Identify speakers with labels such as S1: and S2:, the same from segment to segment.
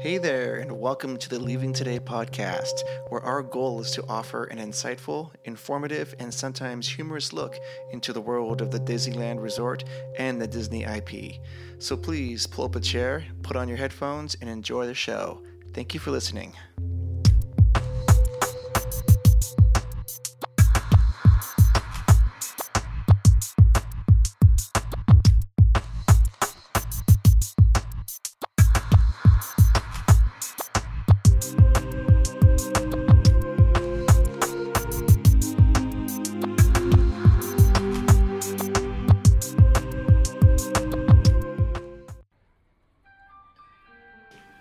S1: Hey there, and welcome to the Leaving Today podcast, where our goal is to offer an insightful, informative, and sometimes humorous look into the world of the Disneyland Resort and the Disney IP. So please pull up a chair, put on your headphones, and enjoy the show. Thank you for listening.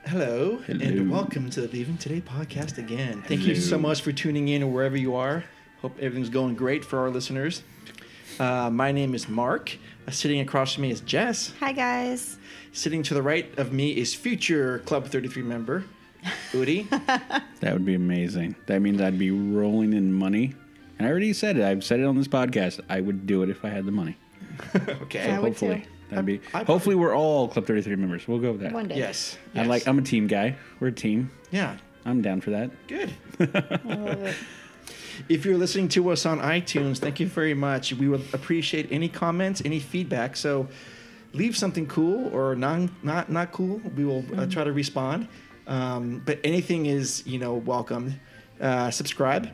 S1: Hello, and
S2: Hello.
S1: welcome to the Leaving Today podcast again. Thank you so
S2: Hello.
S1: much for tuning in wherever you are. Hope everything's going great for our listeners. Uh, my name is Mark. Uh, Sitting across from me is Jess.
S3: Hi guys.
S1: Sitting to the right of me is future Club 33 member, Udi.
S2: That would be amazing. That means I'd be rolling in money. And I already said it. I've said it on this podcast. I would do it if I had the money. So
S1: okay.
S3: would
S2: hopefully,
S3: too.
S2: that'd be.
S1: I-
S2: hopefully, we're all Club Thirty Three members. We'll go with that.
S3: One day.
S1: Yes.
S2: I like. I'm a team guy. We're a team.
S1: Yeah.
S2: I'm down for that.
S1: Good.
S3: I love it.
S1: If you're listening to us on iTunes, thank you very much. We would appreciate any comments, any feedback. So leave something cool or non, not not cool. We will
S2: Mm-hmm.
S1: uh, try to respond. Um, but anything is, you know, welcomed. Uh, subscribe.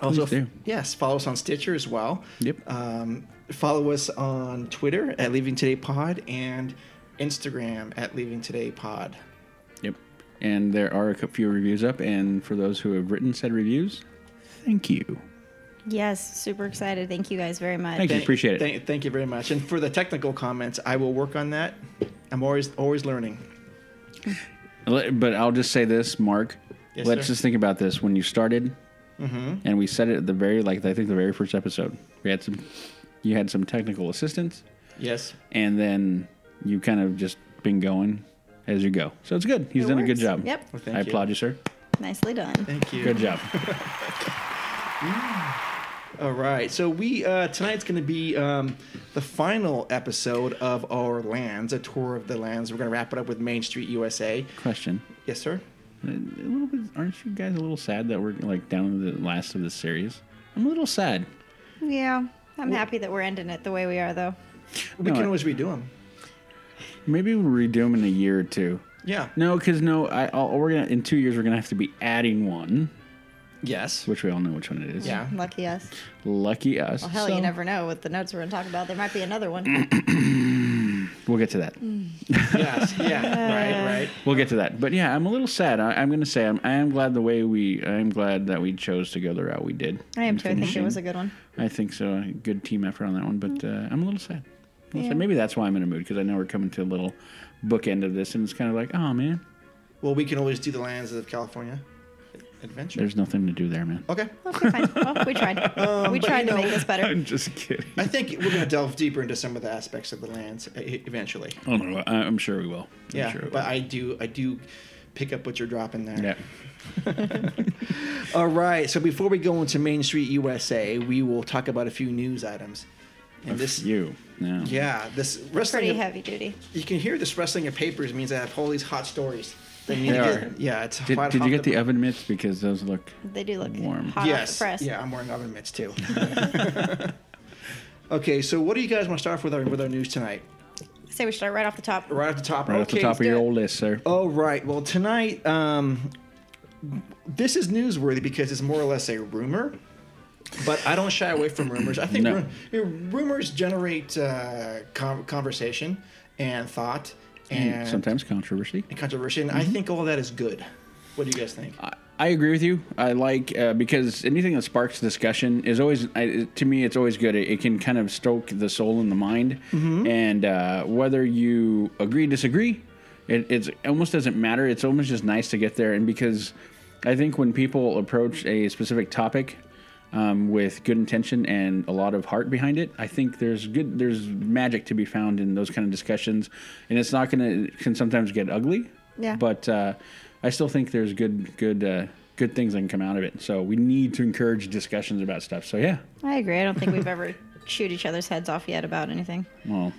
S1: Also,
S2: Please do.
S1: yes, follow us on Stitcher as well.
S2: Yep.
S1: Um, follow us on Twitter at Leaving Today Pod and Instagram at Leaving Today Pod.
S2: Yep. And there are a cou- few reviews up. And for those who have written said reviews, thank you.
S3: Yes, super excited. Thank you guys very much.
S2: Thank you. Appreciate it.
S1: Thank, thank you very much. And for the technical comments, I will work on that. I'm always always learning.
S2: Le- But I'll just say this, Mark.
S1: Yes,
S2: let's
S1: sir.
S2: just think about this. When you started,
S1: Mm-hmm.
S2: and we said it at the very, like I think the very first episode, we had some, you had some technical assistance,
S1: Yes.
S2: and then you kind of just been going as you go. So it's good. He's
S3: It
S2: done a good
S3: works.
S2: job.
S3: Yep.
S1: Well, thank
S2: I
S1: you.
S2: applaud you, sir.
S3: Nicely done.
S1: Thank you.
S2: Good job.
S1: All right. So we uh, tonight's going to be um, the final episode of our lands, a tour of the lands. We're going to wrap it up with Main Street USA.
S2: Question:
S1: Yes, sir.
S2: a little bit, aren't you guys a little sad that we're like down to the last of the series? I'm a little sad.
S3: Yeah. I'm happy that we're ending it the way we are though.
S1: We
S2: No,
S1: can
S2: I-
S1: always redo them.
S2: Maybe we'll redo them in a year or two.
S1: Yeah.
S2: No, because no, I, I'll, we're gonna in two years we're gonna have to be adding one,
S1: Yes.
S2: which we all know which one it is.
S1: Yeah.
S3: Lucky us.
S2: Lucky us.
S3: Well hell
S2: So-
S3: you never know with the notes we're gonna talk about. There might be another one.
S2: We'll get to that.
S3: Mm.
S1: yes. Yeah. Right. Right.
S2: We'll get to that. But yeah, I'm a little sad. I, I'm going to say I'm, I am glad the way we. I am glad that we chose to go the route we did.
S3: I am
S2: in
S3: too. I think it
S2: finishing.
S3: was a good one.
S2: I think so. Good team effort on that one.
S1: Mm.
S2: But uh, I'm a little sad. A little
S3: Yeah.
S2: sad. Maybe that's why I'm in a mood because I know we're coming to a little bookend of this, and it's kind of like, oh man,
S1: Well, we can always do the lands of California adventure.
S2: there's nothing to do there, man.
S1: Okay.
S3: Okay, fine. Well, we tried. we
S2: Um,
S1: but,
S3: tried
S1: you
S3: to
S1: know-
S3: make this better.
S2: I'm just kidding.
S1: I think we're going to delve deeper into some of the aspects of the lands uh, e- eventually.
S2: Oh no, I- I'm sure we will. I'm
S1: yeah,
S2: sure we
S1: but
S2: will.
S1: I do, I do pick up what you're dropping there.
S2: yeah.
S1: All right. So before we go into Main Street USA, we will talk about a few news items. And this,
S2: you. No.
S1: yeah, this
S3: Pretty
S1: wrestling.
S3: heavy duty.
S1: You can hear this wrestling of papers means I have all these hot stories. They need
S2: They
S1: to
S2: are.
S1: get- yeah, it's
S2: Did,
S1: hot-
S2: did you
S1: hot
S2: get the
S1: to-
S2: oven mitts because those look
S3: They do look
S2: Warm.
S3: hot off
S1: yes,
S3: the press.
S1: yeah, I'm wearing oven mitts too. okay, so what do you guys want to start off with our with our news tonight?
S3: I say we start right off the top.
S1: Right off the top.
S2: right off the
S1: okay, Oh,
S2: top of
S3: do
S2: your
S3: it.
S2: old list, sir.
S1: All right. Well, tonight, um, this is newsworthy because it's more or less a rumor, but I don't shy away from rumors. I think
S2: No.
S1: ru- you know, rumors generate uh, con conversation and thought and,
S2: Hmm, Sometimes Mm-hmm. controversy.
S1: and controversy, and I think all that is good. What do you guys think?
S2: I- I agree with you. I like uh, because anything that sparks discussion is always, I, to me, it's always good. It, it can kind of stoke the soul and the mind, and uh, whether you agree, disagree, it it's, it almost doesn't matter. It's almost just nice to get there, and because I think when people approach a specific topic um, with good intention and a lot of heart behind it, I think there's good, there's magic to be found in those kind of discussions, and it's not going to can sometimes get ugly.
S3: Yeah.
S2: But uh, I still think there's good, good, uh, good things that can come out of it. So we need to encourage discussions about stuff. So yeah,
S3: I agree. I don't think we've ever chewed each other's heads off yet about anything.
S2: well,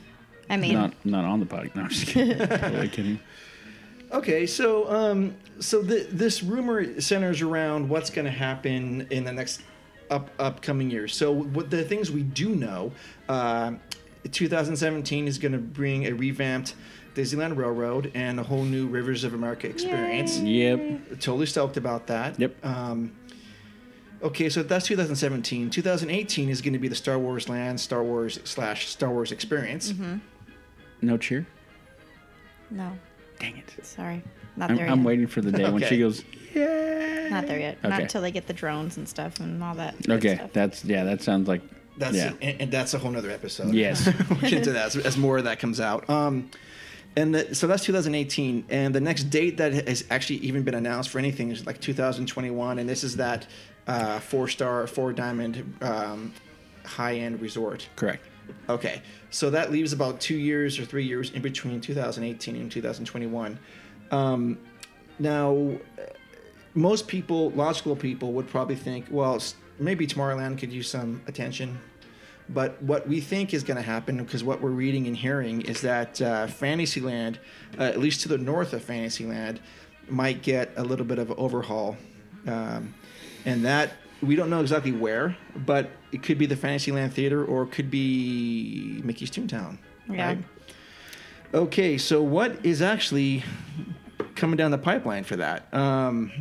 S3: I mean
S2: not not on the podcast. No, I'm just kidding. Totally kidding.
S1: Okay, so um, so th- this rumor centers around what's going to happen in the next up- upcoming years. So what the things we do know, uh, 2017 is going to bring a revamped Disneyland Railroad and a whole new Rivers of America experience.
S3: Yay.
S2: Yep.
S1: Totally stoked about that.
S2: Yep.
S1: Um, okay, so that's 2017. 2018 is going to be the Star Wars Land, Star Wars slash Star Wars experience.
S2: No cheer.
S3: No,
S2: Dang it.
S3: sorry, not
S2: I'm,
S3: there
S2: I'm
S3: yet.
S2: waiting for the day when
S1: Okay.
S2: she goes. Yeah.
S3: Not there yet. Not
S2: Okay.
S3: until they get the drones and stuff and all that. good
S2: Okay,
S3: stuff.
S2: that's yeah. That sounds like
S1: That's
S2: yeah.
S1: and, and that's a whole nother episode.
S2: Yes.
S1: we'll get into that as, as more of that comes out. Um, and the, so that's 2018, and the next date that has actually even been announced for anything is like 2021, and this is that uh, four-star, four-diamond um, high-end resort.
S2: Correct.
S1: Okay, so that leaves about two years or three years in between 2018 and 2021. Um, now, uh, most people, logical people, would probably think, well, s- maybe Tomorrowland could use some attention. But what we think is going to happen, because what we're reading and hearing, is that uh, Fantasyland, uh, at least to the north of Fantasyland, might get a little bit of overhaul. Um, and that, we don't know exactly where, but it could be the Fantasyland Theater or it could be Mickey's Toontown.
S3: Yeah.
S1: Okay, so what is actually coming down the pipeline for that? Um,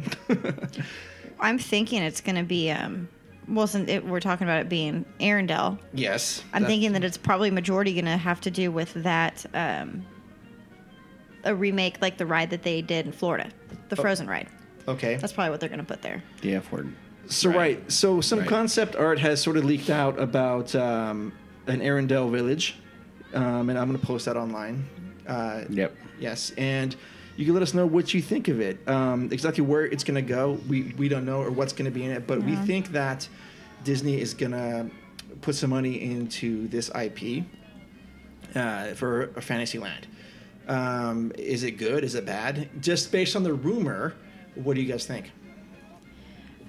S3: I'm thinking it's going to be. Um, well, since it, we're talking about it being Arendelle,
S1: yes.
S3: I'm
S1: that-
S3: thinking that it's probably majority going to have to do with that. Um, a remake like the ride that they did in Florida, the
S2: Oh.
S3: Frozen ride.
S1: Okay.
S3: That's probably what they're going to put there.
S2: The F word.
S1: So right. So some
S2: Right.
S1: concept art has sort of leaked out about um, an Arendelle village, um, and I'm going to post that online. Uh,
S2: Yep.
S1: Yes, and you can let us know what you think of it. Um, exactly where it's going to go, we we don't know, or what's going to be in it, but we think that Disney is going to put some money into this IP uh, for Fantasyland. Um, is it good? Is it bad? Just based on the rumor, what do you guys think?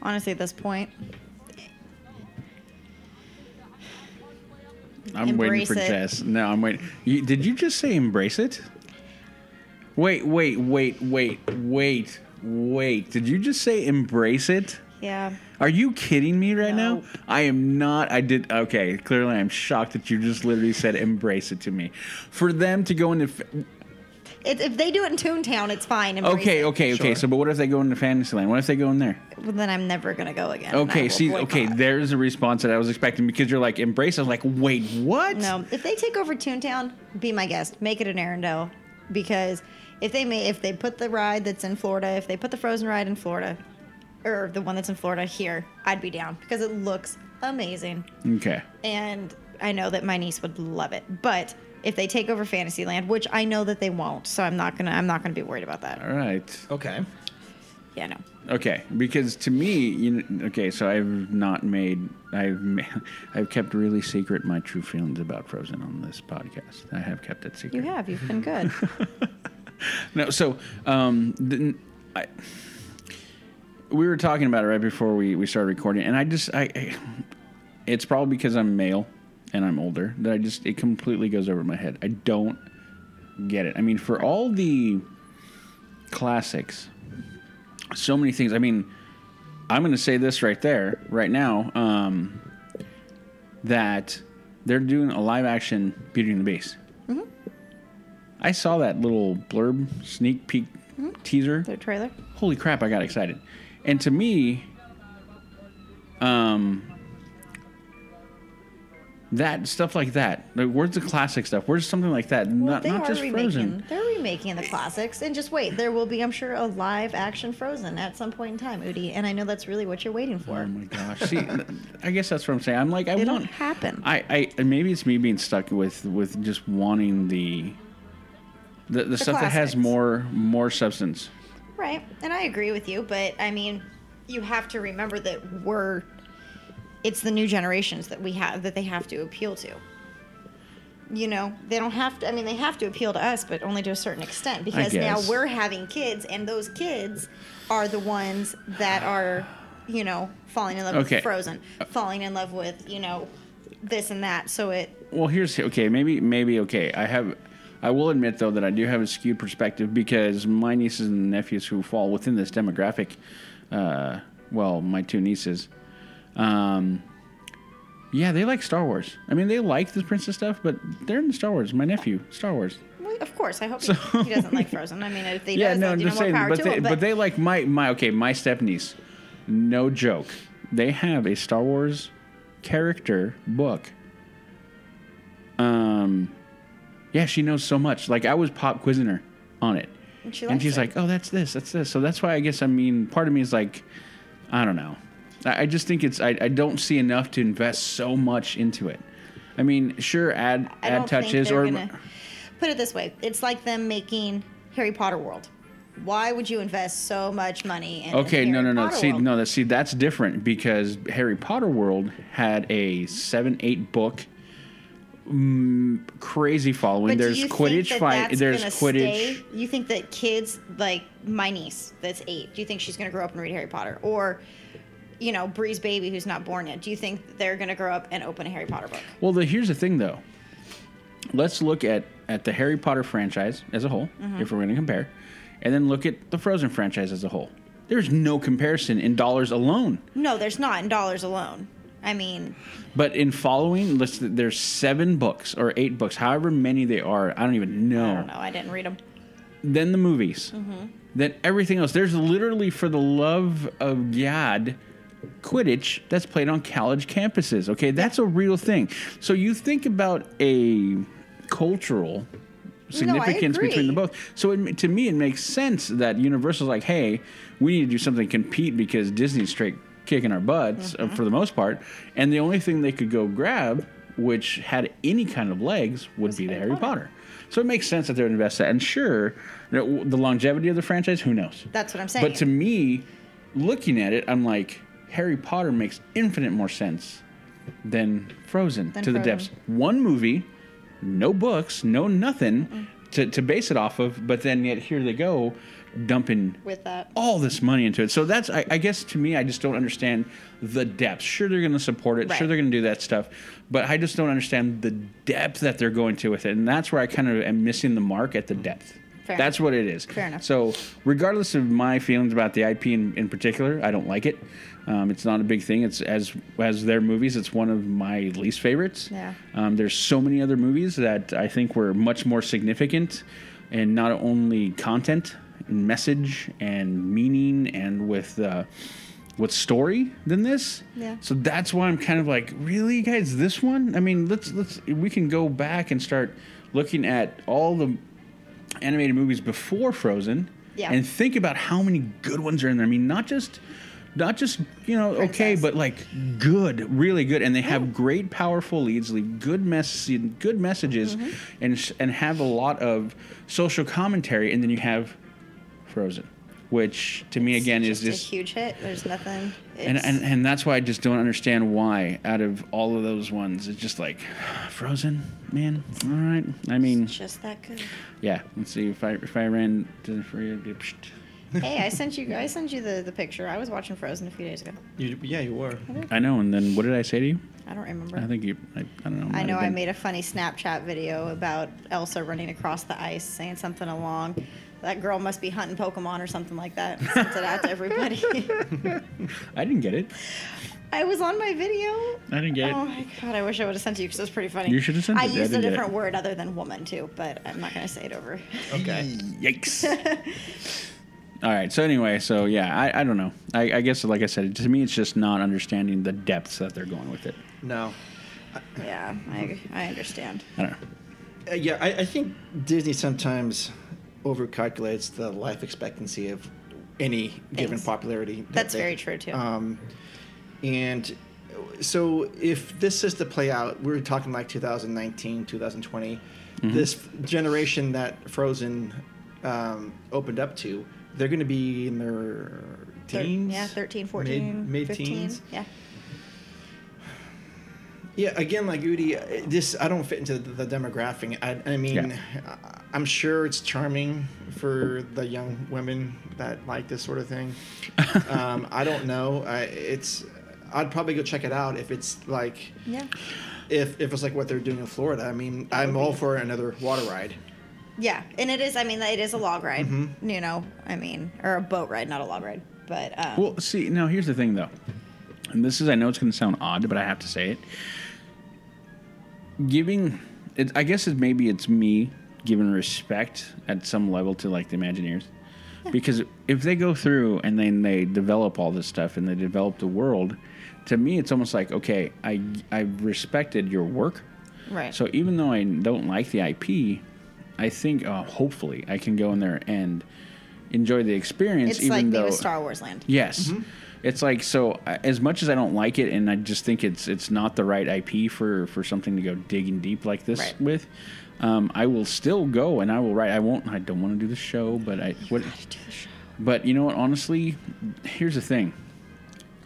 S3: Honestly, at this point,
S2: I'm waiting
S3: Embrace
S2: for
S3: it.
S2: Jess. No, I'm waiting. You, did you just say embrace it? Wait, wait, wait, wait, wait, wait. Did you just say embrace it?
S3: yeah.
S2: Are you kidding me right now?
S3: No.
S2: I am not. I did. Okay, clearly I'm shocked that you just literally said embrace it to me. For them to go into. Fa-
S3: It, if they do it in Toontown, it's fine. embrace
S2: okay,
S3: it.
S2: okay, okay.
S1: Sure.
S2: So, but what if they go into Fantasyland? What if they go in there?
S3: Well, then I'm never going to go again. and I
S2: Okay,
S3: will
S2: see, okay,
S3: boycott.
S2: there's a response that I was expecting because you're like, embrace. I was like, wait, what?
S3: No, if they take over Toontown, be my guest. Make it an Arendelle, because if they may, if they put the ride that's in Florida, if they put the Frozen ride in Florida, or the one that's in Florida here, I'd be down because it looks amazing,
S2: Okay.
S3: and I know that my niece would love it. But if they take over Fantasyland, which I know that they won't, so I'm not gonna, I'm not gonna be worried about that.
S2: All right.
S1: Okay.
S3: Yeah, no.
S2: Okay, because to me, you know, okay, so I've not made, I've, ma- I've kept really secret my true feelings about Frozen on this podcast. I have kept it secret.
S3: You have, you've been good.
S2: No, so um, the, I, we were talking about it right before we, we started recording, and I just I, I it's probably because I'm male and I'm older that I just it completely goes over my head. I don't get it. I mean, for all the classics, so many things. I mean, I'm going to say this right there, right now, um, that they're doing a live action Beauty and the Beast. I saw that little blurb sneak peek teaser.
S3: Their trailer.
S2: Holy crap! I got excited, and to me, um, that stuff like that. Like, where's the classic stuff? Where's something like that? not
S3: they
S2: not
S3: are
S2: just
S3: remaking.
S2: Frozen.
S3: They're remaking the classics, and just wait, there will be, I'm sure, a live action Frozen at some point in time, Udi. And I know that's really what you're waiting for.
S2: Oh my gosh! See, th- I guess that's what I'm saying. I'm like, I
S3: It'll
S2: want.
S3: happen.
S2: I, I and maybe it's me being stuck with with just wanting the the, the, stuff that has
S3: classics.
S2: more more substance.
S3: right, and I agree with you, but I mean, you have to remember that we're. It's the new generations that we have that they have to appeal to. You know, they don't have to. I mean, they have to appeal to us, but only to a certain extent because now
S2: guess.
S3: we're having kids, and those kids are the ones that are, you know, falling in love
S2: Okay.
S3: with Frozen, falling in love with, you know, this and that. So it
S2: Well, here's okay. Maybe maybe okay. I have I will admit though that I do have a skewed perspective because my nieces and nephews who fall within this demographic, uh, well, my two nieces, um, yeah, they like Star Wars. I mean, they like the princess stuff, but they're into Star Wars. My nephew, Star Wars.
S3: Well, of course, I hope he, he doesn't like Frozen. I mean, if he
S2: yeah,
S3: does,
S2: no,
S3: then,
S2: I'm
S3: you know,
S2: just
S3: more
S2: saying,
S3: power
S2: but
S3: to
S2: they,
S3: him.
S2: but they like my my okay, my step niece, no joke. They have a Star Wars character book. Um, yeah, she knows so much. Like I was pop quizzing her on it,
S3: And she
S2: and
S3: likes
S2: she's
S3: it.
S2: like, "Oh, that's this, that's this." So that's why I guess I mean, part of me is like, I don't know. I, I just think it's I, I don't see enough to invest so much into it. I mean, sure, add
S3: I
S2: add
S3: don't think
S2: touches
S3: they're
S2: or
S3: gonna- put it this way: it's like them making Harry Potter World. Why would you invest so much money in?
S2: Okay,
S3: in
S2: no, no,
S3: Harry
S2: no.
S3: Potter
S2: see,
S3: World?
S2: no, that see, that's different because Harry Potter World had a seven, eight book mm, crazy following.
S3: But do
S2: there's
S3: you think
S2: Quidditch
S3: that
S2: fight.
S3: that's
S2: There's
S3: gonna
S2: Quidditch.
S3: stay? You think that kids like my niece, that's eight, do you think she's going to grow up and read Harry Potter, or you know Bree's baby, who's not born yet? Do you think that they're going to grow up and open a Harry Potter book?
S2: Well, the, here's the thing, though. Let's look at at the Harry Potter franchise as a whole,
S3: Mm-hmm.
S2: if we're going to compare, and then look at the Frozen franchise as a whole. There's no comparison in dollars alone.
S3: No, there's not in dollars alone. I mean,
S2: But in following, let's, there's seven books or eight books, however many they are. I don't even know.
S3: I don't know. I didn't read them.
S2: then the movies, then everything else. There's literally, for the love of God, Quidditch that's played on college campuses. Okay, that's a real thing. So you think about a cultural significance between the
S3: agree.
S2: both. So it, to me, it makes sense that Universal's like, hey, we need to do something compete because Disney's straight kicking our butts
S3: Mm-hmm.
S2: uh, for the most part, and the only thing they could go grab, which had any kind of legs, would be the Harry
S3: Harry Potter.
S2: Potter. So it makes sense that they would invest that. And sure, you know, the longevity of the franchise, who knows?
S3: That's what I'm saying.
S2: But to me, looking at it, I'm like, Harry Potter makes infinite more sense than Frozen
S3: Than
S2: to the
S3: Frozen.
S2: depths. One movie, no books, no nothing
S3: Mm.
S2: to, to base it off of, but then yet here they go dumping
S3: with that.
S2: all this money into it. So that's, I, I guess, to me, I just don't understand the depth. Sure, they're going to support it. Sure,
S3: Right.
S2: they're going to do that stuff, but I just don't understand the depth that they're going to with it, and that's where I kind of am missing the mark at the depth.
S3: Mm. Fair
S2: that's
S3: enough.
S2: what it is.
S3: Fair enough.
S2: So, regardless of my feelings about the IP in, in particular, I don't like it. Um, it's not a big thing. It's as as their movies. It's one of my least favorites.
S3: Yeah.
S2: Um, there's so many other movies that I think were much more significant, and not only content and message and meaning and with uh, with story than this.
S3: Yeah.
S2: So that's why I'm kind of like, really, guys, this one. I mean, let's let's we can go back and start looking at all the animated movies before Frozen.
S3: Yeah.
S2: And think about how many good ones are in there. I mean, not just not just, you know, okay,
S3: Princess.
S2: but like good, really good and they
S3: Mm-hmm.
S2: have great powerful leads, leave good mess good messages
S3: Mm-hmm.
S2: and s and have a lot of social commentary and then you have Frozen, which to me again
S3: It's
S2: is
S3: just
S2: just
S3: a huge hit. There's nothing.
S2: and,
S3: it's-
S2: and and that's why I just don't understand why out of all of those ones it's just like Frozen, man. All right, I mean,
S3: it's just that good.
S2: yeah. Let's see if I if I ran to for you. it'd be psht.
S3: hey, I sent you. I sent you the, the picture. I was watching Frozen a few days ago.
S4: You, yeah, you were.
S2: I know. And then what did I say to you?
S3: I don't remember.
S2: I think you. I, I don't know. might
S3: I
S2: have
S3: know I
S2: been-
S3: made a funny Snapchat video about Elsa running across the ice, saying something along, "That girl must be hunting Pokemon" or something like that. and Sent it out to everybody.
S2: I didn't get it.
S3: I was on my video.
S2: I didn't get
S3: Oh
S2: it.
S3: my god! I wish I would have sent it to you because it was pretty funny.
S2: You should have sent
S3: I
S2: it to me. I
S3: used a
S2: didn't get it.
S3: different word other than woman too, but I'm not going to say it over.
S4: Okay.
S2: Yikes. All right. So anyway, so yeah, I, I don't know. I, I guess like I said, to me, it's just not understanding the depths that they're going with it.
S4: No.
S3: yeah, I, I understand.
S2: I don't know.
S4: Uh, yeah, I, I think Disney sometimes overcalculates the life expectancy of any given
S3: Things.
S4: popularity. that
S3: That's
S4: they-
S3: very true too.
S4: Um, and so if this is to play out, we're talking like 2019, 2020. This generation that Frozen um, opened up to, they're going to be in their
S3: Thir-
S4: teens.
S3: yeah, 13, 14,
S4: mid,
S3: 15.
S4: teens
S3: Yeah.
S4: yeah, again, like Udi, uh, this I don't fit into the, the demographic. I, I mean, I, I'm sure it's charming for the young women that like this sort of thing. um, I don't know. I, it's I'd probably go check it out if it's like
S3: Yeah.
S4: if if it's like what they're doing in Florida. I mean, I'm all for another water ride.
S3: Yeah, and it is. I mean, it is a log ride.
S2: Mm-hmm.
S3: You know, I mean, or a boat ride, not a log ride. But um,
S2: Well, see, now here's the thing, though. And this is, I know it's going to sound odd, but I have to say it. Giving, it, I guess it, maybe it's me giving respect at some level to like the Imagineers. Because if they go through and then they develop all this stuff and they develop the world, to me, it's almost like, okay, I, I respected your work.
S3: right.
S2: So even though I don't like the IP, I think uh, hopefully I can go in there and enjoy the experience.
S3: it's
S2: even
S3: like
S2: though
S3: being a Star Wars land.
S2: Yes. It's like so uh, as much as I don't like it and I just think it's it's not the right IP for for something to go digging deep like this
S3: Right.
S2: with. Um, I will still go and I will write. I won't I don't want to do the show, but I what but you know what honestly, here's the thing.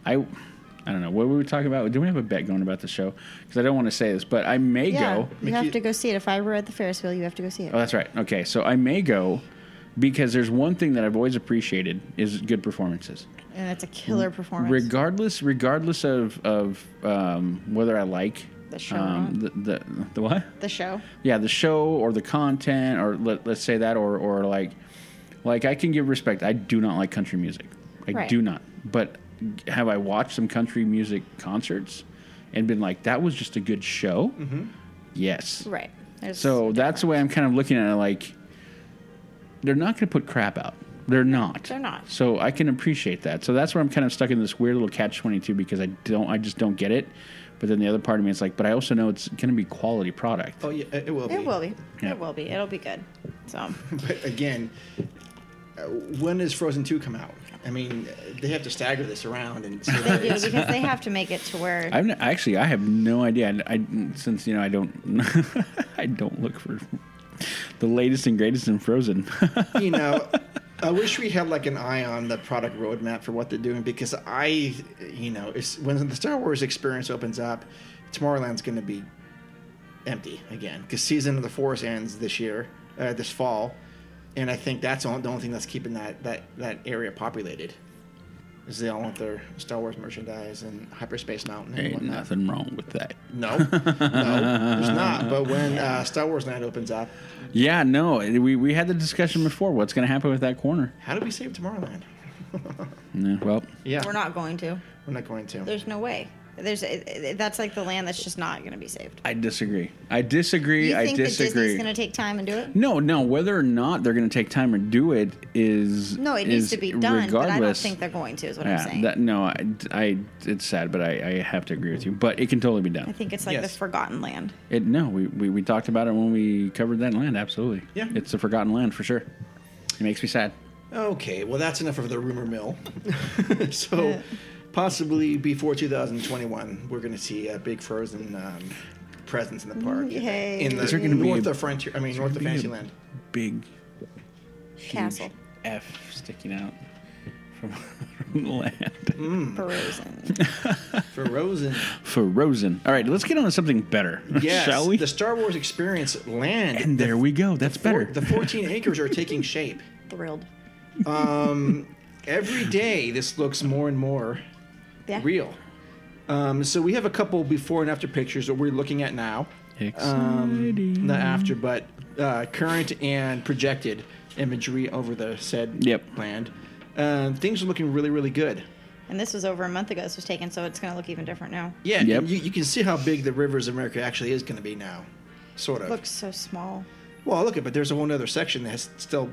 S2: I I don't know what were we talking about. Do we have a bet going about the show? Cuz I don't want to say this, but I may
S3: Yeah,
S2: go.
S3: you have to go see it. If I were at the Ferris wheel, you have to go see it.
S2: Oh, that's right. Okay, so I may go because there's one thing that I've always appreciated is good performances.
S3: and it's a killer performance.
S2: Regardless, regardless of of um, whether I like
S3: The show or
S2: um, the, the the what?
S3: the show.
S2: Yeah, the show or the content, or let, let's say that, or or like like I can give respect. I do not like country music. I
S3: Right.
S2: do not. But have I watched some country music concerts and been like, that was just a good show? Mm-hmm. Yes.
S3: Right. There's,
S2: So that's the way I'm kind of looking at it. Like, they're not going to put crap out. They're not.
S3: They're not.
S2: So I can appreciate that. So that's where I'm kind of stuck in this weird little catch twenty two because I don't, I just don't get it. But then the other part of me is like, but I also know it's going to be quality product.
S1: Oh yeah, it will.
S3: it will be.
S2: Yeah.
S3: It will be. It'll be good. So
S1: But again, uh, when does Frozen Two come out? I mean, uh, they have to stagger this around and. see
S3: they
S1: how
S3: do
S1: it's-
S3: because they have to make it to where
S2: I've n actually I have no idea. I, I- since you know I don't, I don't look for the latest and greatest in Frozen.
S1: you know, I wish we had like an eye on the product roadmap for what they're doing because I, you know, it's, when the Star Wars experience opens up, Tomorrowland's going to be empty again because Season of the Force ends this year, uh, this fall, and I think that's all, the only thing that's keeping that that that area populated. Is they all want their Star Wars merchandise and Hyperspace Mountain and
S2: Ain't
S1: whatnot.
S2: nothing wrong with that.
S1: No, no, there's not. But when uh, Star Wars Night opens up,
S2: Yeah, no. We we had the discussion before. What's going to happen with that corner?
S1: how do we save Tomorrowland?
S2: Yeah, well,
S1: Yeah,
S3: we're not going to.
S1: We're not going to.
S3: There's no way. There's it- it- that's like the land that's just not going to be saved.
S2: I disagree. I disagree.
S3: You
S2: I
S3: think that
S2: disagree.
S3: Disney's going to take time and do it?
S2: no, no. Whether or not they're going to take time or do it is
S3: No, it
S2: is
S3: needs to be done, but I don't
S2: regardless-
S3: think they're going to. Is what I'm
S2: yeah,
S3: saying.
S2: that, no, I, I- it's sad, but I, I have to agree with you. But it can totally be
S3: I
S2: done.
S3: think it's like
S1: Yes.
S3: the forgotten land.
S2: It no, we, we, we talked about it when we covered that land. Absolutely,
S1: Yeah.
S2: it's a forgotten land for sure. It makes me sad.
S1: Okay, well, that's enough of the rumor mill. so, possibly before 2021, we're going to see a big frozen um, presence in the park.
S3: Yay.
S1: In the
S2: Is there gonna be
S1: north
S2: a-
S1: of Frontier, I mean, north of
S2: Be a
S1: Fantasyland.
S2: Big huge
S3: Castle.
S2: F sticking out from, from the land.
S1: Mm.
S3: Frozen.
S1: Frozen.
S2: Frozen. All right, let's get on to something better,
S1: Yes.
S2: shall we?
S1: The Star Wars experience land.
S2: And there we go. That's better.
S1: The 14 acres are taking shape.
S3: Thrilled.
S1: Every day, this looks more and more
S3: Yeah.
S1: real. Um, so, we have a couple before and after pictures that we're looking at now.
S2: Exciting.
S1: not after, but uh, current and projected imagery over the said
S2: Yep.
S1: land. Um, things are looking really, really good.
S3: And this was over a month ago. This was taken, so it's going to look even different now.
S1: Yeah, and
S2: Yep.
S1: you, you can see how big the rivers of America actually is going to be now, sort of.
S3: Looks so small.
S1: Well, look at, but there's a whole other section that's still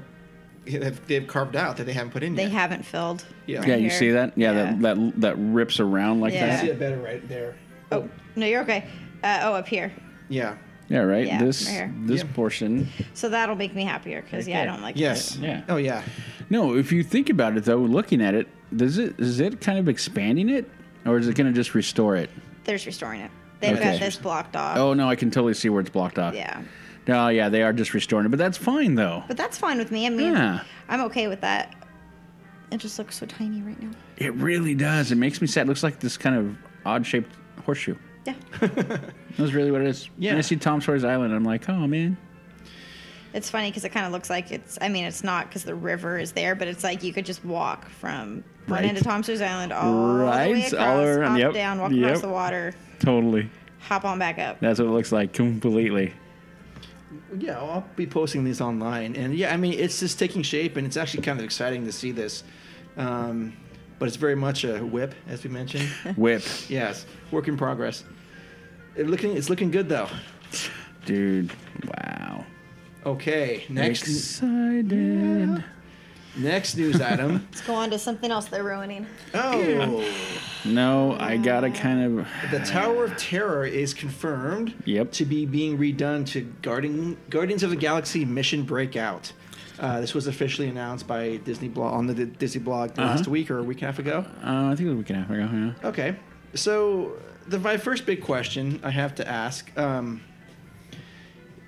S1: they've, they've carved out that they haven't put in
S3: They
S1: yet.
S3: haven't filled.
S1: Yeah.
S3: right
S2: yeah, you
S3: here.
S2: see that? Yeah, That, that that rips around like
S1: I
S3: Yeah.
S2: that.
S1: see it better right there.
S3: Oh no, you're okay. Uh, oh, up here.
S1: Yeah.
S2: Yeah, right.
S3: Yeah,
S2: this
S3: right here.
S2: this
S1: Yeah.
S2: portion.
S3: So that'll make me happier because yeah, I
S2: Okay.
S3: don't like
S1: Yes.
S2: Yeah.
S1: Oh yeah.
S2: No, if you think about it though, looking at it, does it is it kind of expanding it, or is it going to just restore it?
S3: There's restoring it. They've
S2: Okay.
S3: got this blocked off.
S2: Oh no, I can totally see where it's blocked off.
S3: Yeah.
S2: No, yeah, they are just restoring it, but that's fine though.
S3: But that's fine with me. I mean,
S2: Yeah.
S3: I'm okay with that. It just looks so tiny right now.
S2: It really does. It makes me sad. It looks like this kind of odd shaped horseshoe.
S3: Yeah.
S2: That's really what it is.
S1: Yeah.
S2: And I see Tom Sawyer's Island. I'm like, oh man.
S3: It's funny because it kind of looks like it's. I mean, it's not because the river is there, but it's like you could just walk from one
S2: Right.
S3: end of Thompson's Island all the way
S2: Right,
S3: across,
S2: all around,
S3: hop
S2: yep,
S3: down, walk
S2: yep.
S3: across the water,
S2: Totally.
S3: hop on back up.
S2: That's what it looks like completely.
S1: yeah, I'll be posting these online, and yeah, I mean it's just taking shape, and it's actually kind of exciting to see this. Um, but it's very much a whip, as we mentioned.
S2: Whip,
S1: yes, work in progress. It looking, it's looking good though.
S2: dude. Wow.
S1: Okay, next
S2: Excited.
S1: next news item.
S3: Let's go on to something else they're ruining.
S1: Oh,
S2: No, I gotta kind of. uh,
S1: the Tower of Terror is confirmed.
S2: Yep.
S1: To be being redone to Guardian, Guardians of the Galaxy Mission Breakout. Uh, this was officially announced by Disney blog on the D- Disney blog last
S2: Uh-huh.
S1: week or a week and a half ago.
S2: Uh, I think it was a week and a half ago. Yeah.
S1: Okay, so the my first big question I have to ask um,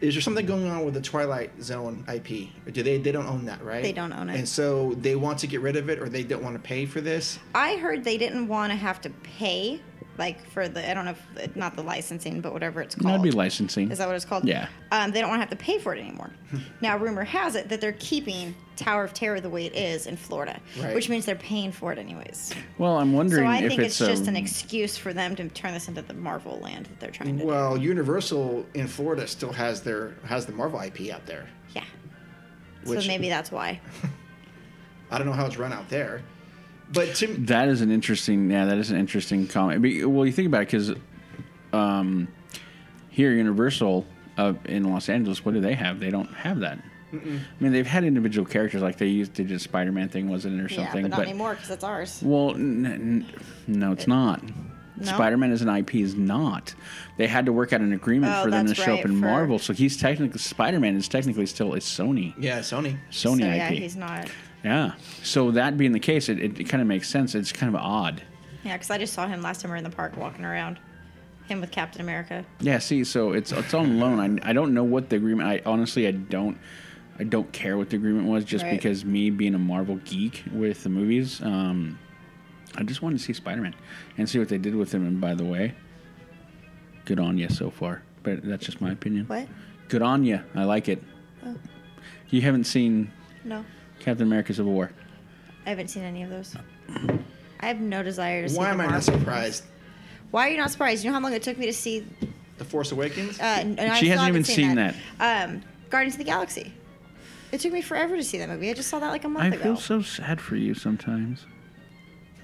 S1: is there something going on with the Twilight Zone IP? Or do they they don't own that, right?
S3: They don't own it.
S1: and so they want to get rid of it, or they don't want to pay for this.
S3: I heard they didn't want to have to pay, like for the I don't know, if, not the licensing, but whatever it's called.
S2: That'd be licensing.
S3: Oh. Is that what it's called?
S2: Yeah.
S3: Um, they don't want to have to pay for it anymore. now, rumor has it that they're keeping Tower of Terror the way it is in Florida,
S1: Right.
S3: which means they're paying for it anyways.
S2: well, I'm wondering
S3: So I
S2: if um,
S3: think it's,
S2: a,
S3: just an excuse for them to turn this into the Marvel land that they're trying to.
S1: Well, Universal in Florida still has their has the Marvel IP out there.
S3: do. Yeah.
S1: Which-
S3: so maybe that's why.
S1: I don't know how it's run out there, but to
S2: That is an interesting. Yeah, that is an interesting comment. Be- Well, you think about it because, um, here Universal uh, in Los Angeles, what do they have? They don't have that. I mean, they've had individual characters like they used. They did a Spider-Man thing, wasn't it, or
S3: yeah,
S2: something?
S3: but not anymore because it's ours.
S2: Well, n- n- no, it's not.
S3: No?
S2: Spider-Man as an IP is not. They had to work out an agreement
S3: Oh,
S2: for them to
S3: that's
S2: show up
S3: right,
S2: in
S3: for-
S2: Marvel. So he's technically Spider-Man is technically still a Sony
S1: yeah, Sony.
S2: Sony
S3: so
S2: IP.
S3: yeah, he's not.
S2: Yeah. So that being the case, it, it, kind of makes sense. It's kind of odd.
S3: Yeah, because I just saw him last time we were in the park walking around. Him with Captain America.
S2: Yeah. See, so it's it's on loan. I, I don't know what the agreement. I honestly I don't I don't care what the agreement was. Just
S3: Right.
S2: because me being a Marvel geek with the movies, um, I just wanted to see Spider Man and see what they did with him. And by the way, good on you so far. But that's just my opinion.
S3: What?
S2: Good on you. I like it.
S3: Oh.
S2: You haven't seen
S3: No.
S2: Captain America: Civil War.
S3: I haven't seen any of those. I have no desire to see
S1: Why
S3: the
S1: am I not
S3: Marvel.
S1: surprised?
S3: Why are you not surprised? You know how long it took me to see.
S1: The Force Awakens.
S3: Uh, n- and I
S2: She hasn't
S3: still haven't
S2: even seen that.
S3: Um, Guardians of the Galaxy. It took me forever to see that movie. I just saw that like a month
S2: I
S3: ago.
S2: feel so sad for you sometimes.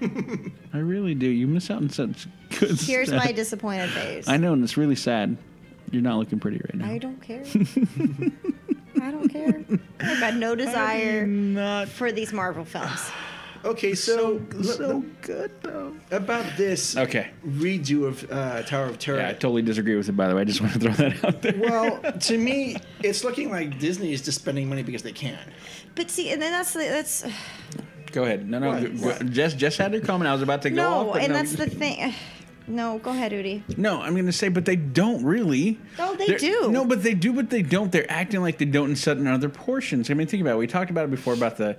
S2: I really do. You miss out on such good
S3: Here's
S2: stuff.
S3: my disappointed face.
S2: I know, and it's really sad. You're not looking pretty right now.
S3: I don't care. I don't care. I've got no desire
S2: Not
S3: for these Marvel films.
S1: okay, so, l-
S2: so good though.
S1: about this
S2: Okay.
S1: redo of uh, Tower of Terror.
S2: Yeah, I totally disagree with it. By the way, I just want to throw that out there.
S1: well, to me, it's looking like Disney is just spending money because they can.
S3: But see, and then that's the, that's
S2: go ahead. No, no.
S1: What?
S2: go- go- Jess, Jess had her comment. I was about to go off,
S3: no,
S2: but
S3: and
S2: no.
S3: that's the thing. No, go ahead, Udi.
S2: No, I'm going to say, but they don't really.
S3: No, Oh, they
S2: They're-
S3: do.
S2: No, but they do, but they don't. They're acting like they don't in certain other portions. I mean, think about it. We talked about it before about the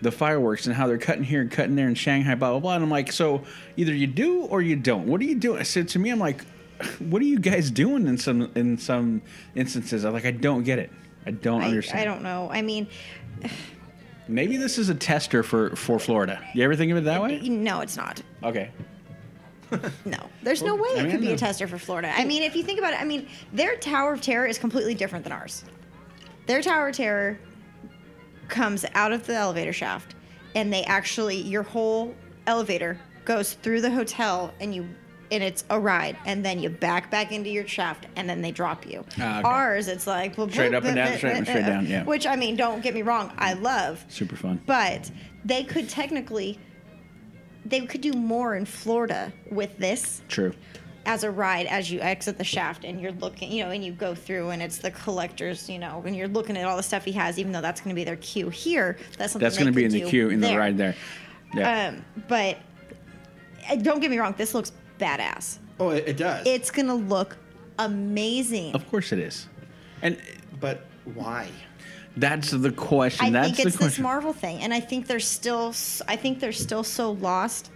S2: the fireworks and how they're cutting here and cutting there in Shanghai, blah blah blah. And I'm like, so either you do or you don't. What are you doing? So to me, I'm like, what are you guys doing in some in some instances? I'm like, I don't get it. I don't
S3: I,
S2: understand.
S3: I don't know. I mean,
S2: Maybe this is a tester for for Florida. You ever think of it that way?
S3: no, it's not.
S2: Okay.
S3: No, there's no way
S2: I
S3: it
S2: mean,
S3: could be
S2: no.
S3: a tester for Florida. I mean, if you think about it, I mean, their Tower of Terror is completely different than ours. Their Tower of Terror comes out of the elevator shaft, and they actually your whole elevator goes through the hotel, and you and it's a ride, and then you back back into your shaft, and then they drop you.
S2: Ah, okay.
S3: Ours, it's like well,
S2: Straight up and down, straight up and straight down, yeah.
S3: Which I mean, don't get me wrong, I love
S2: Super fun.
S3: but they could technically they could do more in Florida with this
S2: True.
S3: as a ride as you exit the shaft and you're looking you know and you go through and it's the collectors you know and you're looking at all the stuff he has even though that's going to be their queue here that's something
S2: That's
S3: they
S2: going to be in
S3: could
S2: the
S3: do
S2: queue in the
S3: there.
S2: ride there. Yeah.
S3: um, but uh, don't get me wrong this looks badass
S1: Oh, it, it does.
S3: it's going to look amazing
S2: of course it is. And
S1: but why?
S2: That's the question.
S3: I
S2: That's
S3: think it's
S2: the
S3: this
S2: question.
S3: Marvel thing, and I think they're still, s- I think they're still so lost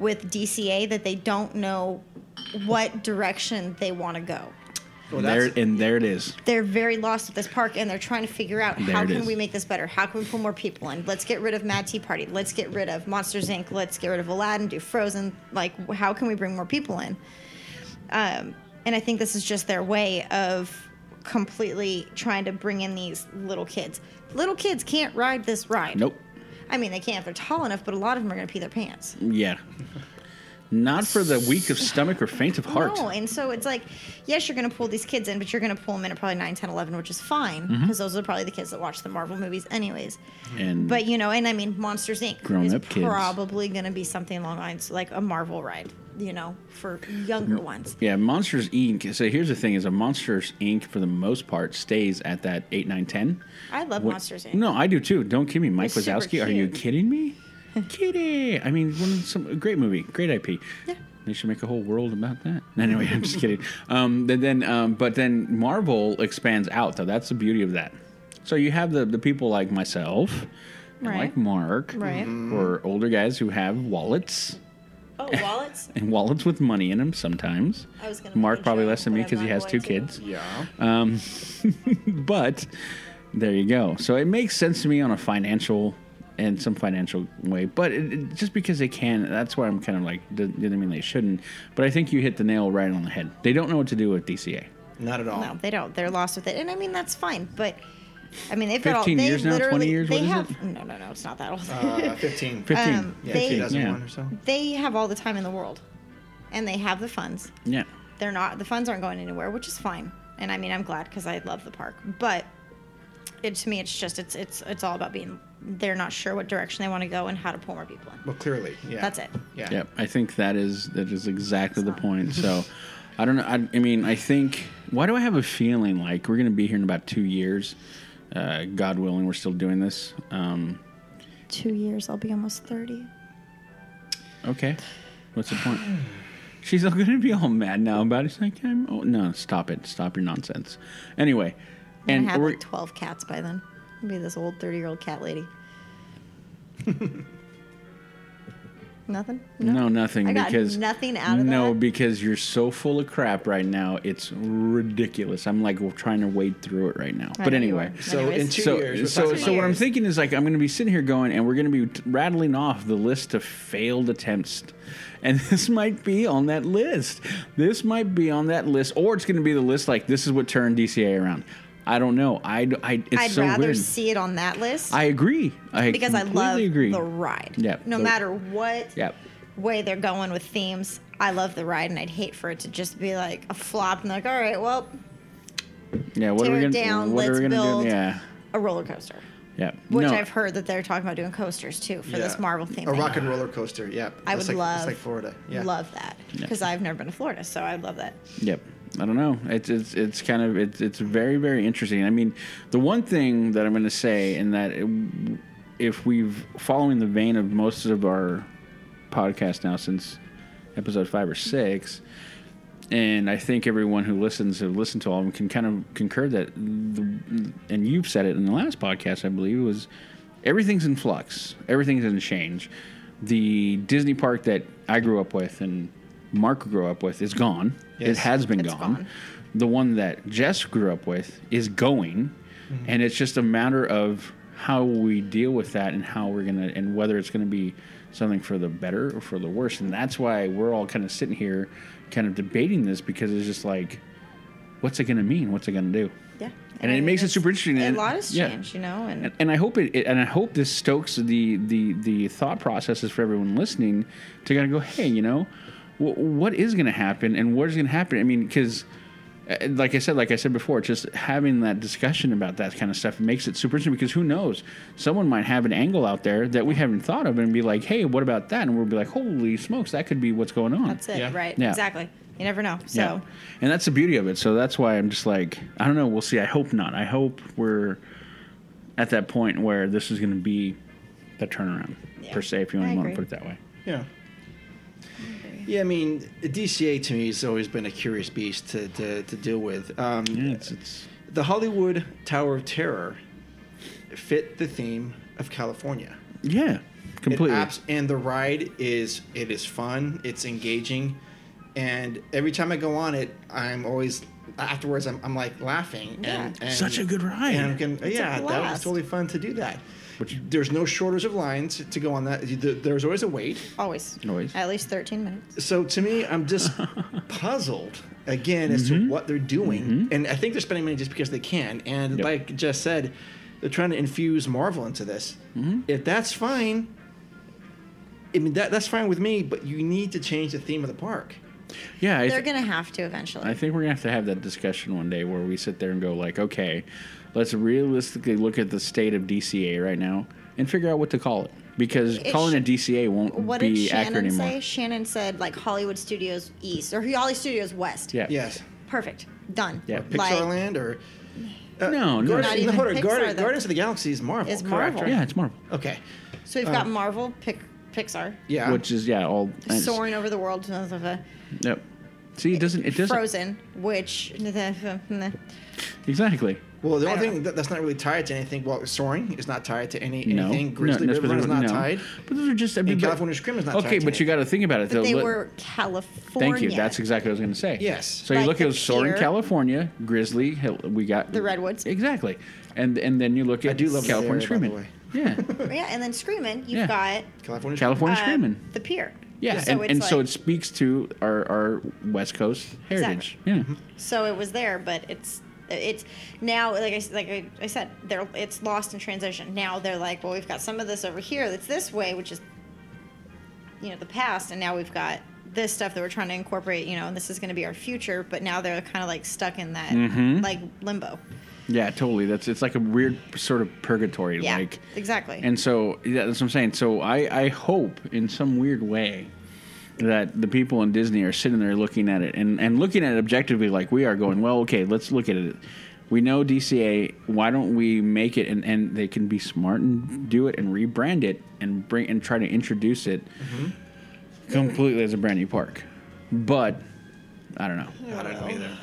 S3: with DCA that they don't know what direction they want to go.
S1: Well,
S2: there
S1: that's-
S2: and there it is.
S3: They're very lost with this park, and they're trying to figure out
S2: There
S3: how
S2: it
S3: can
S2: is.
S3: we make this better? How can we pull more people in? Let's get rid of Mad Tea Party. Let's get rid of Monsters Inc. Let's get rid of Aladdin. Do Frozen. Like, wh- how can we bring more people in? Um, and I think this is just their way of completely trying to bring in these little kids. Little kids can't ride this ride.
S2: Nope.
S3: I mean, they can if they're tall enough, but a lot of them are going to pee their pants.
S2: Yeah. Not for the weak of stomach or faint of heart.
S3: No, and so it's like, yes, you're going to pull these kids in, but you're going to pull them in at probably 9, 10, 11, which is fine,
S2: Mm-hmm.
S3: because those are probably the kids that watch the Marvel movies, anyways.
S2: And
S3: But, you know, and I mean, Monsters Inc. is
S2: Grown-up kids.
S3: probably going to be something along the lines like a Marvel ride, you know, for younger ones.
S2: yeah, Monsters Inc. So here's the thing: is a Monsters Inc. for the most part stays at that eight, nine, ten.
S3: I love
S2: What-
S3: Monsters Inc.
S2: No, I do too. Don't kid me, Mike
S3: It's super
S2: Wazowski. Are you
S3: cute.
S2: kidding me? Kitty. I mean, one of some a great movie, great IP.
S3: Yeah.
S2: They should make a whole world about that. Anyway, I'm just kidding. Um, then, then um, but then Marvel expands out though. That's the beauty of that. So you have the the people like myself, and
S3: Right.
S2: like Mark,
S3: Right.
S2: or older guys who have wallets
S3: Oh, wallets?
S2: and wallets with money in them sometimes.
S3: I was gonna make
S2: Mark
S3: a
S2: probably
S3: joke,
S2: less than me
S3: but I'm
S2: because he
S3: not
S2: has two
S3: going to.
S2: kids.
S5: Yeah.
S4: Uh,
S2: Um, but there you go. So it makes sense to me on a financial and some financial way, but it, it- just because they can, that's why I'm kind of like doesn't doesn't mean they shouldn't. But I think you hit the nail right on the head. They don't know what to do with DCA.
S4: Not at all.
S3: No, they don't. They're lost with it, and I mean that's fine. But I mean they've got all.
S2: 15
S3: They
S2: years now? 20
S3: literally,
S2: years?
S3: They
S2: What is
S3: have
S2: it?
S3: no, no, no. It's not that old.
S4: Uh, 15.
S2: Fifteen.
S3: Um,
S4: yeah,
S3: they-
S4: 2001
S2: yeah.
S4: or so.
S3: they have all the time in the world, and they have the funds.
S2: Yeah.
S3: They're not. The funds aren't going anywhere, which is fine. And I mean I'm glad because I love the park, but it, to me it's just it's it's it's all about being. They're not sure what direction they want to go and how to pull more people in.
S4: Well, clearly, yeah.
S3: That's it.
S4: Yeah.
S2: Yep, I think that is that is exactly the point. So, I don't know. I, I mean, I think why do I have a feeling like we're going to be here in about two years, uh, God willing, we're still doing this. Um,
S3: Two years, I'll be almost thirty.
S2: okay, what's the point? She's going to be all mad now about it. She's like, I'm, oh no, stop it, stop your nonsense. Anyway,
S3: And
S2: and
S3: I have
S2: we're,
S3: like twelve cats by then. I'll be this old thirty year old cat lady. Nothing.
S2: no nothing
S3: I got
S2: because
S3: nothing out of
S2: no
S3: that.
S2: because you're so full of crap right now. It's ridiculous. I'm like trying to wade through it right now.
S3: I
S2: but
S3: know you
S2: anyway.
S3: are.
S4: So
S3: Anyways.
S4: in two
S2: so,
S4: years, we're
S2: so,
S4: talking
S2: so
S4: about-
S2: what I'm
S3: years.
S2: thinking is like I'm going to be sitting here going, and we're going to be t- rattling off the list of failed attempts, and this might be on that list. This might be on that list, or it's going to be the list like this is what turned DCA around. I don't know. I, I it's
S3: I'd
S2: so
S3: rather
S2: weird.
S3: see it on that list
S2: I agree. I
S3: because I
S2: completely
S3: love
S2: agree.
S3: the ride.
S2: Yeah,
S3: No
S2: the-
S3: matter what
S2: Yeah.
S3: way they're going with themes, I love the ride, and I'd hate for it to just be like a flop and like, all right, well,
S2: Yeah. What are
S3: Tear
S2: we
S3: it
S2: going?
S3: down,
S2: What are
S3: let's
S2: we going to
S3: build-
S2: do? Yeah.
S3: a roller coaster,
S2: Yeah.
S3: which
S2: no.
S3: I've heard that they're talking about doing coasters too for this
S4: Yeah.
S3: Marvel theme.
S4: A
S3: thing.
S4: rock and roller coaster. Yeah.
S3: I
S4: It's
S3: would
S4: like, It's
S3: love-
S4: like Florida. Yeah.
S3: Love that because I've never been to Florida, so I love that.
S2: Yep. I don't know. It's it's it's kind of it's it's very very interesting. I mean, the one thing that I'm going to say, and that it- if we've following the vein of most of our podcast now since episode five or six, and I think everyone who listens have listened to all of them can kind of concur that, the, and you've said it in the last podcast, I believe, was everything's in flux, everything's in change. The Disney park that I grew up with and Mark grew up with is gone. It
S4: Yes.
S2: has been
S3: It's
S2: gone.
S3: gone.
S2: The one that Jess grew up with is going, and it's just a matter of how we deal with that and how we're gonna and whether it's gonna be something for the better or for the worse. And that's why we're all kind of sitting here, kind of debating this because it's just like, what's it gonna mean? What's it gonna do?
S3: Yeah,
S2: And it makes it
S3: it's-
S2: super interesting,
S3: A
S2: and-
S3: lot has
S2: yeah.
S3: changed, you know, and
S2: And, and I hope it, it- and I hope this stokes the the the thought processes for everyone listening to kind of go, hey, you know, wh- what is going to happen and what is going to happen? I mean, because like I said, like I said before, just having that discussion about that kind of stuff makes it super interesting because who knows? Someone might have an angle out there that we haven't thought of and be like, hey, what about that? And we'll be like, holy smokes, that could be what's going on.
S3: that's it,
S4: Yeah.
S3: right?
S2: Yeah.
S3: Exactly. You never know. So.
S2: Yeah. And that's the beauty of it. So that's why I'm just like, I don't know. We'll see. I hope not. I hope we're at that point where this is going to be the turnaround,
S3: Yeah.
S2: per se, if you want
S3: I
S2: to
S3: agree.
S2: put it that way.
S4: Yeah. Yeah, I mean, DCA to me has always been a curious beast to, to, to deal with. Um,
S2: Yeah, it's, it's
S4: The Hollywood Tower of Terror fit the theme of California.
S2: yeah,
S4: It
S2: completely.
S4: abs- and the ride is it is fun, it's engaging, and every time I go on it, I'm always afterwards I'm, I'm like laughing. And,
S3: Yeah.
S4: and-
S2: Such a good ride.
S4: And I'm gonna-
S3: a
S4: yeah, that was
S3: blast.
S4: totally fun to do that.
S2: Which-
S4: There's no shortage of lines to go on that. There- There's always a wait.
S3: Always.
S2: Always.
S3: At least 13 minutes.
S4: So to me, I'm just puzzled
S1: again as
S2: Mm-hmm.
S1: to what they're doing. And I think they're spending money just because they can. And
S2: Yep.
S1: like Jess said, they're trying to infuse Marvel into this.
S2: Mm-hmm.
S1: If that's fine, I mean that that's fine with me. But you need to change the theme of the park.
S2: Yeah, I,
S3: They're
S2: th-
S3: gonna have to eventually.
S2: I think we're gonna have to have that discussion one day where we sit there and go like, okay, let's realistically look at the state of DCA right now and figure out what to call it because
S3: It
S2: calling
S3: sh-
S2: it DCA won't
S3: what did
S2: be accurate
S3: Shannon
S2: anymore.
S3: say? Shannon said like Hollywood Studios East or Hollywood Studios West.
S2: Yeah.
S1: Yes.
S3: Perfect. Done.
S2: Yeah.
S1: Pixar Land or uh,
S2: No, no.
S1: Guardians,
S2: Not
S3: even
S1: hold on,
S3: Pixar,
S1: Guardians-
S3: though.
S1: Guardians of the Galaxy is Marvel.
S3: Is
S1: correct,
S3: Marvel.
S1: right?
S2: yeah, it's Marvel.
S1: Okay.
S3: so we've got Marvel, Pic- Pixar,
S1: Yeah.
S2: Which is Uh, yeah, all it's-
S3: soaring over the world. blah, blah, blah.
S2: Yep. See, it doesn't. It doesn't.
S3: Frozen, which
S2: Exactly.
S1: Well, the
S3: I
S1: only
S3: don't
S1: thing that, that's not really tied to anything. Well, soaring is not tied to any
S2: No.
S1: anything.
S2: No,
S1: Grizzly
S2: no,
S1: River is
S2: specifically,
S1: not
S2: no.
S1: tied.
S2: But those are just. I mean, but-
S1: California Scream is not
S2: Okay,
S1: tied to
S2: but you
S1: it.
S2: got to think about it.
S3: but
S2: though.
S3: they
S2: Look-
S3: were California.
S2: Thank you. That's exactly what I was going to say.
S1: Yes.
S2: So you
S3: Like
S2: look
S3: the
S2: at Soaring,
S3: pier.
S2: California, Grizzly. Hill, we got
S3: The Redwoods.
S2: Exactly. And and then you look at
S1: do love that area,
S2: California
S1: by
S2: Screaming.
S1: the way.
S2: Yeah.
S3: yeah. And then Screaming, you've
S2: Yeah.
S3: got
S1: California.
S2: California
S3: uh,
S2: Screaming.
S3: the pier.
S2: Yeah.
S3: So
S2: and
S3: it's
S2: and so
S3: like-
S2: it speaks to our, our West Coast heritage.
S1: Mm-hmm.
S2: Yeah.
S3: so it was there, but it's it's now like I s- like I, I said they're it's lost in transition. Now they're like, well, we've got some of this over here that's this way, which is you know the past, and now we've got this stuff that we're trying to incorporate. You know, and this is going to be our future, but now they're kind of like stuck in that
S2: Mm-hmm.
S3: like limbo.
S2: Yeah, totally. That's It's like a weird sort of purgatory.
S3: Yeah,
S2: Like,
S3: exactly.
S2: And so yeah, that's what I'm saying. So I, I hope in some weird way that the people in Disney are sitting there looking at it and, and looking at it objectively like we are going, well, okay, let's look at it. We know DCA, why don't we make it and, and they can be smart and do it and rebrand it and bring and try to introduce it completely as a brand new park. But I don't know.
S1: I don't know either.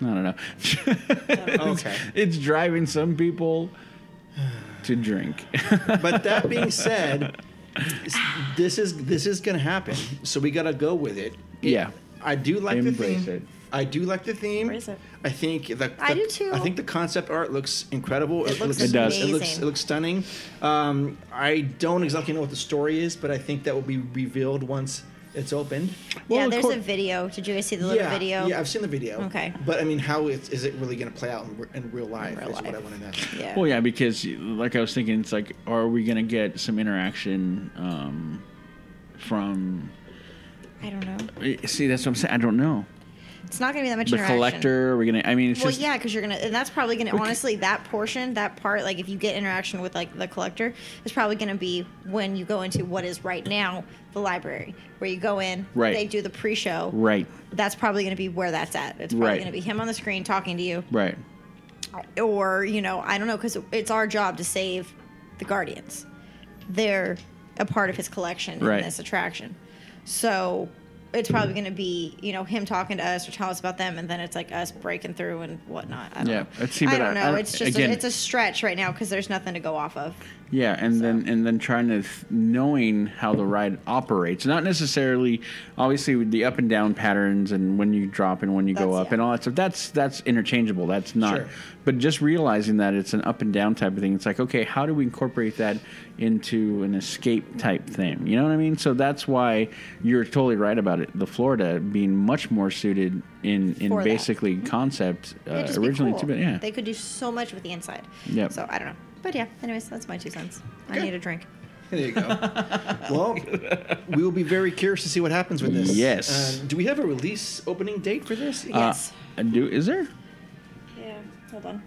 S2: I don't know.
S1: Okay.
S2: it's driving some people to drink.
S1: but that being said, s- this is this is gonna happen. So we gotta go with it. It-
S2: Yeah.
S1: I do like the
S2: Embrace
S1: theme.
S2: it.
S1: I do like the theme.
S3: Embrace it.
S1: I think the,
S3: I
S1: the-
S3: do too.
S1: I think the concept art looks incredible.
S3: It looks
S2: It does.
S1: It looks
S3: amazing.
S1: it looks stunning. Um, I don't exactly know what the story is, but I think that will be revealed once it's opened.
S2: Well,
S3: yeah,
S2: of
S3: there's
S2: cour-
S3: a video. Did you guys see the little
S1: yeah,
S3: video?
S1: yeah, I've seen the video.
S3: Okay.
S1: but I mean, how is, is it really gonna play out in, re- in real life?
S3: real
S1: is what I
S3: life.
S1: want to know.
S3: yeah.
S2: Well, yeah, because like I was thinking, it's like, are we gonna get some interaction um, from? eh,
S3: I don't know.
S2: See, that's what I'm saying. I don't know.
S3: It's not going to be that much
S2: The
S3: interaction.
S2: collector. Are we gonna? I mean, it's
S3: Well,
S2: just.
S3: yeah, because you're gonna, and that's probably gonna.
S2: Okay.
S3: Honestly, that portion, that part, like if you get interaction with like the collector, is probably gonna be when you go into what is right now the library, where you go in,
S2: Right.
S3: They do the pre-show,
S2: Right.
S3: That's probably gonna be where that's at. It's probably
S2: Right.
S3: gonna be him on the screen talking to you,
S2: Right.
S3: or you know, I don't know, because it's our job to save the guardians. They're a part of his collection
S2: Right.
S3: in this attraction, so. It's probably going to be, you know, him talking to us or telling us about them, and then it's like us breaking through and whatnot. I don't
S2: Yeah.
S3: know.
S2: Let's see.
S3: I
S2: But
S3: don't know.
S2: I-
S3: it's just
S2: again,
S3: a, it's a stretch right now because there's nothing to go off of.
S2: Yeah, and then and then trying to th- knowing how the ride operates, not necessarily obviously with the up and down patterns and when you drop and when you go
S3: That's-
S2: up
S3: yeah.
S2: and all that stuff. That's that's interchangeable. That's not.
S1: Sure.
S2: But just realizing that it's an up and down type of thing. It's like okay, how do we incorporate that into an escape type thing? You know what I mean? So that's why you're totally right about it. The Florida being much more suited in in
S3: For that. Mm-hmm.
S2: basically concept
S3: It'd
S2: uh,
S3: just be
S2: originally
S3: cool.
S2: to, but yeah.
S3: they could do so much with the inside.
S2: Yep.
S3: So I don't know, but yeah. Anyways, that's my two cents. I
S1: Okay.
S3: need a drink.
S1: There you go. well, we will be very curious to see what happens with this.
S2: Yes.
S1: Um, do we have a release opening date for this?
S2: Uh,
S3: Yes.
S2: do is there?
S3: Yeah. Hold on.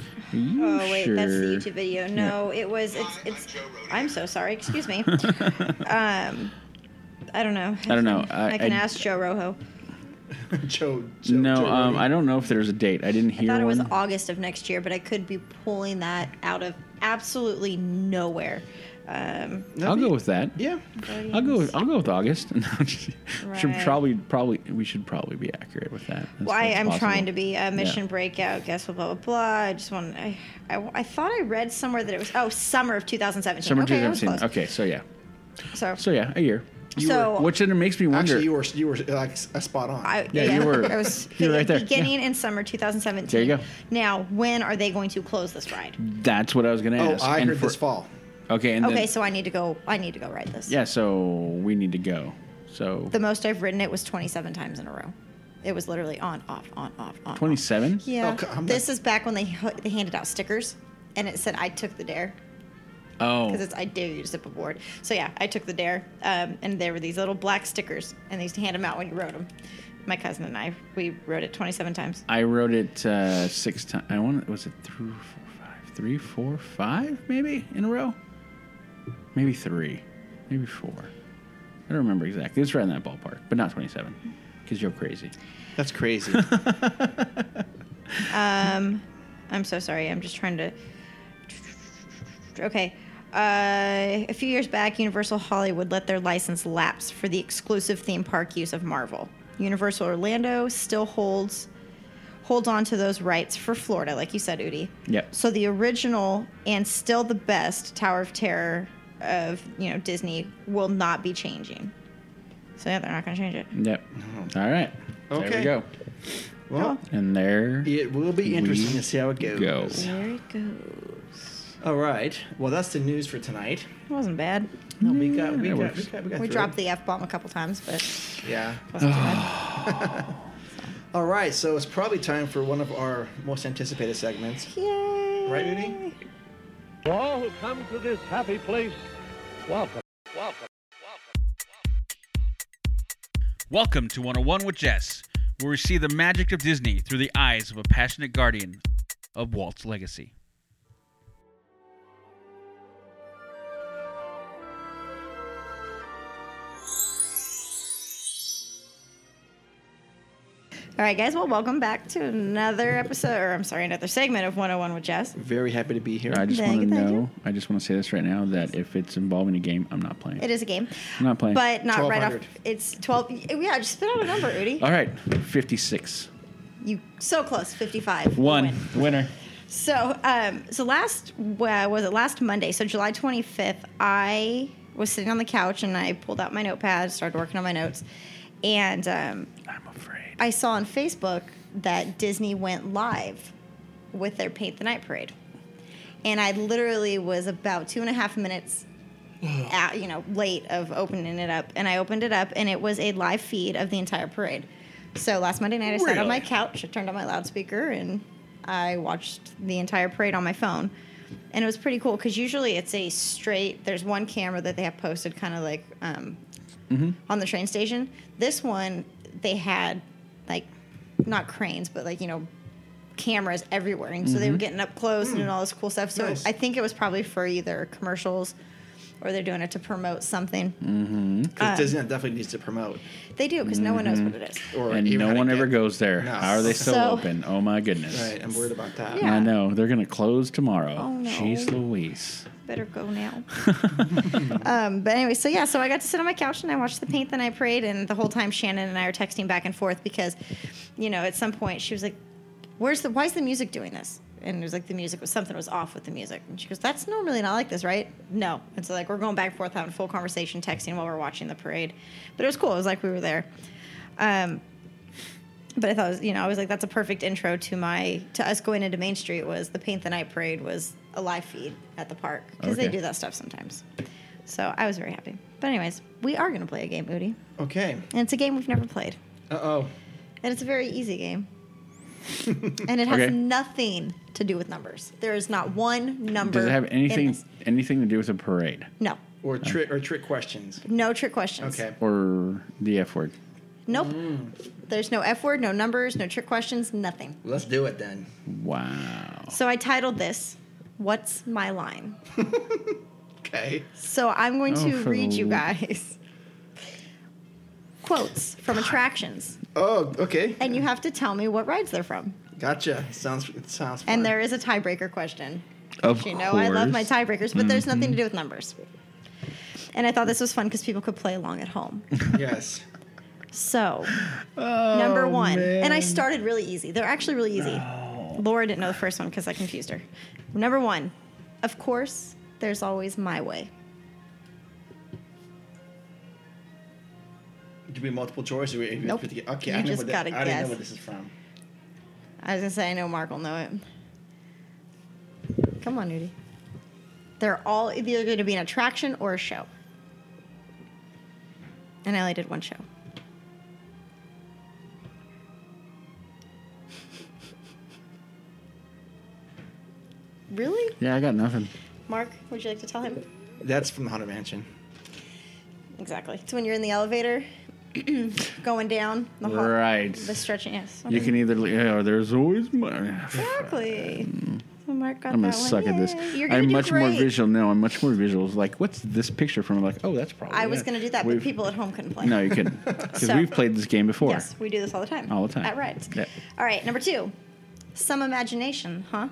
S2: Are you
S3: Oh wait, that's the
S2: sure?
S3: YouTube video. No, it was. It's. It's. I'm so sorry. Excuse me. um, I don't know.
S2: I don't know.
S3: I,
S2: I-
S3: can
S2: I-
S3: ask Joe Rojo.
S1: Joe, Joe.
S2: No,
S1: Joe
S2: um,
S1: Rogan.
S2: I don't know if there's a date. I didn't
S3: I
S2: hear
S3: thought it was
S2: one.
S3: August of next year, but I could be pulling that out of absolutely nowhere. Um,
S1: That'd
S2: I'll
S1: be-
S2: go with that.
S1: Yeah.
S2: I'll go. With, I'll go with August. No, I'm just- Should
S3: Right.
S2: probably, probably, we should probably be accurate with that. as
S3: Well, I
S2: as
S3: am
S2: possible.
S3: trying to be a mission breakout, guess what, blah, blah, blah. I just want, I, I, I thought I read somewhere that it was, oh, summer of 2017.
S2: Summer
S3: okay,
S2: 2017.
S3: That
S2: Okay, so yeah,
S3: was close. So,
S2: so yeah, a year.
S3: You So- were-
S2: which then it makes me wonder.
S1: Actually, you were you were like s- spot on.
S3: I,
S2: Yeah, you were-
S3: I was
S2: you were right there,
S3: beginning in summer 2017.
S2: There you go.
S3: Now, when are they going to close this ride?
S2: that's what I was going to
S1: oh,
S2: ask.
S1: I
S2: And
S1: heard
S2: for-
S1: this fall.
S2: Okay, and
S3: Okay,
S2: then,
S3: so I need to go, I need to go ride this.
S2: yeah, so we need to go. So
S3: The most I've ridden it was 27 times in a row. It was literally on, off, on, off, on. off.
S2: 27?
S3: Yeah.
S4: Oh, c- I'm
S3: this is back when they h- they handed out stickers, and it said "I took the dare"
S2: Oh.
S3: because it's "I dare you to zip aboard." So yeah, I took the dare, um, and there were these little black stickers, and they used to hand them out when you wrote them. My cousin and I, we wrote it 27 times.
S2: I wrote it uh, six times. I want was it three, four, five, three, four, five, maybe in a row, maybe three, maybe four. I don't remember exactly. It's right in that ballpark, but not twenty-seven, because you're crazy.
S4: That's crazy.
S3: Um, I'm so sorry. I'm just trying to. Okay. Uh, a few years back, Universal Hollywood let their license lapse for the exclusive theme park use of Marvel. Universal Orlando still holds holds on to those rights for Florida, like you said, Udi.
S2: Yep.
S3: So the original and still the best Tower of Terror of you know Disney will not be changing. So yeah, they're not going to change it.
S2: Yep. All right. There
S4: Okay.
S2: we go.
S4: well,
S2: And there
S4: it will be interesting to see how it goes.
S2: go.
S3: There it goes.
S4: All right. Well, that's the news for tonight.
S3: It wasn't bad.
S4: No, we got we
S2: that
S4: got, we got,
S2: works.
S4: we got,
S3: We
S4: through
S3: dropped
S4: it.
S3: the f bomb a couple times, but
S4: Yeah.
S3: wasn't too bad.
S4: All right. So it's probably time for one of our most anticipated segments.
S3: Yay!
S4: Right, Udi?
S5: To all who come to this happy place, welcome. Welcome.
S6: Welcome to 101 with Jess, where we see the magic of Disney through the eyes of a passionate guardian of Walt's legacy.
S3: All right, guys. Well, welcome back to another episode, or I'm sorry, another segment of 101 with Jess.
S4: Very happy to be here.
S2: I just
S3: Thank
S2: want to
S3: you, thank
S2: know.
S3: you.
S2: I just want to say this right now that if it's involving a game, I'm not playing.
S3: It is a game.
S2: I'm not playing.
S3: But not right off.
S4: 1200.
S3: It's 12. Yeah, just spit out a number, Udi.
S2: All right, fifty-six.
S3: You so close. 55. You
S2: One
S3: win.
S2: winner.
S3: So, um, so last uh, was it last Monday? So July 25th, I was sitting on the couch and I pulled out my notepad, started working on my notes, and um,
S2: I'm afraid.
S3: I saw on Facebook that Disney went live with their Paint the Night parade. And I literally was about two and a half minutes, out, you know, late of opening it up. And I opened it up, and it was a live feed of the entire parade. So last Monday night, I sat on my couch, I turned on my loudspeaker, and I watched the entire parade on my phone. And it was pretty cool because usually it's a straight. There's one camera that they have posted, kind of like um, on the train station. This one, they had like not cranes, but like you know cameras everywhere, and so they were getting up close and doing all this cool stuff. So
S4: Nice.
S3: I think it was probably for either commercials or they're doing it to promote something.
S4: Because Disney definitely needs to promote.
S3: They do because no one knows what it is.
S1: Mm-hmm.
S4: Or
S2: And
S4: even how
S2: no
S4: to
S2: one
S4: get-
S2: ever goes there.
S4: No.
S2: How are they still
S3: So-
S2: open? Oh my goodness.
S4: Right. I'm worried about that.
S3: Yeah.
S2: I know they're gonna close tomorrow.
S3: Oh, no.
S2: Jeez Louise.
S3: Better go now. um, but anyway, so yeah, so I got to sit on my couch and I watched the paint the night parade, and the whole time Shannon and I are texting back and forth because, you know, at some point she was like, "Where's the? Why is the music doing this?" And it was like the music was something was off with the music, and she goes, "That's normally not like this, right?" No, and so like we're going back and forth having full conversation, texting while we're watching the parade, but it was cool. It was like we were there. Um, but I thought, it was, you know, I was like, that's a perfect intro to my to us going into Main Street was the Paint the Night Parade was a live feed at the park because they
S2: Okay.
S3: do that stuff sometimes. So I was very happy. But anyways, we are gonna play a game, Moody,
S4: Okay.
S3: and it's a game we've never played,
S4: Uh oh.
S3: and it's a very easy game, and it has
S2: Okay.
S3: nothing to do with numbers. There is not one number.
S2: Does it have
S3: in
S2: anything
S3: this.
S2: anything to do with a parade
S3: No,
S2: Uh.
S4: Or trick or trick questions.
S3: no trick questions.
S4: Okay.
S2: or the F word?
S3: Nope.
S2: Mm.
S3: There's no F word, no numbers, no trick questions, nothing.
S4: Let's do it then.
S2: Wow.
S3: So I titled this, "What's My Line."
S4: Okay.
S3: So I'm going
S2: Oh,
S3: to
S2: for
S3: read
S2: the
S3: you
S2: lo-
S3: guys quotes from attractions,
S4: Oh, okay.
S3: and you have to tell me what rides they're from.
S4: Gotcha. Sounds it sounds fun.
S3: And there is a tiebreaker question.
S2: Of
S3: You know, I love my
S2: course. Mm-hmm.
S3: tiebreakers, but there's nothing to do with numbers. And I thought this was fun because people could play along at home.
S4: yes.
S3: So,
S2: Oh,
S3: number one, and I started really easy. They're actually really easy. Laura didn't know the first one because I confused her. Number one, of course, there's always my way.
S4: Do we multiple choice? Or we,
S3: Nope.
S4: Okay,
S3: You
S4: I know
S3: just
S4: what that-
S3: gotta
S4: I don't know
S3: guess.
S4: what this is from.
S3: I was gonna say I know Mark will know it. Come on, Nudie. They're all either going to be an attraction or a show. And I only did one show. Really?
S2: Yeah, I got nothing.
S3: Mark, would you like to tell him?
S4: That's from the Haunted Mansion.
S3: Exactly. It's when you're in the elevator, going down the hall.
S2: Right.
S3: The stretching, yes.
S2: You can either. Yeah, there's always money.
S3: Exactly. So Mark
S2: Mm.
S3: got
S2: I'm gonna
S3: that one.
S2: suck at this.
S3: Yay. You're gonna
S2: I'm
S3: do
S2: much more
S3: great.
S2: visual. No, I'm much more visual. It's like, what's this picture from? I'm like, oh, that's probably.
S3: I was
S2: it.
S3: going to do that,
S2: We've-
S3: but people at home couldn't play.
S2: No, you couldn't, because
S3: So-
S2: we've played this game before.
S3: Yes, we do this all the time.
S2: All the time.
S3: At rides.
S2: Yeah.
S3: All right, number two. Some imagination, huh?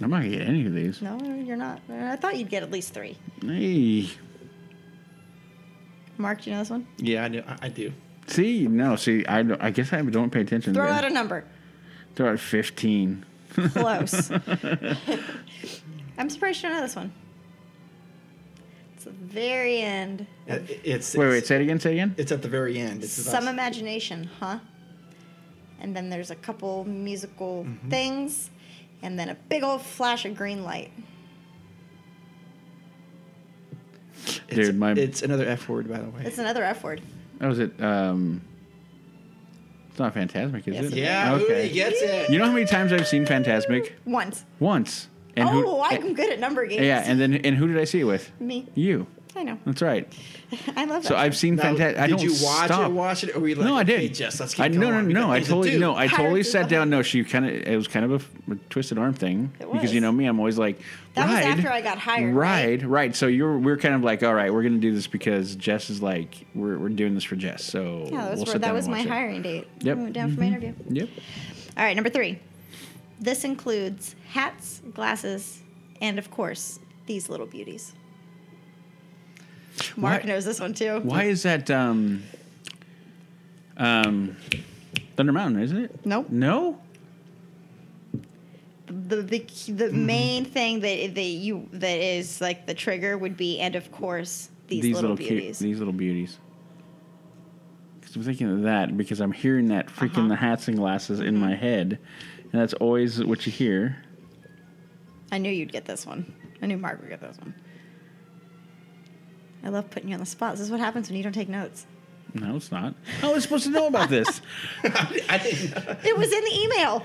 S2: I'm not gonna get any of these.
S3: No, you're not. I thought you'd get at least three.
S2: Hey.
S3: Mark, do you know this one?
S4: Yeah, I do. I, I do.
S2: See, no, see, I, don't- I guess I don't pay attention.
S3: Throw
S2: to
S3: out a number.
S2: Throw out 15.
S3: Close. I'm surprised you don't know this one. It's the very end.
S4: It- It's,
S2: Wait,
S4: it's-
S2: wait, say it again, say it again.
S4: It's at the very end. It's the
S3: Some
S4: last-
S3: imagination, huh? And then there's a couple musical
S2: Mm-hmm.
S3: things, and then a big old flash of green light.
S4: it's,
S2: Dude, my-
S4: It's another F word, by the way.
S3: It's another F word.
S2: Oh, is it, um, it's not Fantasmic, is
S3: Yes,
S2: it?
S3: it
S4: yeah, ooh, he gets it.
S2: You know how many times I've seen Fantasmic?
S3: Once.
S2: Once. And
S3: oh,
S2: who,
S3: I'm good at number games.
S2: Yeah, and then, and who did I see it with?
S3: me.
S2: You.
S3: I know.
S2: That's right.
S3: I love that.
S2: So I've seen
S4: Now,
S2: Fantasmic. I
S4: did
S2: don't
S4: you watch
S2: stop.
S4: it? Watch it? Or were you like,
S2: no, I did.
S4: Okay, Jess, let's keep
S2: I,
S4: going.
S2: no, no,
S4: We got
S2: no. I
S4: things to
S2: totally
S4: do."
S2: no. I
S3: Pirates
S2: totally
S3: is
S2: sat
S3: the
S2: down. No, she kind of. It was kind of a, twisted arm thing
S3: It
S2: because you
S3: was.
S2: know me. I'm always like
S3: That was
S2: ride,
S3: after I got hired,
S2: Ride, right? So you're we're kind of like, all right, we're gonna do this because Jess is like, we're, we're doing this for Jess. So
S3: yeah, that was,
S2: we'll
S3: where-
S2: sit
S3: that
S2: down
S3: was
S2: and
S3: my
S2: watch it.
S3: hiring date.
S2: Yep.
S3: I went down for my interview.
S2: Yep.
S3: All right, number three. This includes hats, glasses, and of course, these little beauties. Mark
S2: Why-
S3: knows this one too.
S2: Why is that? Um, um, Thunder Mountain, isn't it?
S3: Nope.
S2: No.
S3: The the, the
S2: Mm-hmm.
S3: main thing that that you that is like the trigger would be, and of course, these, little,
S2: cute-
S3: beauties.
S2: these little beauties. 'Cause I'm thinking of that because I'm hearing that freaking
S3: Uh-huh.
S2: the hats and glasses in
S3: Mm-hmm.
S2: my head, and that's always what you hear.
S3: I knew you'd get this one. I knew Mark would get this one. I love putting you on the spot. This is what happens when you don't take notes.
S2: No, it's not. How was I supposed to know about this?
S4: I didn't.
S3: It was in the email.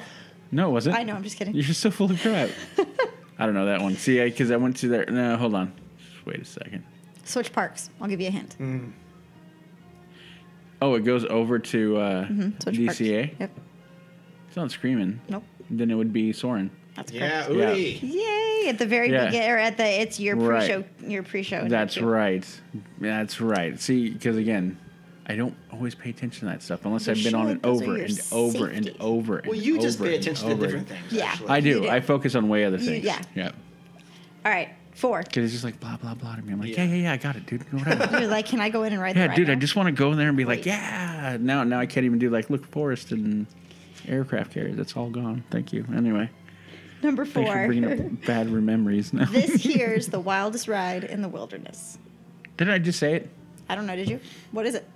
S2: No, was it?
S3: I know. I'm just kidding.
S2: You're so full of crap. I don't know that one. See, because I, went to there. No, hold on. Just wait a second.
S3: Switch parks. I'll give you a hint.
S2: Mm. Oh, it goes over to uh,
S3: Mm-hmm. Switch
S2: DCA.
S3: parks. Yep.
S2: It's not screaming.
S3: Nope.
S2: Then it would be Soren.
S3: That's
S4: Yeah,
S3: correct.
S4: Udi.
S3: Yay! At the very
S2: Yeah.
S3: beginning, or at the it's your
S2: Right.
S3: pre-show, your pre-show.
S2: That's
S3: interview.
S2: right. That's right. See, because again, I don't always pay attention to that stuff unless
S3: You
S2: I've been on
S3: should.
S2: it
S3: Those are
S2: over
S3: your
S2: and over and
S3: safeties.
S2: over. And
S4: Well, you just
S2: over
S4: pay
S2: and
S4: attention to
S2: over
S4: different
S2: and-
S4: things.
S3: Yeah.
S4: actually.
S2: I
S3: You
S2: do.
S3: do.
S2: I focus on way other things.
S3: yeah.
S2: Yeah.
S3: All right, four.
S2: Because it's just like blah blah blah to me. I'm like, yeah,
S4: Yeah.
S2: yeah, yeah. I got it, dude. Whatever.
S3: You're like, can I go in and write? the
S2: yeah,
S3: ride
S2: dude. I
S3: now?
S2: just want to go in there and be like,
S3: Wait.
S2: yeah. Now, now I can't even do like, look, forest and aircraft carriers. It's all gone. Thank you. Anyway,
S3: number
S2: thanks for
S3: four.
S2: bringing up bad memories. Now,
S3: this here's the wildest ride in the wilderness.
S2: did I just say it?
S3: I don't know. Did you? What is it?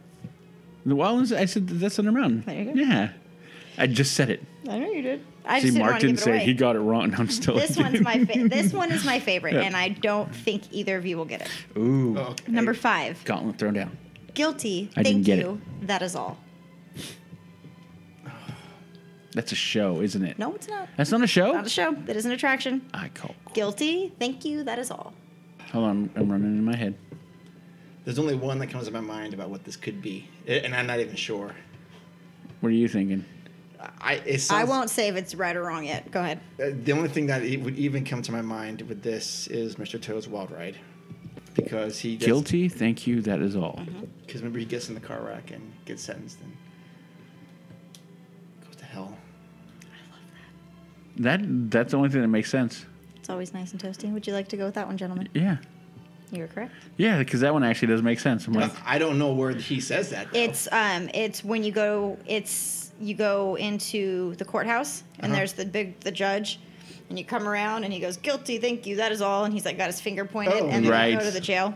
S2: The wilderness. I said that's Thunder Mountain.
S3: There you go.
S2: Yeah, I just said it.
S3: I know you did. I
S2: See,
S3: just didn't
S2: Mark
S3: want to
S2: didn't
S3: give it
S2: say
S3: away.
S2: he got it wrong. and I'm still.
S3: this one's my fa- this one is my favorite,
S2: Yeah.
S3: and I don't think either of you will get it.
S2: Ooh,
S4: Oh, okay.
S3: Number five,
S2: gauntlet thrown down.
S3: guilty.
S2: I didn't
S3: thank
S2: get it.
S3: you. That is all.
S2: That's a show, isn't it?
S3: No, it's not.
S2: that's not a show.
S3: Not a show. That is an attraction.
S2: I call.
S3: Guilty. Thank you. That is all.
S2: Hold on, I'm running in my head.
S4: There's only one that comes to my mind about what this could be, A- and I'm not even sure.
S2: What are you thinking?
S4: I it sounds,
S3: I won't say if it's right or wrong yet. Go ahead.
S4: uh, The only thing that it would even come to my mind with this is Mr. Toad's Wild Ride, because he gets,
S2: Guilty. Thank you. That is all.
S3: Mm-hmm.
S4: Because remember, he gets in the car wreck and gets sentenced and goes to hell.
S2: That that's the only thing that makes sense.
S3: It's always nice and toasty. Would you like to go with that one, gentlemen?
S2: Yeah,
S3: You're correct.
S2: yeah, because that one actually does make sense. I'm like,
S4: But I don't know where he says that. though.
S3: It's um, it's when you go, it's you go into the courthouse and
S4: Uh-huh.
S3: there's the big the judge, and you come around and he goes guilty, thank you, that is all, and he's like got his finger pointed,
S4: Oh,
S3: and then
S2: Right.
S3: you go to the jail.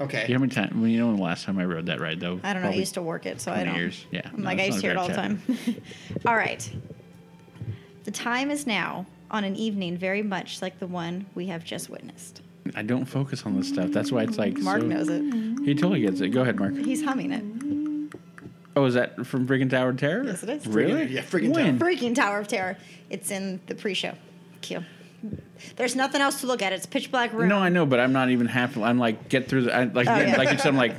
S4: okay.
S2: you know how many times? Well, you know when the last time I rode that ride though?
S3: I don't know. I
S2: Probably-
S3: used to work it, so I
S2: 20
S3: don't.
S2: years. Yeah,
S3: I'm
S2: no,
S3: like I
S2: it's
S3: used to
S2: not
S3: hear it
S2: a
S3: all the
S2: bad
S3: time. all right. The time is now on an evening very much like the one we have just witnessed.
S2: I don't focus on this stuff. That's why it's like
S3: Mark
S2: so-
S3: knows it.
S2: He totally gets it. Go ahead, Mark.
S3: He's humming it.
S2: Oh, is that from freaking Tower of Terror?
S3: Yes, it is.
S2: Really?
S1: Friggin- yeah, friggin'
S2: when?
S3: Freaking Tower of Terror. It's in the pre-show. Q. There's nothing else to look at. It's a pitch black room.
S2: No, I know, but I'm not even half. I'm like get through. The, I, like
S3: Oh, yeah.
S2: like you said, I'm like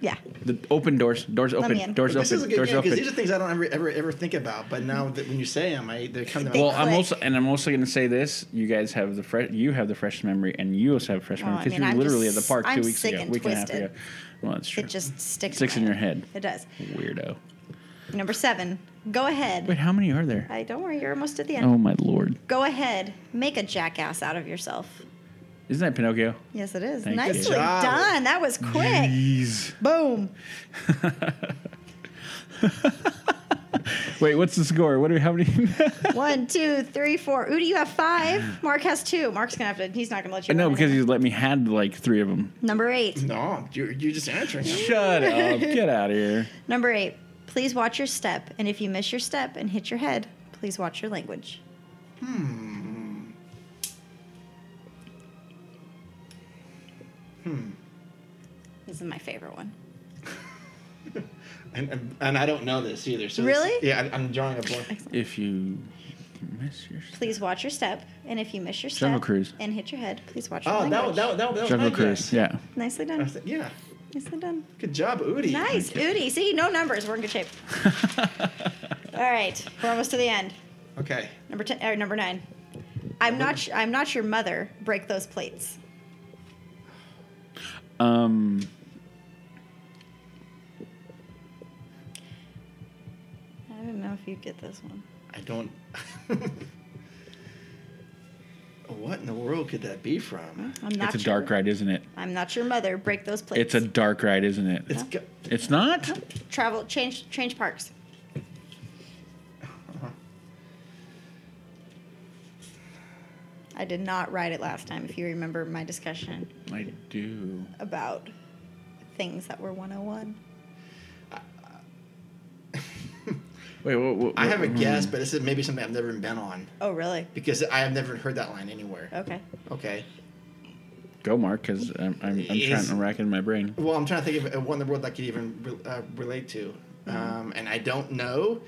S3: yeah.
S2: the open doors, doors
S3: me in.
S2: open, doors
S1: This
S2: open,
S1: is a good
S2: doors
S1: game because
S2: open.
S1: these are things I don't ever ever, ever think about. But now that when you say them, I they come to my
S2: Well, I'm
S3: Click.
S2: also and I'm also going to say this: you guys have the fresh, you have the fresh memory, and you also have fresh
S3: Oh,
S2: memory
S3: I
S2: because
S3: mean,
S2: you
S3: I'm
S2: were literally
S3: just-
S2: at the park two
S3: I'm
S2: weeks
S3: sick
S2: ago,
S3: and
S2: week and a half
S3: twisted.
S2: ago. Well, that's true.
S3: It just sticks.
S2: sticks
S3: my
S2: in your head.
S3: It does.
S2: Weirdo.
S3: Number seven. Go ahead.
S2: Wait, how many are there?
S3: I don't worry. You're almost at the end.
S2: Oh my lord!
S3: Go ahead. Make a jackass out of yourself.
S2: Isn't that Pinocchio?
S3: Yes, it is.
S2: Thank you.
S3: Nicely
S1: Good job.
S3: done. That was quick.
S2: Jeez.
S3: Boom.
S2: Wait, what's the score? What are how many?
S3: One, two, three, four. Udi, you have five. Mark has two. Mark's gonna have to. He's not gonna let you.
S2: no,
S3: win
S2: because
S3: anyway.
S2: you let me had like three of them.
S3: number eight.
S1: no, you're, you're just answering. them.
S2: Shut up! Get out of here.
S3: Number eight. Please watch your step, and if you miss your step and hit your head, please watch your language. Hmm. This is my favorite one.
S1: And, and and I don't know this either. So this-
S3: Really?
S1: yeah, I'm, I'm drawing a blank.
S2: If you miss your
S3: Please watch your step, and if you miss your step
S2: Jungle Cruise.
S3: and hit your head, please watch your
S1: Oh, that
S3: language.
S1: was that, was- that, was- that was
S2: Jungle
S1: my
S2: Cruise,
S1: guess.
S2: yeah.
S3: Nicely
S1: I
S3: done.
S1: said, yeah.
S3: Nicely done.
S1: Good job, Udi.
S3: Nice, Udi. See, no numbers. We're in good shape. All right, we're almost to the end.
S1: Okay.
S3: Number ten or number nine. I'm not. Sh- I'm not your mother. Break those plates.
S2: Um,
S3: I don't know if you get this one.
S1: I don't. what in the world could that be from?
S3: I'm not.
S2: it's a
S3: your-
S2: dark ride, isn't it?
S3: I'm not your mother. Break those plates.
S2: It's a dark ride, isn't it?
S1: It's go-
S2: It's not.
S3: travel. Change. Change parks. I did not write it last time. If you remember my discussion
S2: I do.
S3: about things that were 101.
S2: Wait, what, what,
S1: I have a
S2: what-
S1: guess, but this is maybe something I've never been on
S3: Oh, really?
S1: because I have never heard that line anywhere.
S3: Okay.
S1: Okay.
S2: Go, Mark, because I'm, I'm, I'm trying
S1: Is-
S2: to rack in my brain.
S1: Well, I'm trying to think of one in the world that I could even re- uh, relate to,
S3: Mm-hmm.
S1: um, and I don't know.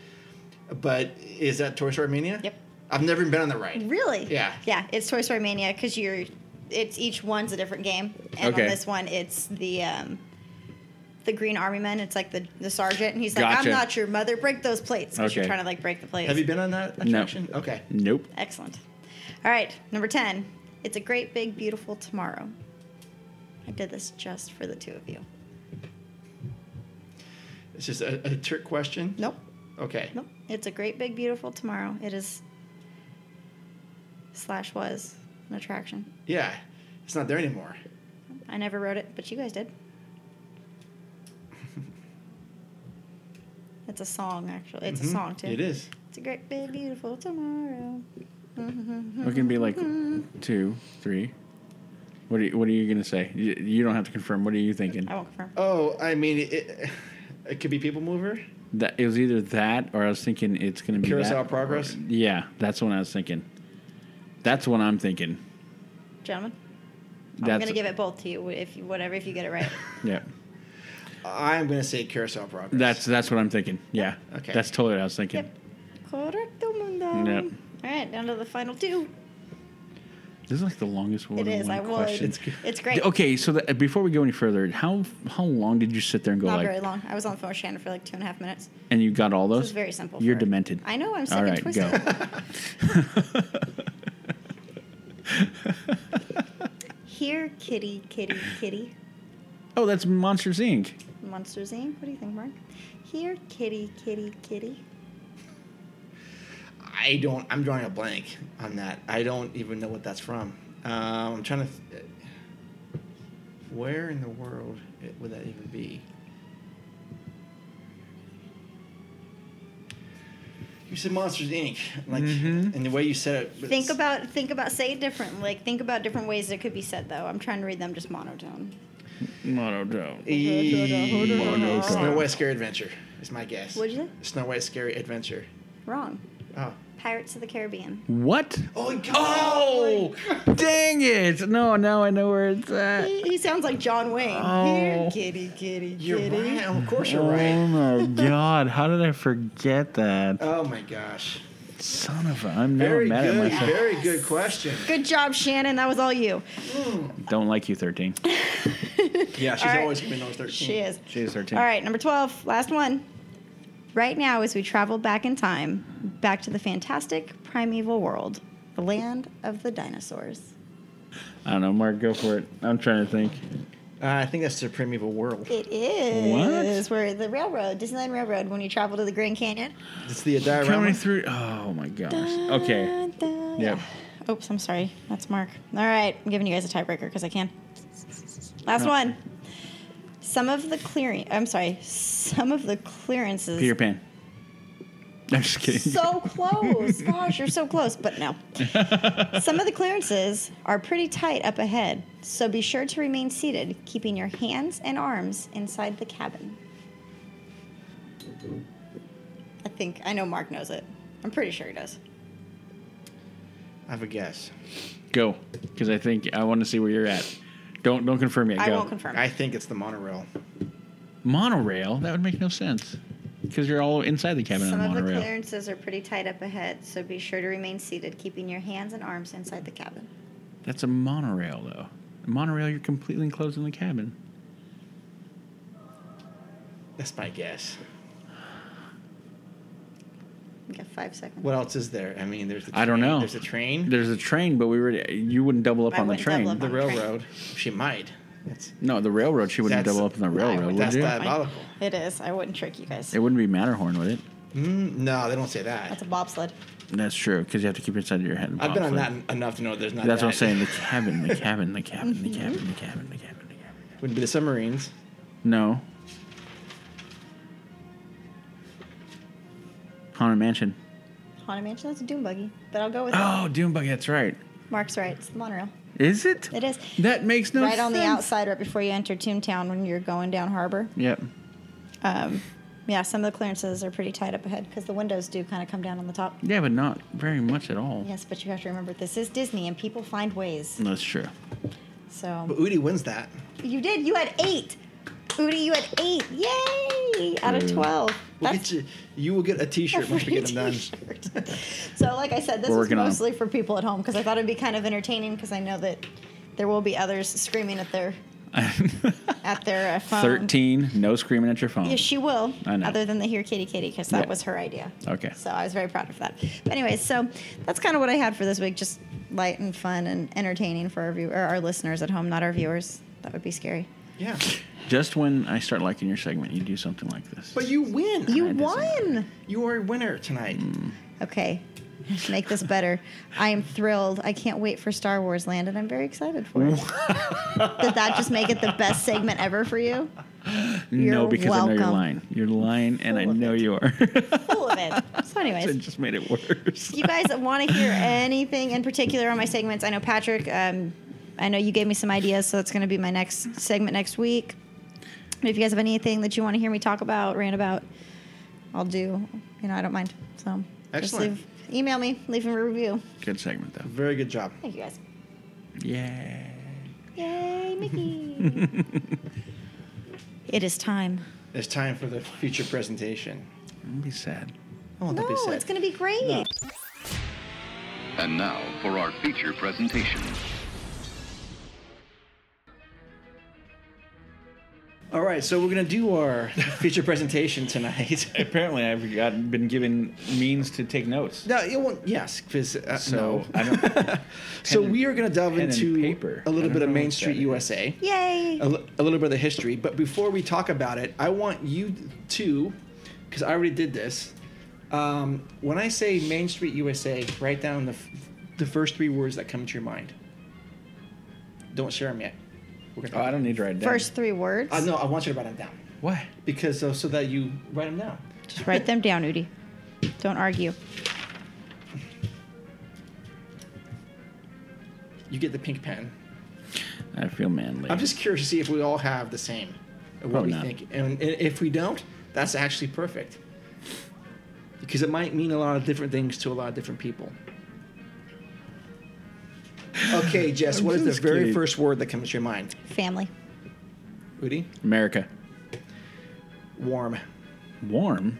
S1: But is that Toy Story Mania?
S3: Yep.
S1: I've never been on the ride.
S3: Really?
S1: Yeah.
S3: Yeah, it's Toy Story Mania because you're. It's each one's a different game, and
S2: Okay.
S3: on this one, it's the um, the Green Army Men. It's like the the sergeant, and he's like,
S2: Gotcha.
S3: "I'm not your mother. Break those plates." Because you're
S2: Okay.
S3: trying to like break the plates.
S1: Have you been on that
S2: No.
S1: attraction? Okay.
S2: Nope.
S3: Excellent. All right, number ten. It's a great big beautiful tomorrow. I did this just for the two of you.
S1: It's just a, a trick question.
S3: Nope.
S1: Okay.
S3: Nope. It's a great big beautiful tomorrow. It is slash was an attraction.
S1: Yeah. It's not there anymore.
S3: I never wrote it, but you guys did. it's a song, actually. It's
S2: Mm-hmm.
S3: a song too.
S1: Mm-hmm. It is.
S3: It's a great big beautiful tomorrow.
S2: It can be like two, three. What are you, What are you gonna say? You, you don't have to confirm. What are you thinking?
S3: I won't confirm.
S1: Oh, I mean, it, it could be People Mover.
S2: That it was either that or I was thinking it's gonna be
S1: Carousel
S2: that.
S1: Progress?
S2: Yeah, that's what I was thinking. That's what I'm thinking.
S3: Gentlemen,
S2: That's,
S3: I'm gonna give it both to you if you, whatever if you get it right.
S2: Yeah,
S1: I'm gonna say Carousel Progress.
S2: that's that's what I'm thinking. Yeah.
S1: Okay.
S2: That's totally what I was thinking.
S3: yep. Correcto mundo.
S2: Yep.
S3: All right, down to the final two.
S2: This is like the longest one.
S3: It is. I would.
S2: Question.
S3: It's, great.
S2: Okay, so that, before we go any further, how how long did you sit there and go
S3: Not
S2: like,
S3: very long. I was on the phone with Shannon for like two and a half minutes.
S2: and you got all those?
S3: This is very simple.
S2: You're
S3: for her.
S2: demented.
S3: I know. I'm sick
S2: All
S3: and
S2: right,
S3: twisted.
S2: go.
S3: Here, kitty, kitty, kitty.
S2: Oh, that's Monsters Inc.
S3: Monsters Inc. What do you think, Mark? Here, kitty, kitty, kitty.
S1: I don't. I'm drawing a blank on that. I don't even know what that's from. Um, I'm trying to. Th- where in the world it- would that even be? You said Monsters Inc. Like, and the way you said it.
S3: Think about think about say it different. Like think about different ways it could be said though. I'm trying to read them just monotone.
S2: Monodome.
S1: E- Snow White Scary Adventure. Is my guess.
S3: What'd you
S1: Snow White Scary Adventure.
S3: Wrong.
S1: Oh,
S3: Pirates of the Caribbean.
S2: What?
S1: Oh, God.
S2: Oh, dang it! No, now I know where it's at.
S3: He, he sounds like John Wayne. Here, kitty, kitty,
S1: You're
S3: kitty.
S1: right. Of course you're
S2: Oh
S1: right.
S2: my god! How did I forget that?
S1: Oh my gosh.
S2: Son of a! I'm now
S1: Very
S2: mad at
S1: good.
S2: myself.
S1: Very good question.
S3: Good job, Shannon. That was all you.
S2: Don't like you, thirteen.
S1: Yeah, she's
S3: All right.
S1: always been those 13.
S3: She is.
S2: She is thirteen.
S3: All right, number 12, last one. Right now, as we travel back in time, back to the fantastic primeval world, the land of the dinosaurs.
S2: I don't know, Mark. Go for it. I'm trying to think.
S1: Uh, I think that's the primeval world.
S3: It is where the railroad, Disneyland Railroad, when you travel to the Grand Canyon.
S1: It's the
S2: Coming
S1: diorama.
S2: through. Oh my gosh. Okay.
S3: Dun, dun,
S2: Yep.
S3: yeah. Oops, I'm sorry. That's Mark. All right, I'm giving you guys a tiebreaker because I can. Last one. Some of the clearing. I'm sorry. Some of the clearances.
S2: Peter Pan. I'm just kidding.
S3: So close. Gosh, you're so close, but no. Some of the clearances are pretty tight up ahead, so be sure to remain seated, keeping your hands and arms inside the cabin. I think I know Mark knows it. I'm pretty sure he does.
S1: I have a guess.
S2: Go, because I think I want to see where you're at. Don't don't confirm yet.
S3: I
S2: Go.
S3: won't confirm.
S1: I think it's the monorail.
S2: Monorail? That would make no sense. Because you're all inside the cabin
S3: Some
S2: on
S3: of
S2: the
S3: the
S2: monorail.
S3: clearances are pretty tight up ahead, so be sure to remain seated, keeping your hands and arms inside the cabin.
S2: That's a monorail, though. A monorail, you're completely enclosed in the cabin.
S1: That's my guess.
S3: You got five seconds.
S1: What else is there? I mean, there's. The
S2: I don't
S1: train-
S2: know.
S1: There's a train.
S2: There's a train, but we were you wouldn't double up
S3: I
S2: on the
S3: wouldn't double
S2: train.
S3: up
S1: the
S3: on the train.
S1: railroad. She might. That's
S2: No, the railroad. She wouldn't
S1: That's-
S2: double up on the railroad, would
S1: that's
S2: you?
S1: diabolical.
S3: It is. I wouldn't trick you guys.
S2: It wouldn't be Matterhorn, would it?
S1: Mm, no, they don't say
S3: That's
S1: that.
S3: a bobsled.
S2: That's true, because you have to keep it inside your head.
S1: I've been on
S2: Bobsled.
S1: that enough to know there's not.
S2: That's
S1: that.
S2: what I'm saying. The cabin, the cabin, the cabin, the cabin, the cabin, the cabin, the cabin.
S1: Would be the submarines.
S2: No. Haunted Mansion.
S3: Haunted Mansion. That's a dune buggy, but I'll go with it.
S2: Oh, Doombuggy, that's right.
S3: Mark's right. It's the monorail.
S2: Is it?
S3: It is.
S2: That makes no
S3: right
S2: sense.
S3: on the outside, right before you enter Toontown, when you're going down harbor.
S2: Yep.
S3: Um, yeah, some of the clearances are pretty tight up ahead because the windows do kind of come down on the top.
S2: Yeah, but not very much at all.
S3: Yes, but you have to remember this is Disney and people find ways.
S2: That's true.
S3: So
S1: But Udi wins that.
S3: you did. You had eight. Udi, you had eight. Yay! Out of
S2: Ooh.
S3: twelve.
S1: We'll get you, you will get a T-shirt once we get them done.
S3: T-shirt. so, like I said, this
S2: We're
S3: was
S2: working on 'em.
S3: mostly for people at home because I thought it'd be kind of entertaining because I know that there will be others screaming at their at their uh, phone.
S2: 13, no screaming at your phone.
S3: Yes, she will.
S2: Oh. I know.
S3: Other than the "Here, Kitty, Kitty," because that
S2: Yeah.
S3: was her idea.
S2: Okay.
S3: So I was very proud of that. But anyways, so that's kind of what I had for this week. Just light and fun and entertaining for our view- or our listeners at home, not our viewers. That would be scary.
S1: Yeah,
S2: Just when I start liking your segment, you do something like this.
S1: but you win.
S3: You
S2: doesn't
S3: won.
S1: You are a winner tonight.
S2: Hmm.
S3: Okay. Make this better. I am thrilled. I can't wait for Star Wars Land, and I'm very excited for it. Did that just make it the best segment ever for you?
S2: no,
S3: you're
S2: because I know you're
S3: welcome.
S2: lying. You're lying, and I
S3: Full of
S2: know
S3: it.
S2: you are.
S3: Full of it. So,
S2: it
S3: anyways,
S2: just made it worse.
S3: if you guys want to hear anything in particular on my segments, I know Patrick. Um, I know you gave me some ideas, so that's going to be my next segment next week. And if you guys have anything that you want to hear me talk about, rant about, I'll do. You know, I don't mind. So,
S1: Excellent.
S3: just leave, email me, leave a review.
S2: Good segment, though.
S1: Very good job.
S3: Thank you guys.
S2: Yeah.
S3: Yay, Mickey! it is time.
S1: It's time for the feature presentation.
S2: Don't be sad.
S1: Oh,
S3: No,
S1: don't be sad.
S3: it's gonna be great.
S1: No.
S7: And now for our feature presentation.
S1: All right, so we're gonna do our feature presentation tonight.
S2: Apparently, I've got, been given means to take notes.
S1: No, it won't. Yes, because uh,
S2: So
S1: no.
S2: I don't.
S1: So
S2: and-
S1: we are going to delve
S2: pen and
S1: into
S2: paper.
S1: a
S2: I
S1: little
S2: don't
S1: bit of
S2: know
S1: Main
S2: what
S1: Street
S2: that is.
S1: USA,
S3: Yay!
S1: a, li- a little bit of history. But before we talk about it, I want you to, because I already did this. Um, when I say Main Street USA, write down the f- the first three words that come to your mind. Don't share them yet. We're
S2: Oh,
S1: gonna.
S2: I don't need to write it down.
S3: First three words.
S1: Uh, no, I want you to write them down
S2: What?
S1: because uh, so that you write them down.
S3: Just write them down, Udi. Don't argue.
S1: You get the pink pen.
S2: I feel manly.
S1: I'm just curious to see if we all have the same, or what
S2: Probably
S1: we
S2: not.
S1: think, and i- if we don't, that's actually perfect. because it might mean a lot of different things to a lot of different people. Okay, Jess, what is the
S2: just
S1: very
S2: kidding.
S1: first word that comes to your mind?
S3: Family.
S1: Woody?
S2: America.
S1: Warm.
S2: Warm.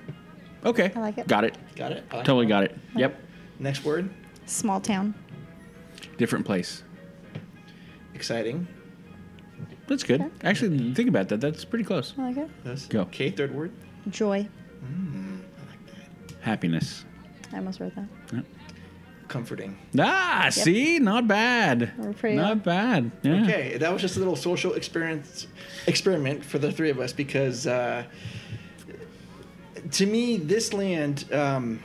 S2: Okay.
S3: I like it.
S2: Got it.
S1: Got it? I like
S2: Totally
S1: that.
S2: got it. Yep.
S1: Next word?
S3: Small town.
S2: Different place.
S1: Exciting.
S2: That's good. Actually, think about that. That's pretty close.
S3: I like it.
S1: Yes.
S2: Go.
S1: Okay, third word?
S3: Joy.
S2: Happiness.
S3: I almost wrote that.
S1: Comforting.
S2: Ah, see, not bad.
S3: We're pretty
S2: not
S3: on.
S2: bad. Yeah.
S1: Okay, that was just a little social experience experiment for the three of us because uh, to me, this land um,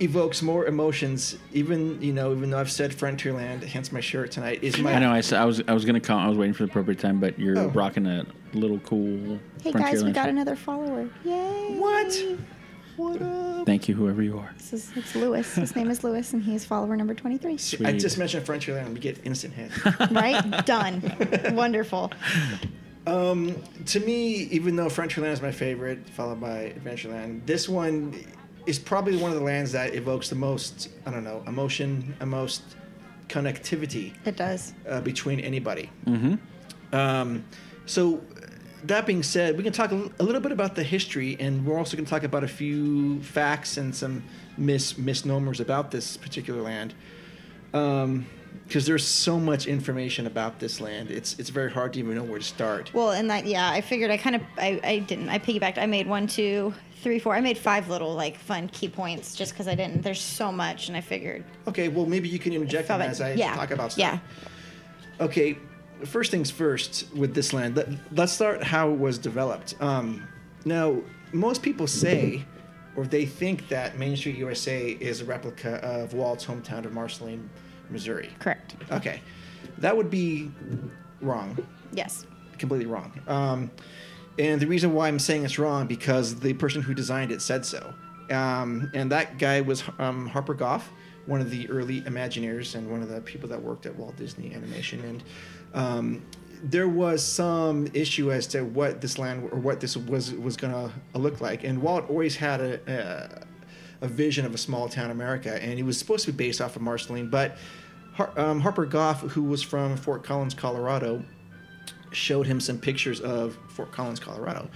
S1: evokes more emotions. Even you know, even though I've said Frontierland, hence my shirt tonight is my.
S2: I know. I, s- I was I was gonna call. I was waiting for the appropriate time, but you're
S1: Oh.
S2: rocking a little cool.
S3: Hey guys, we
S2: Frontierland
S3: got
S2: shirt.
S3: another follower. Yay!
S1: What? What up?
S2: Thank you, whoever you are.
S3: This is, it's Lewis. His name is Lewis, and he's follower number 23.
S1: I
S2: Sweet.
S1: just mentioned Frontierland. We get instant hit.
S3: Right? Done. Wonderful.
S1: to me, even though Frontierland is my favorite, followed by Adventureland, this one is probably one of the lands that evokes the most. I don't know emotion, the most connectivity.
S3: It does.
S1: uh, between anybody.
S3: Mm-hmm.
S1: Um, so, uh, that being said, we can talk a li- a little bit about the history, and we're also going to talk about a few facts and some mis- misnomers about this particular land, because there's so much information about this land. It's it's very hard to even know where to start.
S3: Well, and that yeah, I figured I kind of I, I didn't I piggybacked. I made one, two, three, four. I made five little like fun key points just because I didn't. There's so much, and I figured.
S1: Okay, well maybe you can interject them
S3: felt like-
S1: as I
S3: yeah,
S1: talk about stuff.
S3: yeah.
S1: Okay, first things first with this land. Let, let's start how it was developed. Um, now, most people say, or they think that Main Street USA is a replica of Walt's hometown of Marceline, Missouri.
S3: Correct.
S1: Okay, that would be wrong,
S3: Yes.
S1: completely wrong. Um, and the reason why I'm saying it's wrong because the person who designed it said so. Um, and that guy was um, Harper Goff, one of the early Imagineers and one of the people that worked at Walt Disney Animation. And um, there was some issue as to what this land or what this was was gonna look like. And Walt always had a, a, a vision of a small town America, and it was supposed to be based off of Marceline, but. Har- um, Harper Goff, who was from Fort Collins, Colorado, showed him some pictures of Fort Collins, Colorado,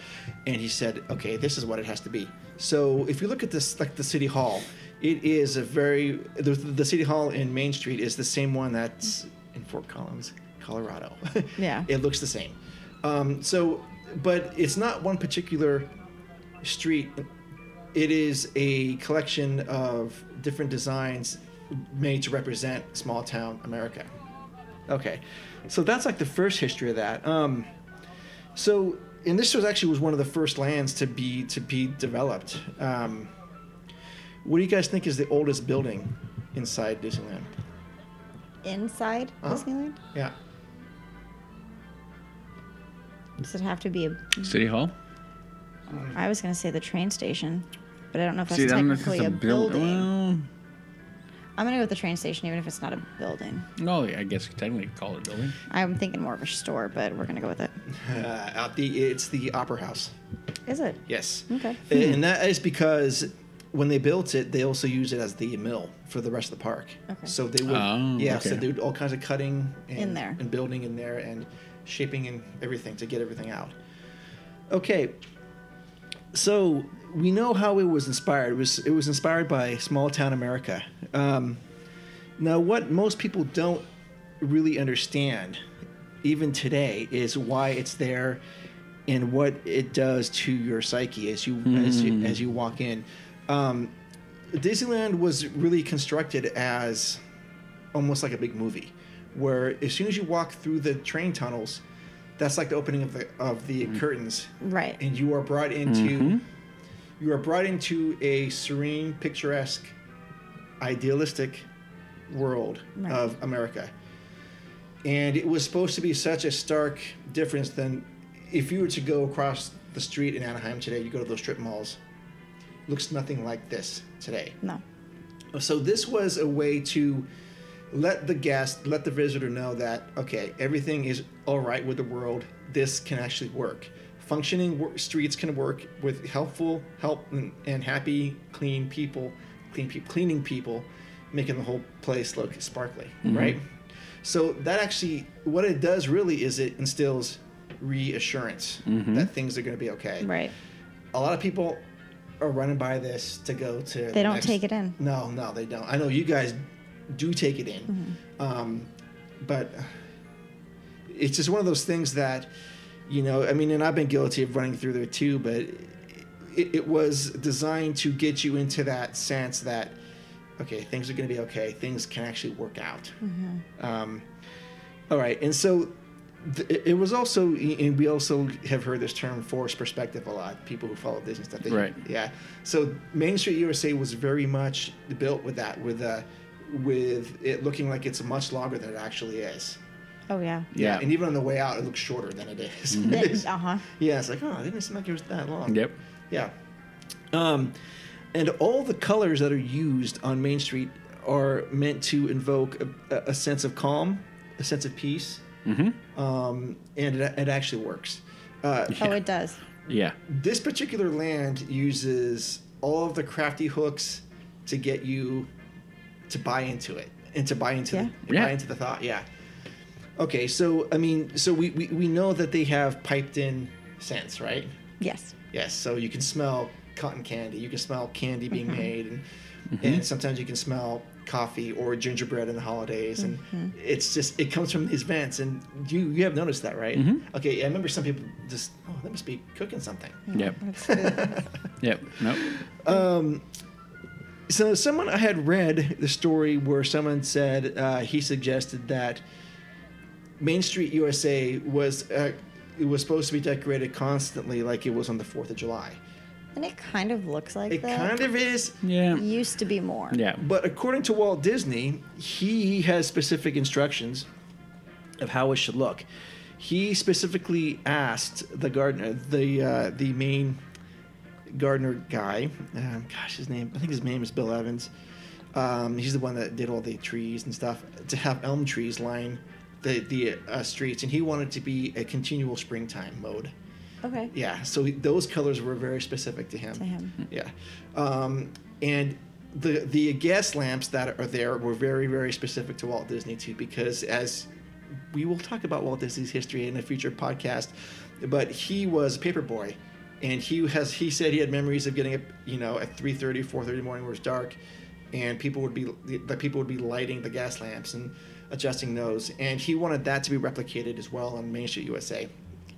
S1: and he said, "Okay, this is what it has to be." So if you look at this, like the city hall, it is a very the, the city hall in Main Street is the same one that's in Fort Collins, Colorado.
S3: Yeah.
S1: it looks the same. Um, so, but it's not one particular street. It is a collection of different designs made to represent small town America. Okay, so that's like the first history of that. Um, so, and this was actually was one of the first lands to be to be developed. Um, what do you guys think is the oldest building inside Disneyland?
S3: Inside
S1: Uh-huh.
S3: Disneyland,
S1: Yeah,
S3: does it have to be a?
S2: City Hall.
S3: I was gonna say the train station, but I don't know if that's
S2: I don't know if it's
S3: technically a,
S2: buil-
S3: building. I'm gonna go with the train station, even if it's not a building.
S2: Well, no, I guess technically call it a building.
S3: I'm thinking more of a store, but we're gonna go with it.
S1: uh, out the it's the Opera House.
S3: Is it?
S1: Yes.
S3: Okay.
S2: Hmm.
S1: And that is because when they built it, they also used it as the mill for the rest of the park.
S3: Okay.
S1: So they would,
S2: Oh,
S1: yeah, so
S2: okay.
S1: they would all kinds of cutting and,
S3: In there.
S1: and building in there and shaping and everything to get everything out. Okay. So we know how it was inspired. It was it was inspired by small town America. Um, now, what most people don't really understand, even today, is why it's there and what it does to your psyche as you as you as you walk in. Um, Disneyland was really constructed as almost like a big movie, where as soon as you walk through the train tunnels, that's like the opening of the of the curtains,
S3: Right.
S1: and you are brought into you are brought into a serene, picturesque, idealistic world
S3: Right.
S1: of America. And it was supposed to be such a stark difference than if you were to go across the street in Anaheim today, you go to those strip malls. Looks nothing like this today.
S3: No.
S1: So this was a way to let the guest, let the visitor know that okay, everything is all right with the world. This can actually work. Functioning wor- streets can work with helpful, help and, and happy, clean people, clean people, cleaning people, making the whole place look sparkly, right? So that actually, what it does really is it instills reassurance that things are going to be okay.
S3: Right.
S1: A lot of people are running by this to go to.
S3: They don't take it in.
S1: No, no, they don't. I know you guys do take it in,
S3: Mm-hmm.
S1: um, but it's just one of those things that you know i mean and i've been guilty of running through there too but it, it was designed to get you into that sense that okay things are going to be okay things can actually work out um, all right and so th- it- it was also and we also have heard this term forced perspective a lot people who follow disney stuff they,
S2: Right.
S1: yeah so main street usa was very much built with that with uh with it looking like it's much longer than it actually is
S3: Oh yeah.
S2: Yeah. Mm-hmm.
S1: and even on the way out, it looks shorter than it is.
S3: Uh huh.
S1: yeah, it's like, oh, it didn't seem like it was that long.
S2: Yep.
S1: Yeah. Um, and all the colors that are used on Main Street are meant to invoke a, a sense of calm, a sense of peace, um, and it, it actually works. Uh,
S3: Oh, it does.
S2: Yeah.
S1: this particular land uses all of the crafty hooks to get you to buy into it and to buy into
S3: Yeah.
S1: the,
S2: Yeah.
S1: buy into the thought. Yeah. Okay, so I mean, so we, we we know that they have piped in scents, right?
S3: Yes.
S1: Yes. So you can smell cotton candy, you can smell candy being made, and and sometimes you can smell coffee or gingerbread in the holidays, and it's just it comes from these vents, and you you have noticed that, right? Okay, I remember some people just oh, they must be cooking something.
S2: Yep. yep. Nope.
S1: So someone I had read the story where someone said uh, he suggested that Main Street USA was uh, it was supposed to be decorated constantly like it was on the Fourth of July.
S3: And it kind of looks like
S1: It
S3: that.
S1: kind of is,
S2: Yeah.
S3: used to be more.
S2: Yeah.
S1: but according to Walt Disney, he has specific instructions of how it should look. He specifically asked the gardener, the uh, the main gardener guy. Um, gosh, his name. I think his name is Bill Evans. Um, he's the one that did all the trees and stuff to have elm trees line the the uh, streets, and he wanted to be a continual springtime mode.
S3: Okay.
S1: Yeah, so those colors were very specific to him.
S3: To him.
S1: Yeah, um, and the the gas lamps that are there were very very specific to Walt Disney too, because as we will talk about Walt Disney's history in a future podcast, but he was a paper boy, and he has he said he had memories of getting up you know at 3.30, 4.30 in the morning where it's dark, and people would be the people would be lighting the gas lamps and adjusting those, and he wanted that to be replicated as well on Main Street USA.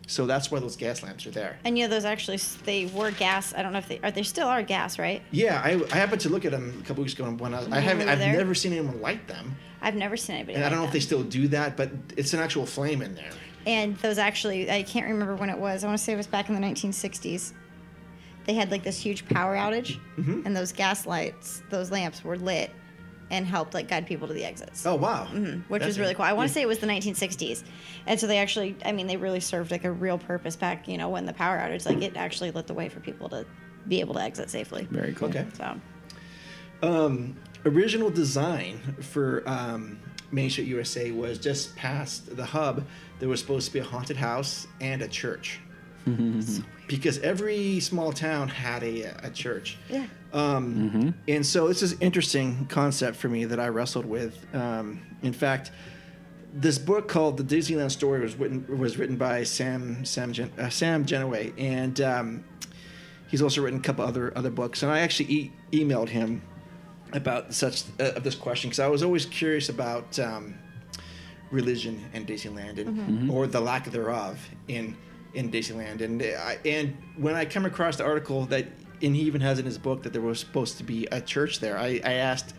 S1: So that's why those gas lamps are there.
S3: And yeah, those actually they were gas. I don't know if they are. They still are gas, right?
S1: Yeah, I, I happened to look at them a couple weeks ago and when I, I haven't
S3: were
S1: I've
S3: there?
S1: never seen anyone light them,
S3: I've never seen anybody.
S1: and I
S3: like
S1: don't know if
S3: them.
S1: they still do that, but it's an actual flame in there.
S3: And those actually, I can't remember when it was. I want to say it was back in the 1960s. They had like this huge power outage,
S1: Mm-hmm.
S3: and those gas lights, those lamps were lit and helped like guide people to the exits.
S1: Oh wow,
S3: Which was really cool. I want to say it was the 1960s, and so they actually, I mean, they really served like a real purpose back, you know, when the power outage, like it actually lit the way for people to be able to exit safely.
S2: Very cool.
S1: Okay.
S3: So,
S1: original design for um, Main Street USA was just past the hub. There was supposed to be a haunted house and a church, because every small town had a, a church.
S3: yeah.
S1: And so this is an interesting concept for me that I wrestled with. Um, in fact, this book called "The Disneyland Story" was written was written by Sam Sam Gen, uh, Sam Genoway, and um, he's also written a couple other other books. And I actually e- emailed him about such uh, of this question because I was always curious about um, religion and Disneyland, and, or the lack thereof in in Disneyland. And I, and when I come across the article that, and he even has in his book that there was supposed to be a church there, I, I asked,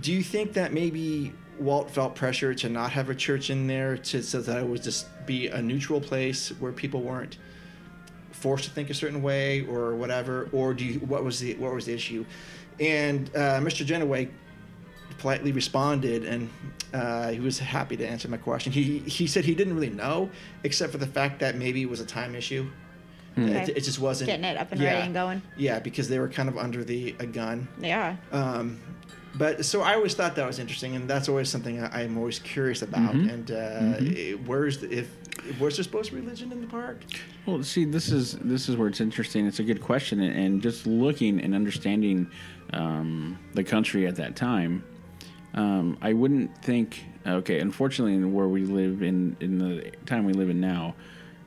S1: do you think that maybe Walt felt pressure to not have a church in there, to so that it would just be a neutral place where people weren't forced to think a certain way or whatever, or do you, what was the what was the issue? And uh, Mr. Genoway politely responded, and uh, he was happy to answer my question. He he said he didn't really know, except for the fact that maybe it was a time issue. It, it just wasn't
S3: Hmm. Getting it up and ready and going.
S1: Yeah, because they were kind of under the a gun.
S3: Yeah.
S2: Uh,
S1: Um, but so I always thought that was interesting, and that's always something I, I'm always curious about.
S2: Mm-hmm.
S1: And uh, it- where's the, if was there supposed to be religion in the park?
S2: Well, see, this is this is where it's interesting. It's a good question, and- and just looking and understanding um, the country at that time, um, I wouldn't think. Okay, unfortunately, in where we live in in the time we live in now,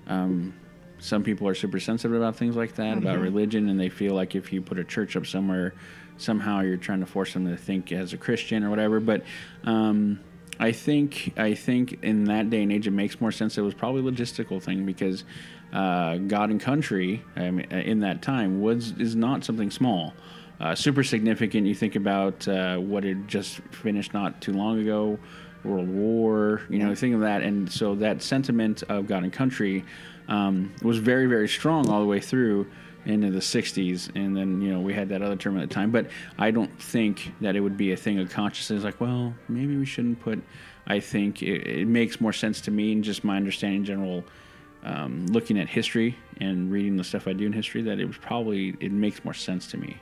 S2: um, some people are super sensitive about things like that, about religion, and they feel like if you put a church up somewhere, somehow you're trying to force them to think as a Christian or whatever. But um, I think I think in that day and age, it makes more sense. It was probably a logistical thing because uh, God and country, I mean, uh, in that time, was is not something small. Uh, super significant. You think about uh, what had just finished not too long ago, World War. You know, think of that, and so that sentiment of God and country um, was very, very strong all the way through into the 60s and then you know we had that other term at the time but i don't think that it would be a thing of consciousness like well maybe we shouldn't put i think it, it makes more sense to me and just my understanding in general um, looking at history and reading the stuff i do in history that it was probably it makes more sense to me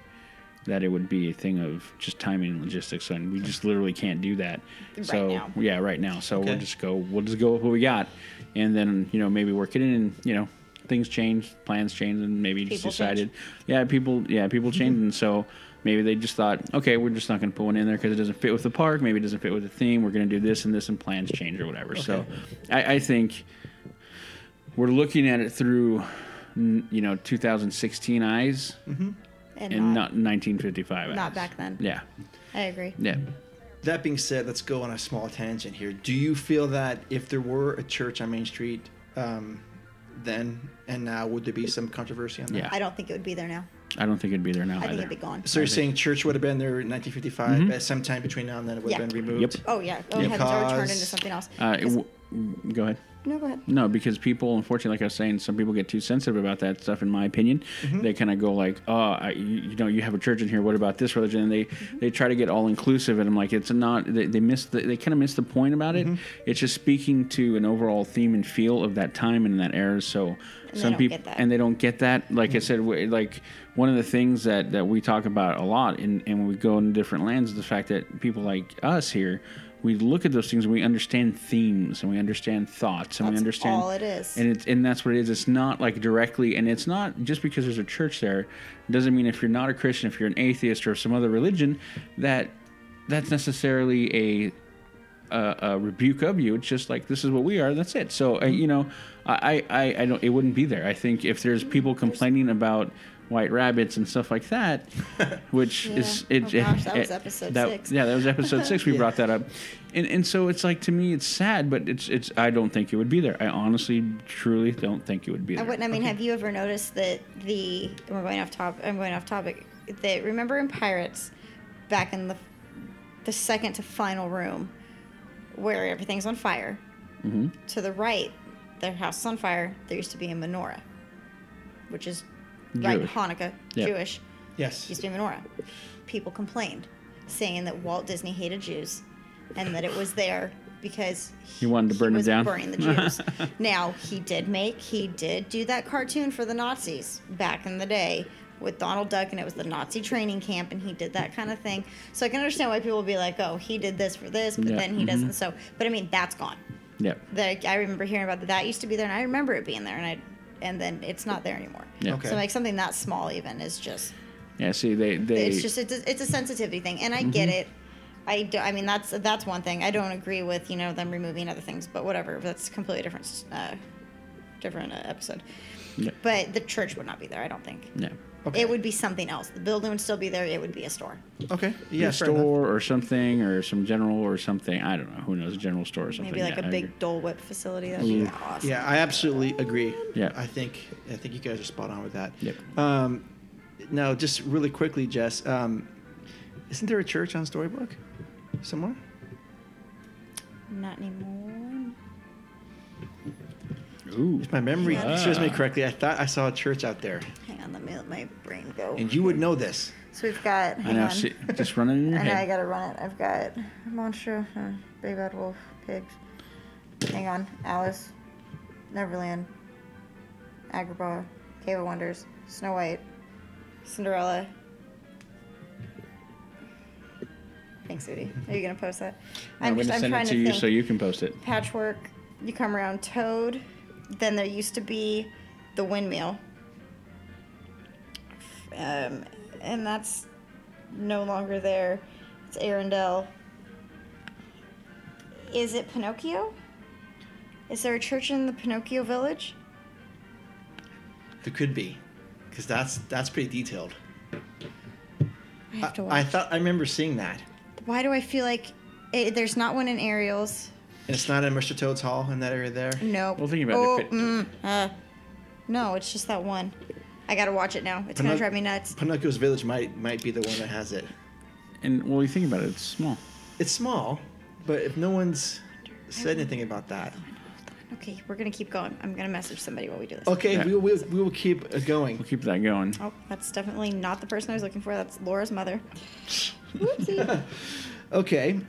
S2: that it would be a thing of just timing and logistics and we just literally can't do that so
S3: now.
S2: yeah right now so we'll
S1: Okay.
S2: just go we'll just go with what we got and then you know maybe work it in and you know things change plans change and maybe just
S3: People Mm-hmm.
S2: decided yeah people yeah people change and so maybe they just thought okay we're just not going to put one in there because it doesn't fit with the park maybe it doesn't fit with the theme we're going to do this and this and plans change or whatever so I, I think we're looking at it through n- you know 2016 eyes
S3: And,
S2: and
S3: not,
S2: not 1955
S3: Mm-hmm. not
S2: eyes.
S3: back then.
S2: yeah
S3: I agree.
S2: yeah
S1: That being said, let's go on a small tangent here. Do you feel that if there were a church on Main Street, um, then and now, would there be some controversy on that?
S2: yeah
S3: I don't think it would be there now.
S2: I don't think it'd be there now
S3: I think
S2: either
S3: it'd be gone.
S1: So you're saying church would have been there in 1955, but sometime between now and then it would have
S3: Yeah.
S1: been removed.
S2: Mm-hmm. Yep.
S3: Oh yeah. Oh, heavens, I would turn
S1: Because-
S3: into something else.
S2: uh, it
S3: 'Cause-
S2: w- go ahead
S3: no, go ahead.
S2: No, because people, unfortunately, like I was saying, some people get too sensitive about that stuff. In my opinion,
S3: Mm-hmm.
S2: they kind of go like, "Oh, I, you, you know, you have a church in here. What about this religion?" And they
S3: Mm-hmm.
S2: they try to get all inclusive, and I'm like, it's not. They, they miss. The, they kind of miss the point about it.
S3: Mm-hmm.
S2: It's just speaking to an overall theme and feel of that time and that era. So
S3: they
S2: some
S3: don't
S2: people
S3: get that. Mm-hmm.
S2: and they don't get that. Like I said, we- like one of the things that that we talk about a lot, and and when we go in different lands, is the fact that people like us here. We look at those things and we understand themes and we understand thoughts and we
S3: That's
S2: understand
S3: all it is.
S2: and it's and that's what it is. It's not like directly, and it's not just because there's a church there doesn't mean if you're not a Christian, if you're an atheist or some other religion, that that's necessarily a a, a rebuke of you. It's just like this is what we are. That's it. So uh,
S3: Mm-hmm.
S2: you know, I, I I don't. It wouldn't be there. I think if there's people complaining about white rabbits and stuff like that, which is
S3: Yeah.
S2: it.
S3: Oh, gosh, that
S2: it-
S3: was episode
S2: that-
S3: six.
S2: Yeah, that was episode six. We brought that up, and and so it's like to me, it's sad, but it's it's. I don't think it would be there. I honestly, truly don't think it would be
S3: I
S2: there.
S3: wouldn't. I mean, have you ever noticed that the and we're going off top? I'm going off topic. That remember in Pirates, back in the the second to final room, where everything's on fire.
S2: Mm-hmm.
S3: To the right, their house is on fire. There used to be a menorah, which is right in
S2: Jewish.
S3: Hanukkah,
S2: Yeah.
S3: Jewish.
S1: Yes.
S3: Used to be a menorah. People complained, saying that Walt Disney hated Jews, and that it was there because
S2: He wanted to burn them
S3: was
S2: down.
S3: Burning the Jews. now he did make he did do that cartoon for the Nazis back in the day with Donald Duck, and it was the Nazi training camp, and he did that kind of thing. So I can understand why people would be like, "Oh, he did this for this, but
S2: Yeah, mm-hmm.
S3: then he doesn't." So, but I mean, that's gone.
S2: Yeah.
S3: Like I remember hearing about that. That used to be there, and I remember it being there, and I. And then it's not there anymore.
S2: Yeah.
S1: Okay.
S3: So like something that small even is just
S2: Yeah. See, they they.
S3: it's just it's a, it's a sensitivity thing and i get
S2: Mm-hmm.
S3: it I, do, I mean that's that's one thing i don't agree with you know them removing other things but whatever that's a completely different uh, different uh, episode
S2: Yeah.
S3: but the church would not be there i don't think
S2: yeah.
S1: Okay.
S3: it would be something else the building would still be there it would be a store
S1: Okay.
S2: Yeah,
S1: Yeah. fair enough.
S2: store or something, or some general or something. I don't know. Who knows? General store or something.
S3: maybe like
S2: yeah,
S3: a
S2: I
S3: big
S2: agree. Mm.
S3: dole whip facility that would be awesome
S1: Yeah, I absolutely agree.
S2: Yeah.
S1: I think I think you guys are spot on with that.
S2: Yep.
S1: Um, now, just really quickly, Jess, um, isn't there a church on Storybook somewhere?
S3: not anymore
S2: Ooh.
S1: If my memory serves me correctly, I thought I saw a church out there,
S3: hang on let me let my brain go
S1: and you would know this.
S3: so we've got
S2: I
S3: hang
S2: know.
S3: on.
S2: See, just running in your
S3: I know I
S2: head.
S3: gotta run it. I've got Monstro, uh, Big Bad Wolf, Pigs. Hang on, Alice, Neverland, Agrabah, Cave of Wonders, Snow White, Cinderella. Thanks, Udi. Are you gonna post that?
S2: I'm, going to send it to you so you can post it.
S3: Patchwork. You come around Toad. Then there used to be the windmill, um, and that's no longer there. It's Arendelle. Is it Pinocchio? Is there a church in the Pinocchio village?
S1: There could be, because that's that's pretty detailed.
S3: I have
S1: I,
S3: to watch.
S1: I thought I remember seeing that,
S3: Why do I feel like eh, there's not one in Ariel's?
S1: and it's not in Mr. Toad's Hall in that area there.
S3: No.
S2: Well, think about it.
S3: oh,
S2: Fit-
S3: mm, uh, no, it's just that one. I gotta watch it now. It's
S1: Pinoc-
S3: gonna drive me nuts.
S1: Pinocchio's village might might be the one that has it.
S2: And well, you think about it, it's small.
S1: It's small, but if no one's said anything about that,
S3: Okay, we're gonna keep going. I'm gonna message somebody while we do this.
S1: okay,
S2: Yeah.
S1: we, will, we will we will keep uh, going.
S2: We'll keep that going.
S3: Oh, that's definitely not the person I was looking for. That's Laura's mother. Whoopsie.
S1: Okay.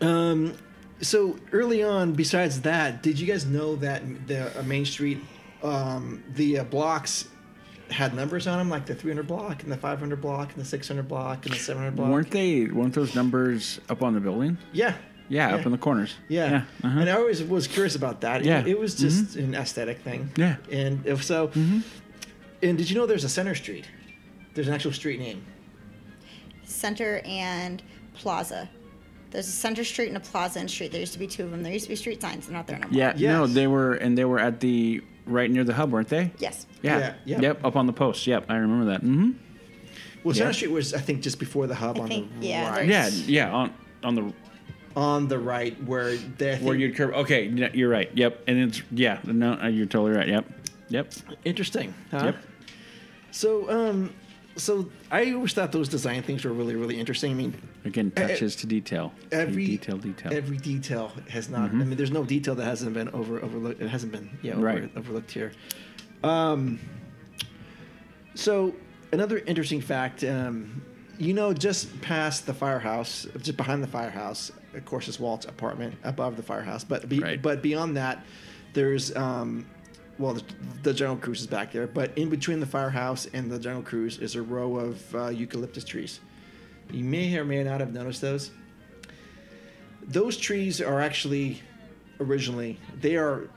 S1: Um, so early on, besides that, did you guys know that the uh, Main Street, um, the uh, blocks had numbers on them, like the 300 block and the 500 block and the 600 block and the 700 block?
S2: Weren't they? Weren't those numbers up on the building?
S1: Yeah.
S2: Yeah,
S1: Yeah.
S2: up in the corners.
S1: Yeah.
S2: Yeah. Uh-huh.
S1: And I always was curious about that.
S2: Yeah. Mm-hmm.
S1: It, it was just an aesthetic thing.
S2: Yeah. Mm-hmm.
S1: And if so, and did you know there's a center street? There's an actual street name.
S3: Center and Plaza. There's a Center Street and a Plaza and Street. There used to be two of them. There used to be street signs. They're not there no more.
S2: yeah. No,
S1: Yes.
S2: they were, and they were at the right near the hub, weren't they?
S3: Yes.
S2: Yeah.
S1: Yeah, yeah.
S2: Yep. Up on the post. Yep. I remember that. Mm-hmm.
S1: Well,
S2: Yeah.
S1: Center Street was, I think, just before the hub
S3: I
S1: on
S3: think-
S1: the
S3: yeah,
S1: right.
S3: there's-
S2: Yeah. Yeah. On on the
S1: On the right, where there. I
S2: where
S1: think-
S2: you'd curve. Okay. yeah, You're right. Yep. And it's yeah. No, uh, you're totally right. Yep. Yep.
S1: Interesting. Huh?
S2: Yep.
S1: So, um, so I always thought those design things were really, really interesting. I mean,
S2: Again, touches to detail.
S1: every
S2: detail, detail. Mm-hmm.
S1: every detail has not. I mean, there's no detail that hasn't been over overlooked. It hasn't been yeah over,
S2: Right.
S1: overlooked here. Um, so another interesting fact, um, you know, just past the firehouse, just behind the firehouse, of course, is Walt's apartment above the firehouse, but be,
S2: Right.
S1: but beyond that, there's. Um, well, the, the General Cruise is back there, but in between the firehouse and the General Cruise is a row of uh, eucalyptus trees. You may or may not have noticed those those trees are actually originally they are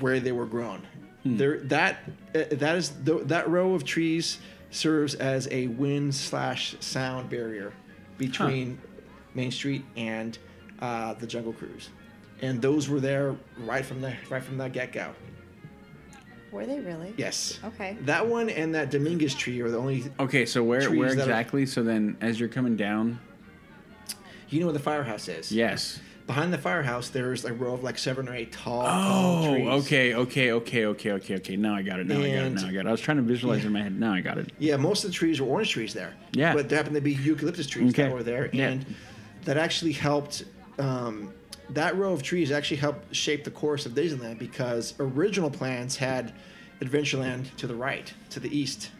S1: where they were grown.
S2: Hmm.
S1: There that uh, that is th- that row of trees serves as a wind slash sound barrier between Main Street and uh, the Jungle Cruise, and those were there right from the right from the get go.
S3: Were they really?
S1: Yes.
S3: Okay.
S1: That one and that Dominguez tree are the only
S2: Okay. So where
S1: Trees
S2: where
S1: that are-
S2: exactly? So then, as you're coming down.
S1: you know where the firehouse is.
S2: Yes.
S1: Behind the firehouse, there's a row of like seven or eight tall. tall
S2: Oh,
S1: trees.
S2: okay, okay, okay, okay, okay, okay. Now I got it. Now I got it.
S1: And-
S2: Now I got it. I was trying to visualize in my head. Now I got it.
S1: Yeah, most of the trees were orange trees there.
S2: Yeah.
S1: But there happened to be eucalyptus trees
S2: Okay.
S1: that were there,
S2: Yeah.
S1: and that actually helped. Um, that row of trees actually helped shape the course of Disneyland because original plans had Adventureland to the right, to the east,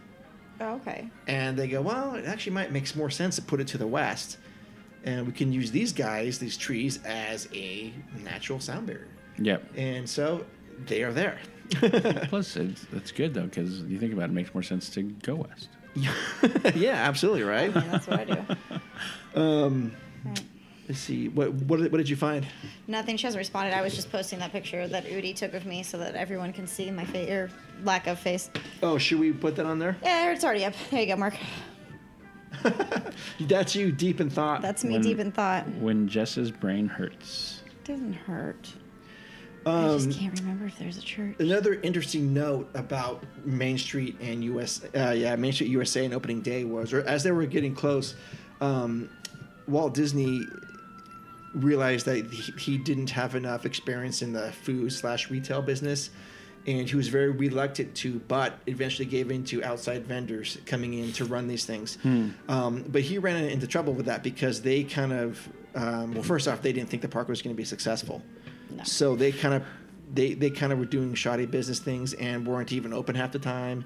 S3: Oh, okay.
S1: and they go, well, it actually might make more sense to put it to the west, and we can use these guys, these trees, as a natural sound barrier,
S2: Yep.
S1: and so they are there.
S2: Plus, it's, that's good though because you think about it, it makes more sense to go west.
S1: yeah, absolutely, right.
S3: Yeah, that's what I do.
S1: Let's see, what what did, what did you find?
S3: Nothing. She hasn't responded. I was just posting that picture that Udi took of me so that everyone can see my face or lack of face.
S1: Oh, should we put that on there?
S3: Yeah, it's already up. There you go, Mark.
S1: That's you deep in thought.
S3: That's me
S2: When-
S3: deep in thought.
S2: When Jess's brain hurts.
S3: doesn't hurt. I just can't remember if there's a church.
S1: another interesting note about Main Street and US. Uh, yeah, Main Street USA and opening day was, or as they were getting close, um, Walt Disney realized that he, he didn't have enough experience in the food slash retail business. And he was very reluctant to, but eventually gave in to outside vendors coming in to run these things.
S2: Hmm.
S1: Um, but he ran into trouble with that because they kind of, um, well, first off, they didn't think the park was going to be successful. So they kind of, they, they kind of were doing shoddy business things and weren't even open half the time.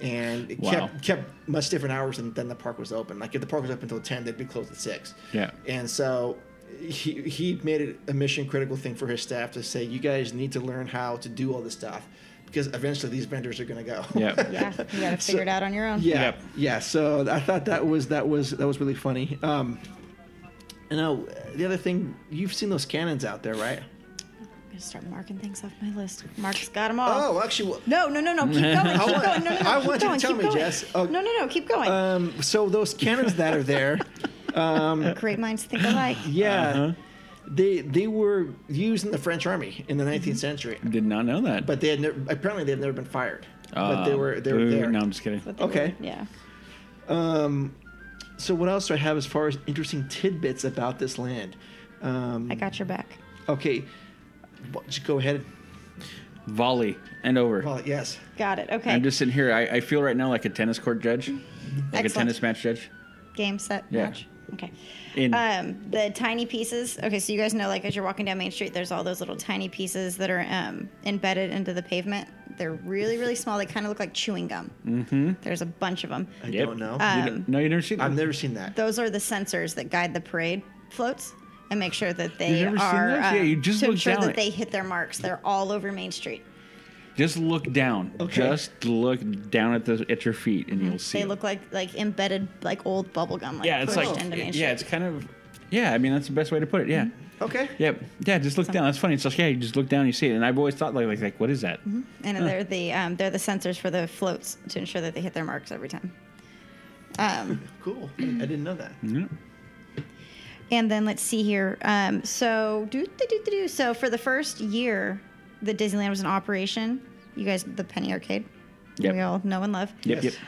S1: And it
S2: Wow.
S1: kept kept much different hours than, than the park was open. Like if the park was open until ten, they'd be closed at six.
S2: Yeah.
S1: And so he he made it a mission critical thing for his staff to say, you guys need to learn how to do all this stuff because eventually these vendors are going to go.
S2: Yeah.
S3: Yeah, you got to figure it out on your own.
S1: Yeah,
S2: Yep.
S1: yeah. So I thought that was that was that was really funny. Um, and now the other thing, you've seen those cannons out there, right?
S3: I'm gonna start marking things off my list. Mark's got them all.
S1: Oh, actually,
S3: No, no, no, no. Keep going. Keep
S1: want-
S3: going. No, no, no.
S1: I
S3: keep
S1: want you to
S3: going,
S1: tell
S3: keep
S1: me,
S3: going.
S1: Jess. Oh.
S3: No, no, no. Keep going.
S1: um, so those cannons that are there, Uh,
S3: Great minds think alike.
S1: yeah,
S2: Uh-huh.
S1: they they were used in the French army in the 19th century,
S2: Did not know that.
S1: but they had never, apparently they had never been fired, but
S2: Ah,
S1: they were they were
S2: boo.
S1: there.
S2: No, I'm just kidding.
S3: But they
S1: okay.
S3: were- yeah.
S1: Um, So what else do I have as far as interesting tidbits about this land? Um,
S3: I got your back.
S1: okay, well, just go ahead.
S2: Volley and over.
S1: Well, yes.
S3: Got it. Okay.
S2: I'm just sitting here. I, I feel right now like a tennis court judge, like a
S3: Excellent.
S2: tennis match judge.
S3: Game set
S2: Yeah.
S3: match. Okay.
S2: In
S3: Um, the tiny pieces. Okay, so you guys know, like as you're walking down Main Street, there's all those little tiny pieces that are um, embedded into the pavement. They're really, really small. They kind of look like chewing gum. Mm-hmm. There's a bunch of them.
S1: I
S2: Yep.
S1: don't know.
S3: Um,
S2: You don't- no, you never seen.
S1: I've
S2: that?
S1: never seen that.
S3: Those are Uh, the sensors that guide the parade floats and make sure that they
S2: You've never seen
S3: are
S2: those? Yeah,
S3: um,
S2: you just
S3: to
S2: looked
S3: ensure
S2: down
S3: that
S2: it.
S3: they hit their marks. They're all over Main Street.
S2: Just look down.
S1: Okay.
S2: Just look down at the at your feet, and you'll see.
S3: Mm-hmm. They
S2: it.
S3: look like like embedded like old bubble gum. Like,
S2: yeah, it's
S3: pushed
S2: like
S3: into Mm-hmm. Main
S2: yeah, it's
S3: Street.
S2: kind of yeah. I mean, that's the best way to put it. Yeah.
S1: Okay.
S2: Yep. Yeah, just look down. That's funny. It's like yeah, you just look down, and you see it. And I've always thought like like, like what is that?
S3: and they're the um, they're the sensors for the floats to ensure that they hit their marks every time.
S1: Cool. I didn't know that.
S2: Mm.
S3: And then let's see here. Um, so do do do do do. So for the first year that Disneyland was in operation, you guys, the Penny Arcade,
S2: Yep.
S3: we all know and love,
S2: Yep.
S1: Yes.
S2: Yep.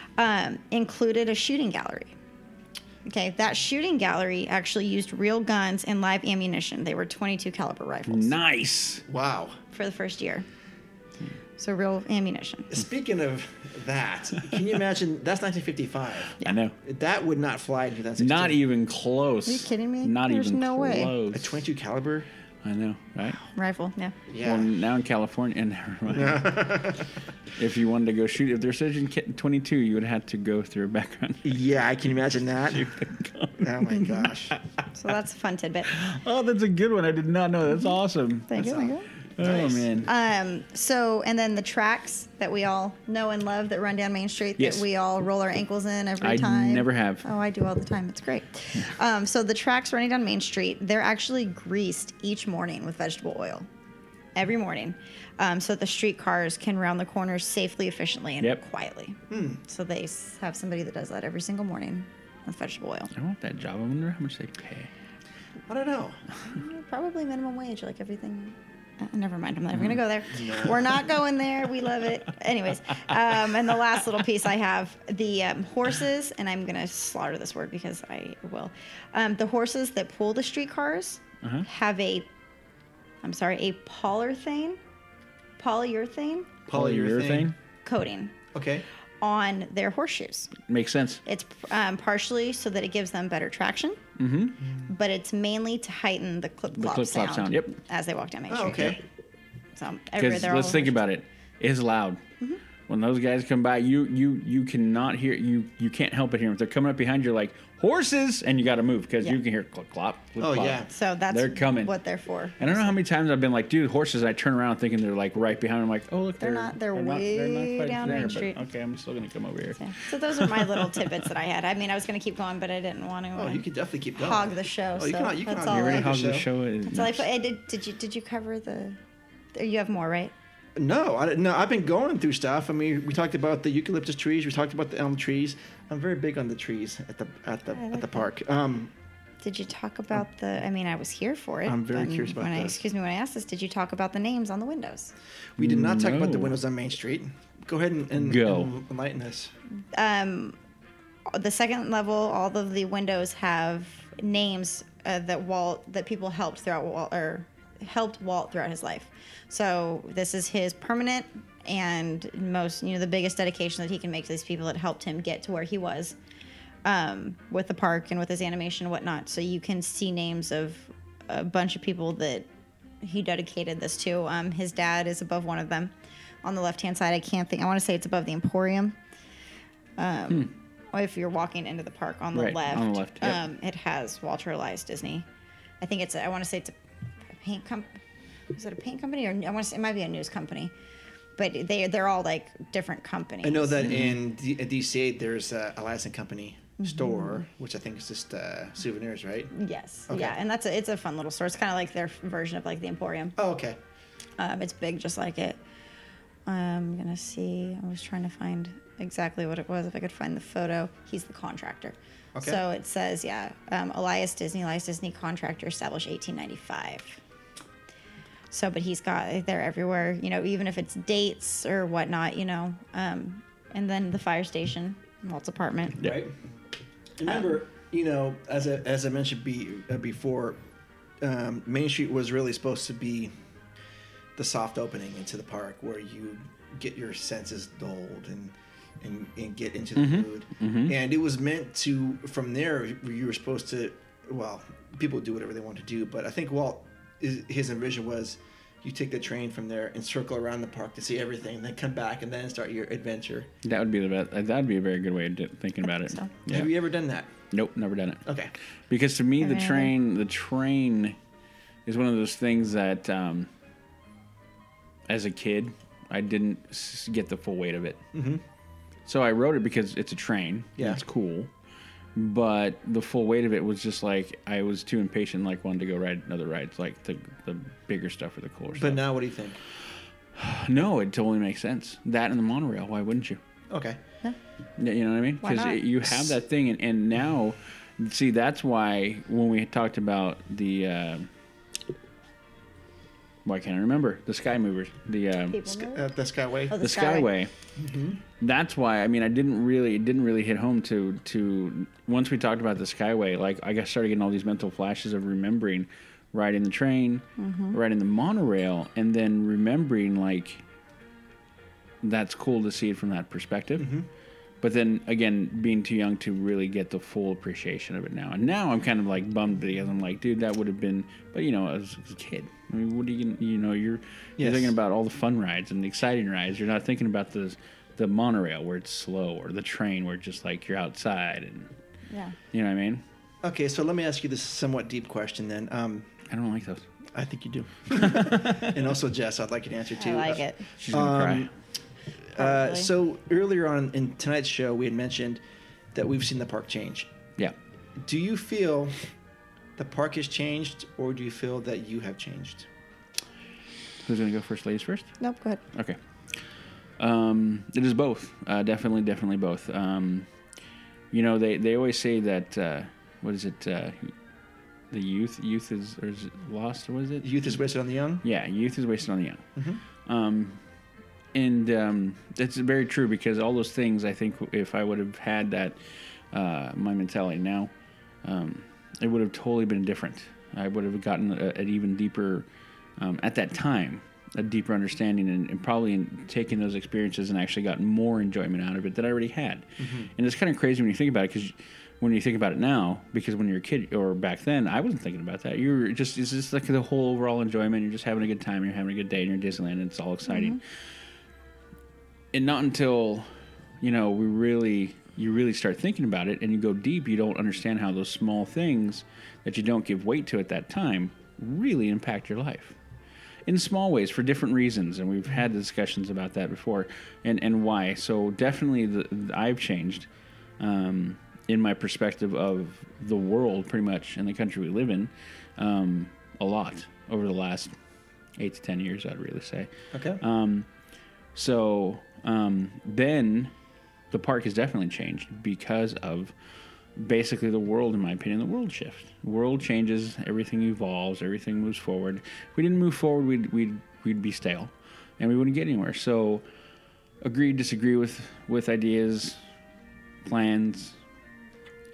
S3: um, included a shooting gallery. Okay, that shooting gallery actually used real guns and live ammunition. They were 22 caliber rifles
S2: Nice.
S1: Wow.
S3: for the first year. So real ammunition.
S1: Speaking of that, can you imagine? That's 1955.
S2: I know.
S1: That would not fly in 2016.
S2: Not even close.
S3: Are you kidding me?
S2: Not
S3: There's
S2: even
S3: no way.
S2: close.
S1: a 22 caliber.
S2: I know, right?
S3: Rifle, yeah.
S1: Yeah.
S2: Well, now in California, and never mind. if you wanted to go shoot, if there's such in 22, you would have had to go through a background.
S1: yeah, I can imagine that. oh my gosh.
S3: So that's a fun tidbit.
S2: oh, that's a good one. I did not know. That's awesome.
S3: Thank you.
S1: That's
S3: Miguel.
S1: all.
S2: Oh man.
S3: Um, so, and then the tracks that we all know and love that run down Main Street
S2: Yes.
S3: that we all roll our ankles in every
S2: I
S3: time.
S2: never have.
S3: Oh, I do all the time. It's great. Um, so, the tracks running down Main Street, they're actually greased each morning with vegetable oil every morning. Um, so, the street cars can round the corners safely, efficiently, and
S2: Yep.
S3: quietly. So, they s- have somebody that does that every single morning with vegetable oil.
S2: I want that job. I wonder how much they pay.
S1: I don't know.
S3: Probably minimum wage, like everything. Uh, never mind. I'm not
S2: Mm.
S3: even going to go there. We're not going there. We love it. Anyways, um, and the last little piece I have the um, horses, and I'm going to slaughter this word because I will. Um, the horses that pull the streetcars
S2: Mm-hmm.
S3: have a, I'm sorry, a polyurethane, polyurethane
S2: Polyurethane
S3: coating
S1: Okay.
S3: on their horseshoes.
S2: makes sense.
S3: It's um, partially so that it gives them better traction, mm-hmm. but it's mainly to heighten the clip clop
S2: clip-clop
S3: sound,
S2: sound, yep.
S3: as they walk down Main
S1: Oh,
S3: Street.
S1: okay.
S3: So everywhere
S2: Because
S3: they're
S2: let's
S3: all
S2: think about it. It's loud.
S3: Mm-hmm.
S2: When those guys come by, you you you cannot hear you you can't help but hear them. If they're coming up behind you, you're like horses, and you got to move because you
S3: Yeah.
S2: can hear clip clop. clip,
S1: Oh,
S2: clop.
S1: yeah.
S3: So that's
S2: They're coming.
S3: what they're for.
S2: And I don't know how many times I've been like, dude, horses. And I turn around thinking they're like right behind. I'm like, oh look,
S3: They're
S2: they're,
S3: not- they're way
S2: quite
S3: down Main Street.
S2: okay, I'm still gonna come over here.
S3: Yeah. So those are my little tidbits that I had. I mean, I was going to keep going, but I didn't want to.
S1: Oh,
S3: uh,
S1: you could definitely keep going.
S3: hog the show.
S1: Oh, you
S3: so
S1: cannot- you
S3: that's
S1: cannot-
S3: all.
S2: You already
S3: I,
S2: how
S1: hogged
S2: the
S1: the
S2: show is.
S3: that's all I, I did. Did you did you cover the? You have more, right?
S1: No, I, don't- no, I've been going through stuff. I mean, we talked about the eucalyptus trees. We talked about the elm trees. I'm very big on the trees at the at the at the park. Um,
S3: Did you talk
S2: Um,
S3: about the? I mean, I was here for it.
S1: I'm very
S3: when-
S1: curious about
S3: when I,
S1: that.
S3: Excuse me when I asked this. Did you talk about the names on the windows?
S1: we did not talk about the
S2: No.
S1: windows on Main Street. Go ahead and, and,
S2: Go.
S1: and enlighten us.
S3: the second level, all of the windows have names uh, that Walt that people helped throughout Walt or helped Walt throughout his life. So this is his permanent and most you know the biggest dedication that he can make to these people that helped him get to where he was um, with the park and with his animation and whatnot. So you can see names of a bunch of people that he dedicated this to. Um, his dad is above one of them. On the left hand side, I can't think. I want to say it's above the Emporium. Or if you're walking into the park on the
S2: Hmm. Right,
S3: left,
S2: on the left, yep.
S3: um, it has Walter Elias Disney. I think it's. I want to say it's a, a paint comp. Is it a paint company or I want to say it might be a news company, but they they're all like different companies.
S1: I know that in D- at DCA there's a Alaska Company store,
S3: Mm-hmm.
S1: which I think is just uh, souvenirs, right?
S3: Yes.
S1: Okay.
S3: Yeah, and that's a, it's a fun little store. It's kind of like their version of like the Emporium.
S1: Oh, okay.
S3: Um, it's big, just like it. I'm gonna see. I was trying to find exactly what it was. If I could find the photo, he's the contractor.
S1: Okay.
S3: So it says, yeah, um, Elias Disney, Elias Disney contractor established 1895. So, but he's got they're everywhere. You know, even if it's dates or whatnot, you know. Um, and then the fire station, Walt's apartment.
S1: Right. Remember, you know, as I, as I mentioned be, uh, before, um, Main Street was really supposed to be the soft opening into the park where you get your senses dulled and and, and get into the mood. And it was meant to from there you were supposed to well, people do whatever they want to do, but I think Walt his his envision was you take the train from there and circle around the park to see everything, and then come back and then start your adventure.
S2: That would be the best. That'd be a very good way of di- thinking about it.
S3: so.
S2: Yeah.
S1: Have you ever done that?
S2: Nope, never done it.
S1: Okay.
S2: Because to me, the
S3: Never.
S2: train, the train, is one of those things that, um, as a kid, I didn't s- get the full weight of it. Mm-hmm. So I wrote it because it's a train.
S1: Yeah.
S2: it's cool. But the full weight of it was just like I was too impatient, like wanted to go ride another ride, like the the bigger stuff or the cooler
S1: But
S2: stuff.
S1: now, what do you think?
S2: no, it totally makes sense. That and the monorail. Why wouldn't you?
S1: Okay.
S2: Yeah, You know what I mean?
S3: Why not?
S2: Because you have that thing, and, and now, see, that's why when we talked about the, uh, why can't I remember the Sky Movers, the uh,
S3: People know it.
S1: Uh, the Skyway.
S3: Oh,
S2: the Skyway. That's why I mean I didn't really it didn't really hit home to to once we talked about the Skyway like I got started getting all these mental flashes of remembering riding the train,
S3: Mm-hmm.
S2: riding the monorail, and then remembering like that's cool to see it from that perspective. But then again, being too young to really get the full appreciation of it now, and now I'm kind of like bummed because I'm like, dude, that would have been. But you know, as a kid, I mean, what are you gonna, you know, you're you're
S1: Yes.
S2: thinking about all the fun rides and the exciting rides. You're not thinking about the the monorail where it's slow or the train where just like you're outside and
S3: Yeah.
S2: you know what I mean.
S1: Okay, so let me ask you this somewhat deep question then. Um,
S2: I don't like those.
S1: I think you do. and also, Jess, I'd like you to answer
S3: I
S1: too.
S3: like it.
S2: She's gonna cry.
S1: Uh,
S3: Probably.
S1: so earlier on in tonight's show, we had mentioned that we've seen the park change.
S2: Yeah.
S1: Do you feel the park has changed, or do you feel that you have changed?
S2: Who's gonna go first? Ladies first.
S3: Nope. Good.
S2: Okay. Um, it is both. Uh, definitely, definitely both. Um, you know, they, they always say that uh, what is it? Uh, the youth youth is or is it lost? What is it?
S1: Youth is wasted on the young.
S2: Yeah, youth is wasted on the young. Um, and um, that's very true because all those things, I think, if I would have had that, uh, my mentality now, um, it would have totally been different. I would have gotten a, an even deeper, um, at that time, a deeper understanding and, and probably in taking those experiences and actually gotten more enjoyment out of it that I already had. And it's kind of crazy when you think about it because when you think about it now, because when you're a kid or back then, I wasn't thinking about that. You're just it's just like the whole overall enjoyment. You're just having a good time. You're having a good day, and you're in Disneyland, and it's all exciting. And not until you know we really you really start thinking about it and you go deep, you don't understand how those small things that you don't give weight to at that time really impact your life in small ways for different reasons and we've had discussions about that before and and why so definitely the, i've changed um, in my perspective of the world pretty much and the country we live in um, a lot over the last eight to ten years i'd really say
S1: Okay.
S2: Uh, so um, then the park has definitely changed because of basically the world, in my opinion, the world shift. World changes, everything evolves, everything moves forward. If we didn't move forward, we'd, we'd, we'd be stale and we wouldn't get anywhere. So agree, disagree with, with ideas, plans,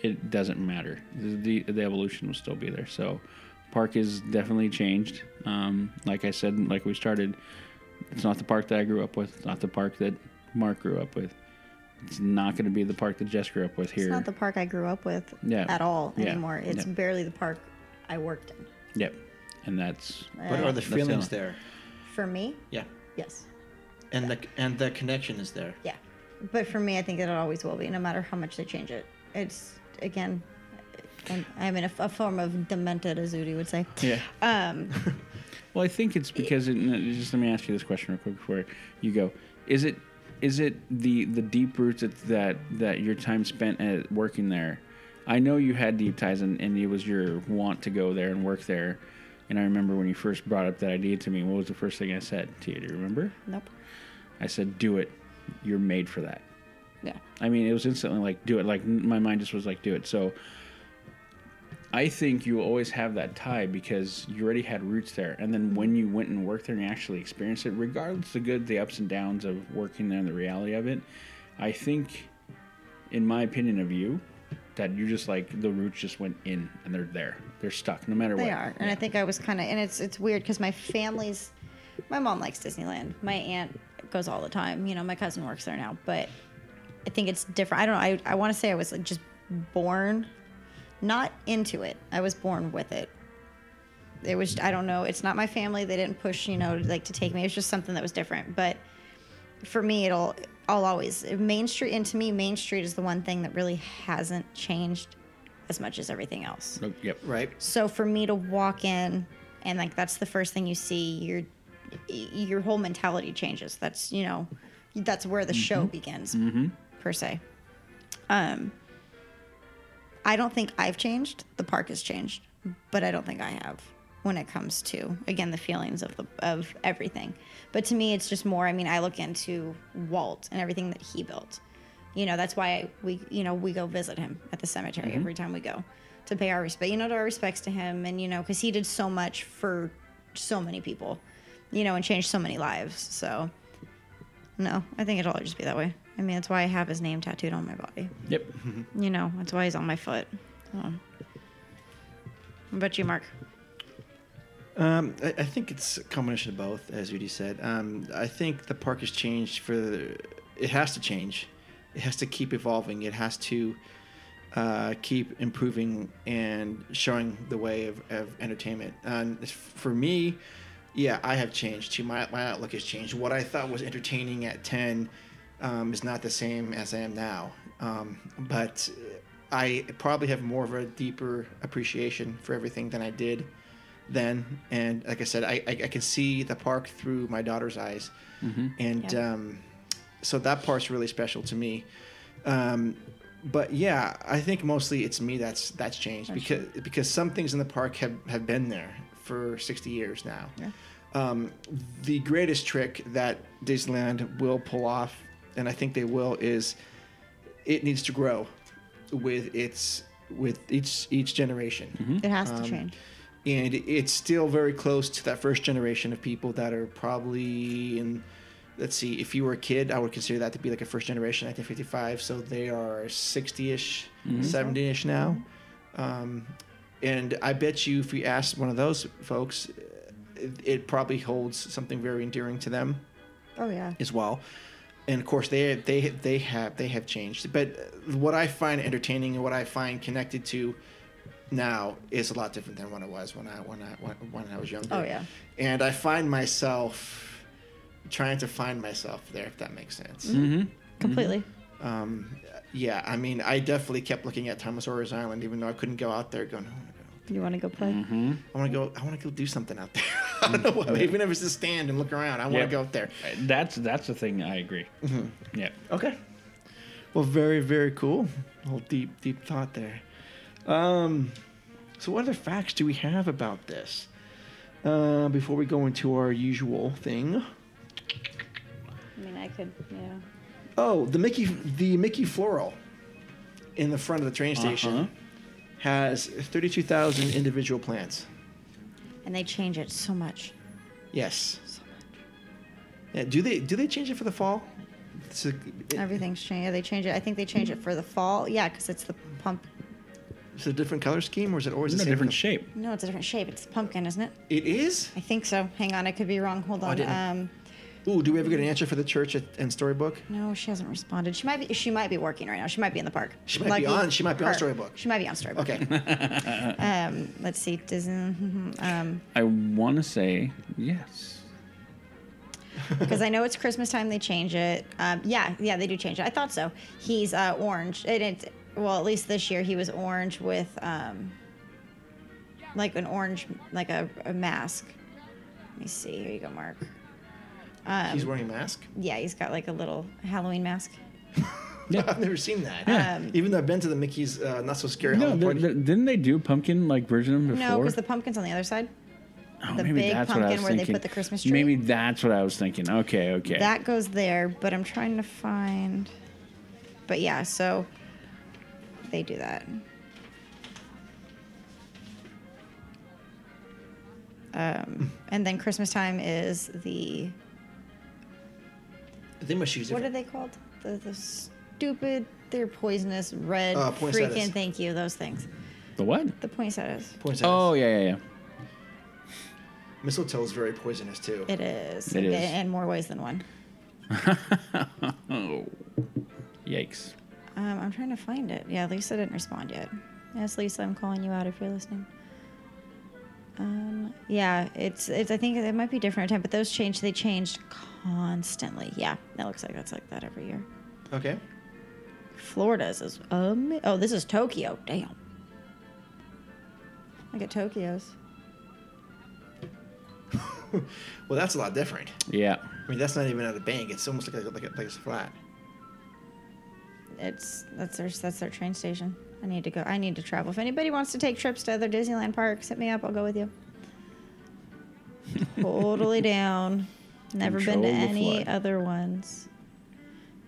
S2: it doesn't matter. The, the evolution will still be there. So, park is definitely changed. Um, like I said, like we started, it's not the park that I grew up with. It's not the park that Mark grew up with. It's not going to be the park that Jess grew up with here.
S3: It's not the park I grew up with
S2: Yeah.
S3: at all
S2: Yeah.
S3: anymore. It's
S2: Yeah.
S3: barely the park I worked in.
S2: yep. And that's
S1: what are the
S2: that's the
S1: feelings
S2: other
S1: there?
S3: For me,
S1: Yeah,
S3: yes.
S1: and the and the connection is there.
S3: Yeah. But for me, I think it always will be, no matter how much they change it. It's, again, I'm, I'm in a, f- a form of demented, as Udi would say.
S2: Yeah.
S3: Um,
S2: Well, I think it's because it, no, just let me ask you this question real quick before you go. Is it is it the the deep roots that that, that your time spent at working there? I know you had deep ties and, and it was your want to go there and work there. And I remember when you first brought up that idea to me, what was the first thing I said to you? Do you remember?
S3: Nope.
S2: I said, "Do it. You're made for that."
S3: Yeah.
S2: I mean, it was instantly like, do it. Like, n- my mind just was like, do it. So I think you will always have that tie because you already had roots there. And then when you went and worked there and you actually experienced it, regardless of the good, the ups and downs of working there and the reality of it, I think, in my opinion of you, that you're just like, the roots just went in and they're there. They're stuck no matter what.
S3: They are, and I think I was kind of, and it's it's weird because my family's, my mom likes Disneyland. My aunt goes all the time. You know, my cousin works there now, but I think it's different. I don't know. I I want to say I was like, just born, not into it. I was born with it. It was I don't know. It's not my family. They didn't push you know like to take me. It was just something that was different. But for me, it'll I'll always Main Street. And to me, Main Street is the one thing that really hasn't changed as much as everything else.
S2: Oh, yep.
S1: Right.
S3: So for me to walk in and like that's the first thing you see, your your whole mentality changes. That's you know, that's where the show begins per se. Um, I don't think I've changed. The park has changed, but I don't think I have when it comes to again the feelings of the of everything. But to me, it's just more. I mean, I look into Walt and everything that he built. You know, that's why we you know we go visit him at the cemetery every time we go to pay our respect. You know, to our respects to him, and you know, because he did so much for so many people. You know, and changed so many lives. So, no, I think it'll just be that way. I mean, that's why I have his name tattooed on my body.
S2: Yep.
S3: You know, that's why he's on my foot. Oh. What about you, Mark?
S1: Um, I, I think it's a combination of both, as Judy said. Um, I think the park has changed for the, it has to change. It has to keep evolving. It has to uh, keep improving and showing the way of, of entertainment. And it's- for me, yeah, I have changed too. My, my outlook has changed. What I thought was entertaining at 10 um, is not the same as I am now. Um, but I probably have more of a deeper appreciation for everything than I did then and like i said i, I, I can see the park through my daughter's eyes and
S3: Yeah.
S1: um, so that part's really special to me um, but yeah i think mostly it's me that's that's changed because because some things in the park have, have been there for 60 years now um, the greatest trick that disneyland will pull off and i think they will is it needs to grow with its with each each generation
S3: It has to change.
S1: Um, and it's still very close to that first generation of people that are probably in let's see if you were a kid i would consider that to be like a first generation 1955 so they are 60ish 70ish now um, and i bet you if you asked one of those folks it, it probably holds something very endearing to them
S3: Oh yeah.
S1: as well. And of course, they they they have they have changed. But what I find entertaining and what I find connected to now is a lot different than what it was when I when I when, when I was younger.
S3: Oh, yeah.
S1: And I find myself trying to find myself there, if that makes sense.
S3: Mm-hmm. Completely.
S1: Yeah, I mean, I definitely kept looking at Thomasaurus Island, even though I couldn't go out there. Going, I want to go.
S3: You want to go play?
S1: I want to go. I want to go do something out there. I don't
S3: Mm-hmm.
S1: know what. Even if it's just stand and look around, I want to
S2: Yep.
S1: go out there.
S2: That's that's the thing I agree. Yep.
S1: Okay. Well, very, very cool. Little deep, deep thought there. Um, so, what other facts do we have about this? Uh, before we go into our usual thing.
S3: I mean, I could. You know.
S1: Oh, the Mickey, the Mickey floral in the front of the train station
S2: Uh-huh.
S1: has 32,000 individual plants.
S3: And they change it so much.
S1: Yes.
S3: So much.
S1: Yeah, do they do they change it for the fall? It's a-
S3: Everything's changed. Yeah, they change it. I think they change it for the fall. Yeah, because it's the pump.
S1: It's a different color scheme, or is it always
S2: It's
S1: the
S2: a
S1: same?
S2: different shape.
S3: No, it's a different shape. It's pumpkin, isn't it?
S1: It is.
S3: I think so. Hang on, I could be wrong. Hold
S1: Oh, I
S3: on.
S1: didn't-
S3: Um,
S1: Ooh, do we ever get an answer for the church at, and storybook?
S3: no, she hasn't responded. She might be. She might be working right now. She might be in the park.
S1: She might be on- she might be on Storybook.
S3: She might be on Storybook.
S1: Okay.
S3: Um, let's see. Disney. Um,
S2: I want to say yes.
S3: because I know it's Christmas time. They change it. Um, yeah, yeah, they do change it. I thought so. He's uh, orange. It, it, well, at least this year he was orange with um, like an orange, like a, a mask. me see. Here you go, Mark. Um,
S1: He's wearing a mask.
S3: Yeah, he's got like a little Halloween mask.
S1: I've never seen that. Even though I've been to the Mickey's uh, Not So Scary
S2: Um, No,
S1: Halloween
S2: they're-
S1: Party.
S2: they're- didn't they do pumpkin like version of them before?
S3: No, because the pumpkin's on the other side.
S2: Oh,
S3: the
S2: maybe
S3: big
S2: that's what I
S3: pumpkin
S2: was
S3: where they
S2: thinking.
S3: put the Christmas tree.
S2: Maybe that's what I was thinking. Okay, okay.
S3: That goes there, but I'm trying to find. But yeah, so they do that. Um, and then Christmas time is the
S1: I think my shoes
S3: what are
S1: are.
S3: they called? The, the stupid, they're poisonous, red,
S1: Uh, poinsettias.
S3: freaking. Thank you, those things.
S2: the what?
S3: The poinsettias.
S1: Poinsettias.
S2: Oh yeah, yeah, yeah.
S1: Mistletoe is very poisonous too.
S3: It is,
S2: It
S3: in-
S2: is.
S3: in more ways than one.
S2: Oh, yikes!
S3: Um, I'm trying to find it. Yeah, Lisa didn't respond yet. Yes, Lisa, I'm calling you out if you're listening. Um, yeah, it's it's. I think it might be different every time, but those changed. They changed constantly. Yeah, that looks like that's like that every year.
S1: Okay.
S3: Florida's is um. Oh, this is Tokyo. Damn. Look at Tokyo's.
S1: Well, that's a lot different.
S2: Yeah,
S1: I mean, that's not even at a bank. It's almost like a, like a, like it's flat.
S3: It's that's their that's their train station. I need to go. I need to travel. If anybody wants to take trips to other Disneyland parks, hit me up. I'll go with you. totally down. Never been to
S2: Control the
S3: any
S2: flood.
S3: other ones.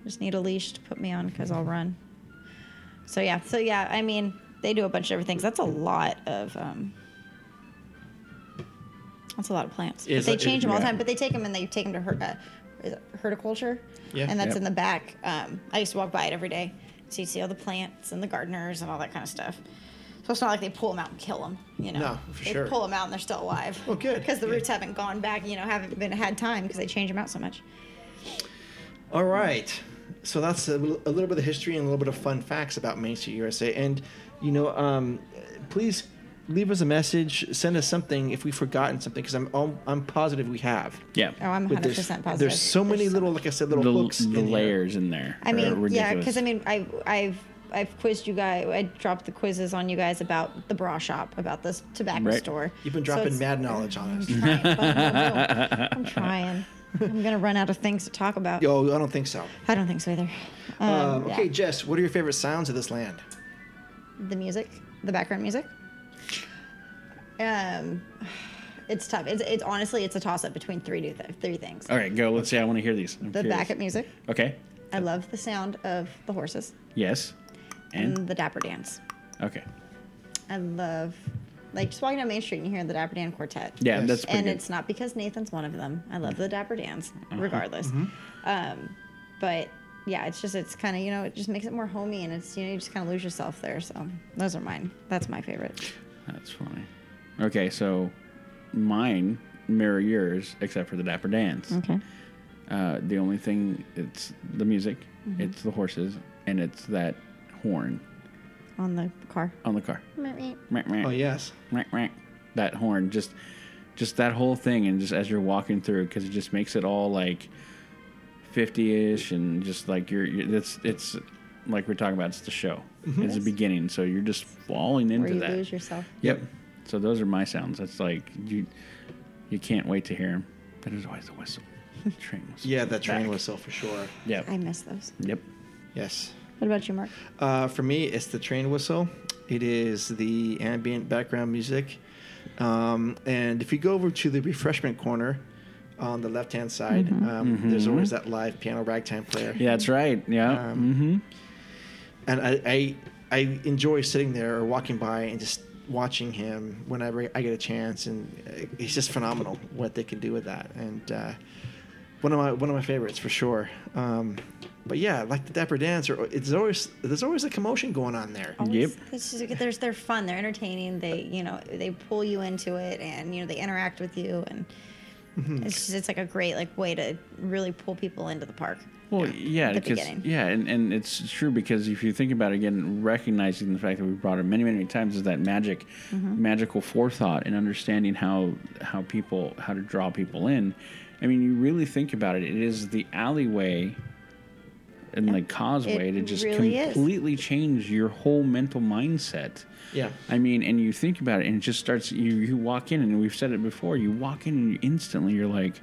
S3: Just need a leash to put me on because I'll run. So yeah. So yeah. I mean, they do a bunch of different things. That's a lot of. Um, that's a lot of plants. But
S1: Is
S3: they
S1: it-
S3: change them all the
S2: yeah.
S3: time. But they take them and they take them to her, uh, is it horticulture.
S1: Yeah.
S3: And that's
S2: Yep.
S3: in the back. Um, I used to walk by it every day, so you'd see all the plants and the gardeners and all that kind of stuff. So it's not like they pull them out and kill them, you know.
S1: No, for
S3: they
S1: sure.
S3: pull them out and they're still alive.
S1: Well, good,
S3: Because the
S1: good.
S3: roots haven't gone back, you know, haven't been had time because they change them out so much.
S1: All right. So that's a, l- a little bit of history and a little bit of fun facts about Main Street USA. And, you know, um, please leave us a message, send us something if we've forgotten something, because I'm, I'm, I'm positive we have.
S2: yeah.
S3: Oh, I'm 100%
S1: But there's,
S3: positive.
S1: There's so many
S3: much.
S1: little, like I said, little
S2: the
S1: hooks
S2: the
S1: in here.
S2: layers in there.
S3: I
S2: are
S3: mean, yeah,
S2: ridiculous.
S3: because I mean, I, I've I've quizzed you guys. I dropped the quizzes on you guys about the bra shop, about this tobacco
S2: Right.
S3: store.
S1: You've been
S3: So
S1: dropping
S3: it's-
S1: mad knowledge on us.
S3: I'm trying, but I'm doing- I'm trying. I'm gonna run out of things to talk about.
S1: Yo, I don't think so.
S3: I don't think so either. Um,
S1: Um,
S3: yeah.
S1: okay, Jess, what are your favorite sounds of this land?
S3: the music, the background music. Um, it's tough. It's, it's honestly, it's a toss up between three new th- three things.
S2: All right, go. Let's see. I want to hear these. I'm
S3: The
S2: curious.
S3: backup music.
S2: Okay.
S3: I love the sound of the horses
S2: Yes. And
S3: and the Dapper Dance.
S2: okay.
S3: I love, like, just walking down Main Street and hearing the Dapper Dan Quartet.
S2: Yeah,
S1: Yes.
S2: that's pretty
S3: and
S2: good. Uh-huh.
S3: it's not because Nathan's one of them. I love the Dapper Dans, regardless.
S2: Mm-hmm.
S3: Um, but yeah, it's just it's kind of you know it just makes it more homey, and it's you know you just kind of lose yourself there. So those are mine. That's my favorite.
S2: That's funny. Okay, so mine mirror yours except for the Dapper Dance.
S3: Okay.
S2: Uh, the only thing it's the music,
S3: Mm-hmm.
S2: it's the horses, and it's that horn
S3: On the car.
S2: on the car. Meh, meh.
S1: Oh, yes.
S2: Meh, meh. That horn just just that whole thing and just as you're walking through cuz it just makes it all like 50ish and just like you're, you're it's it's like we're talking about it's the show. It's the beginning, so you're just falling into
S3: Mm-hmm. Where you
S2: that.
S3: lose yourself.
S2: Yep. So those are my sounds. It's like you you can't wait to hear them. But it's always the whistle, train whistle.
S1: Yeah, that train whistle for sure.
S2: Yep.
S3: I miss those.
S2: Yep.
S1: Yes.
S3: What about you, Mark?
S1: Uh, for me, it's the train whistle. It is the ambient background music. Um, and if you go over to the refreshment corner on the left hand side,
S3: Mm-hmm.
S1: um, there's always that live piano ragtime player.
S2: Yeah, that's right. Yeah.
S3: Um,
S2: Mm-hmm.
S1: And I, I, I enjoy sitting there or walking by and just watching him whenever I get a chance. And uh, it's just phenomenal what they can do with that. And uh, one of my one of my favorites for sure. Um, but yeah, like the Dapper Dance, or it's always there's always a commotion going on there.
S3: Always- It's just, there's they're fun. They're entertaining. They you know they pull you into it, and you know they interact with you, and
S2: Mm-hmm.
S3: it's just it's like a great like way to really pull people into the park.
S2: Well, yeah,
S3: the
S2: because
S3: beginning.
S2: yeah, and, and it's true because if you think about it again, recognizing the fact that we brought it many, many times is that magic,
S3: Mm-hmm.
S2: magical forethought and understanding how how people how to draw people in. I mean, you really think about it; it is the alleyway and like causeway
S3: It
S2: to just
S3: really is.
S2: completely change your whole mental mindset.
S1: Yeah.
S2: I mean, and you think about it, and it just starts. You you walk in, and we've said it before. You walk in, and you instantly you're like,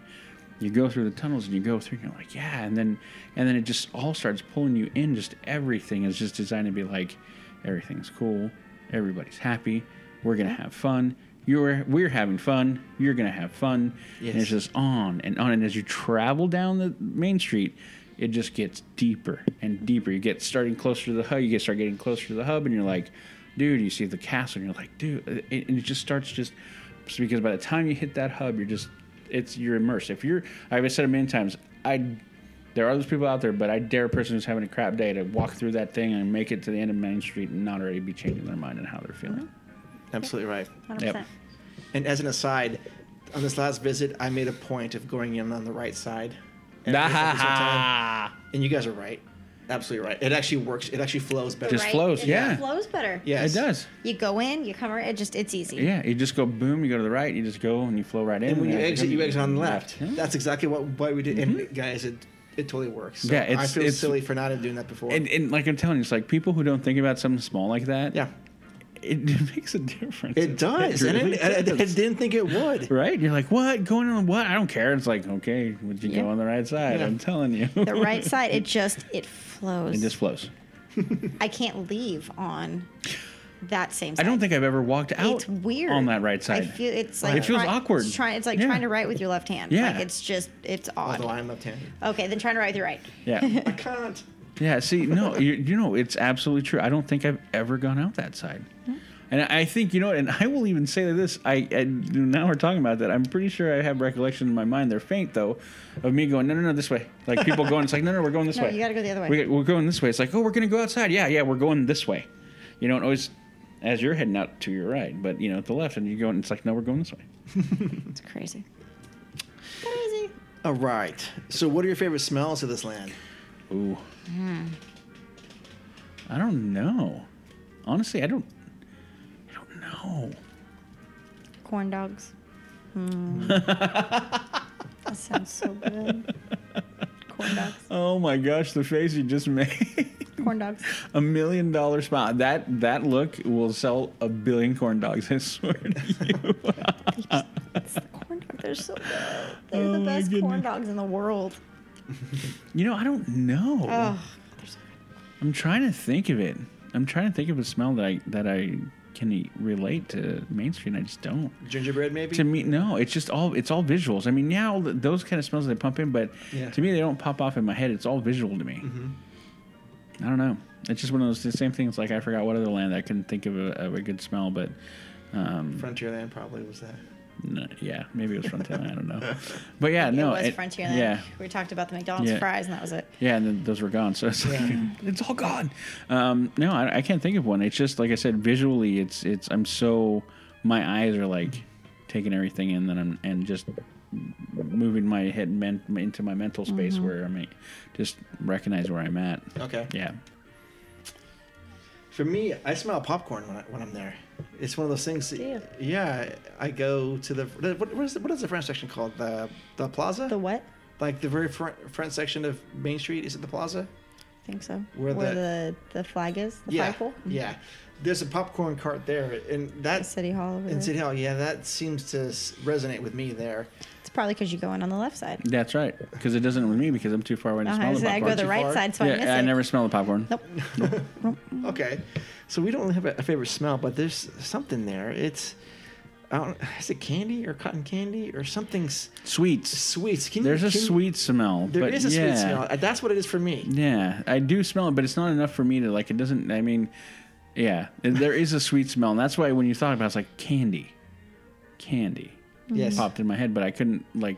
S2: you go through the tunnels, and you go through, and you're like, yeah, and then and then it just all starts pulling you in. Just everything is just designed to be like, everything's cool, everybody's happy, we're gonna have fun. You're we're having fun. You're gonna have fun. And it's
S1: Yes.
S2: just on and on. And as you travel down the main street, it just gets deeper and deeper. You get starting closer to the hub. You get start getting closer to the hub, and you're like, dude, you see the castle, and you're like, dude, uh, it- and it just starts just just because by the time you hit that hub, you're just it's you're immersed. If you're, I've said it many times, I there are those people out there, but I dare a person who's having a crap day to walk through that thing and make it to the end of Main Street and not already be changing their mind and how they're feeling.
S1: Absolutely right.
S3: 100%.
S2: Yep.
S1: And as an aside, on this last visit, I made a point of going in on the right side. every single time. And you guys are right. Absolutely right. It actually works. It actually flows better.
S2: Just flows,
S3: It
S2: yeah.
S3: flows better.
S1: Yes.
S2: It does.
S3: You go in, you come around, it just, it's easy.
S2: Yeah, you just go boom, you go to the right, you just go and you flow right in.
S1: And when you
S2: out the
S1: exit,
S2: door,
S1: you exit on the left.
S2: Yeah. Mm-hmm.
S1: That's exactly what why we did. And guys, it it totally works. So
S2: Yeah, it's-
S1: I feel
S2: it's-
S1: silly for not doing that before.
S2: and, and like I'm telling you, it's like people who don't think about something small like that.
S1: yeah,
S2: it, makes a difference.
S1: it does. and
S2: really
S1: it, I, I
S2: does.
S1: didn't think it would.
S2: Right? You're like, what? Going on what? I don't care. It's like, okay, would you
S3: Yeah.
S2: go on the right side?
S1: Yeah.
S2: I'm telling you.
S3: The right side, it just, it flows.
S2: it just flows.
S3: I can't leave on that same
S2: I
S3: side.
S2: don't think I've ever walked out
S3: it's weird
S2: on that right side.
S3: I feel it's like
S2: It feels awkward.
S3: It's, try, it's like
S2: Yeah.
S3: trying to write with your left hand.
S2: Yeah.
S3: like it's just it's
S1: Although
S3: odd.
S1: I'm left-handed,
S3: Okay, then trying to write with your right.
S2: yeah.
S1: I can't.
S2: Yeah, see, no, you, you know, it's absolutely true. I don't think I've ever gone out that side.
S3: Hmm.
S2: And I I think, you know, and I will even say this, I, I now we're talking about that. I'm pretty sure I have recollection in my mind, they're faint though, of me going, no, no, no, this way. Like people going, it's like, no, no, we're going this
S3: No,
S2: way.
S3: you gotta go the other way.
S2: We, we're going this way. It's like, oh, we're going to go outside. Yeah, yeah, we're going this way. You know, and always as you're heading out to your right, but, you know, to the left, and you're going, it's like, no, we're going this way.
S3: It's crazy. Crazy.
S1: All right. So, what are your favorite smells of this land?
S2: Ooh.
S3: Hmm.
S2: I don't know. Honestly, I don't. I don't know.
S3: Corn dogs. Mm. that sounds so good. Corn dogs.
S2: Oh my gosh, the face you just made.
S3: Corn dogs.
S2: a million dollar smile. That that look will sell a billion corn dogs, I swear to you.
S3: They just- it's the corn dog. They're so good. They're
S2: Oh,
S3: the
S2: my
S3: best corn
S2: goodness.
S3: dogs in the world.
S2: you know, I don't know.
S3: Oh,
S2: I'm trying to think of it. I'm trying to think of a smell that I that I can e, relate to Main Street and I just don't.
S1: Gingerbread, maybe.
S2: To me, no. It's just all it's all visuals. I mean, yeah, all th those kind of smells they pump in, but
S1: Yeah.
S2: to me they don't pop off in my head. It's all visual to me. I don't know. It's just one of those the same things. Like I forgot what other land I couldn't think of a, of a good smell, but um,
S1: Frontierland probably was that.
S2: no, yeah, maybe it was Frontierland. I don't know. But yeah, no,
S3: it was
S2: it-
S3: Frontierland.
S2: Yeah,
S3: We talked about the McDonald's
S2: Yeah.
S3: fries, and that was it.
S2: yeah, and then those were gone. So it's like,
S1: Yeah.
S2: it's all gone. Um, no, I, I can't think of one. It's just like I said, visually, it's it's. I'm so my eyes are like taking everything in, that I'm and just moving my head men, into my mental space
S3: Mm-hmm.
S2: where I'm at- just recognize where I'm at.
S1: Okay.
S2: Yeah.
S1: For me, I smell popcorn when, I, when I'm there. It's one of those things. That, yeah. I go to the what, what is the, what is the front section called? The the plaza.
S3: The what?
S1: like the very front front section of Main Street. Is it the plaza?
S3: I think so.
S1: Where
S3: Where,
S1: the-
S3: the, the flag is, the
S1: yeah.
S3: flagpole.
S1: Yeah. There's a popcorn cart there, and that
S3: City Hall over
S1: in
S3: there.
S1: City Hall. Yeah, that seems to s- resonate with me there.
S3: It's probably because you go in on the left side.
S2: That's right, because it doesn't with me because I'm too far away to
S3: Uh-huh,
S2: smell the
S3: so I
S2: popcorn.
S3: go the
S1: Too
S3: right
S1: far?
S3: side, so I miss
S2: yeah, I
S3: it.
S2: never smell the popcorn.
S3: Nope.
S1: Okay, so we don't have a, a favorite smell, but there's something there. It's I don't, is it candy or cotton candy or something's
S2: Sweets.
S1: sweets? Can you-
S2: There's a
S1: can-
S2: sweet smell.
S1: There
S2: but
S1: is a
S2: yeah.
S1: sweet smell. Uh, That's what it is for
S3: Mm-hmm.
S1: me.
S2: Yeah, I do smell it, but it's not enough for me to like. It doesn't. I mean, yeah, there is a sweet smell, and that's why when you thought about, it, I was like candy, candy
S1: Yes.
S2: popped in my head, but I couldn't like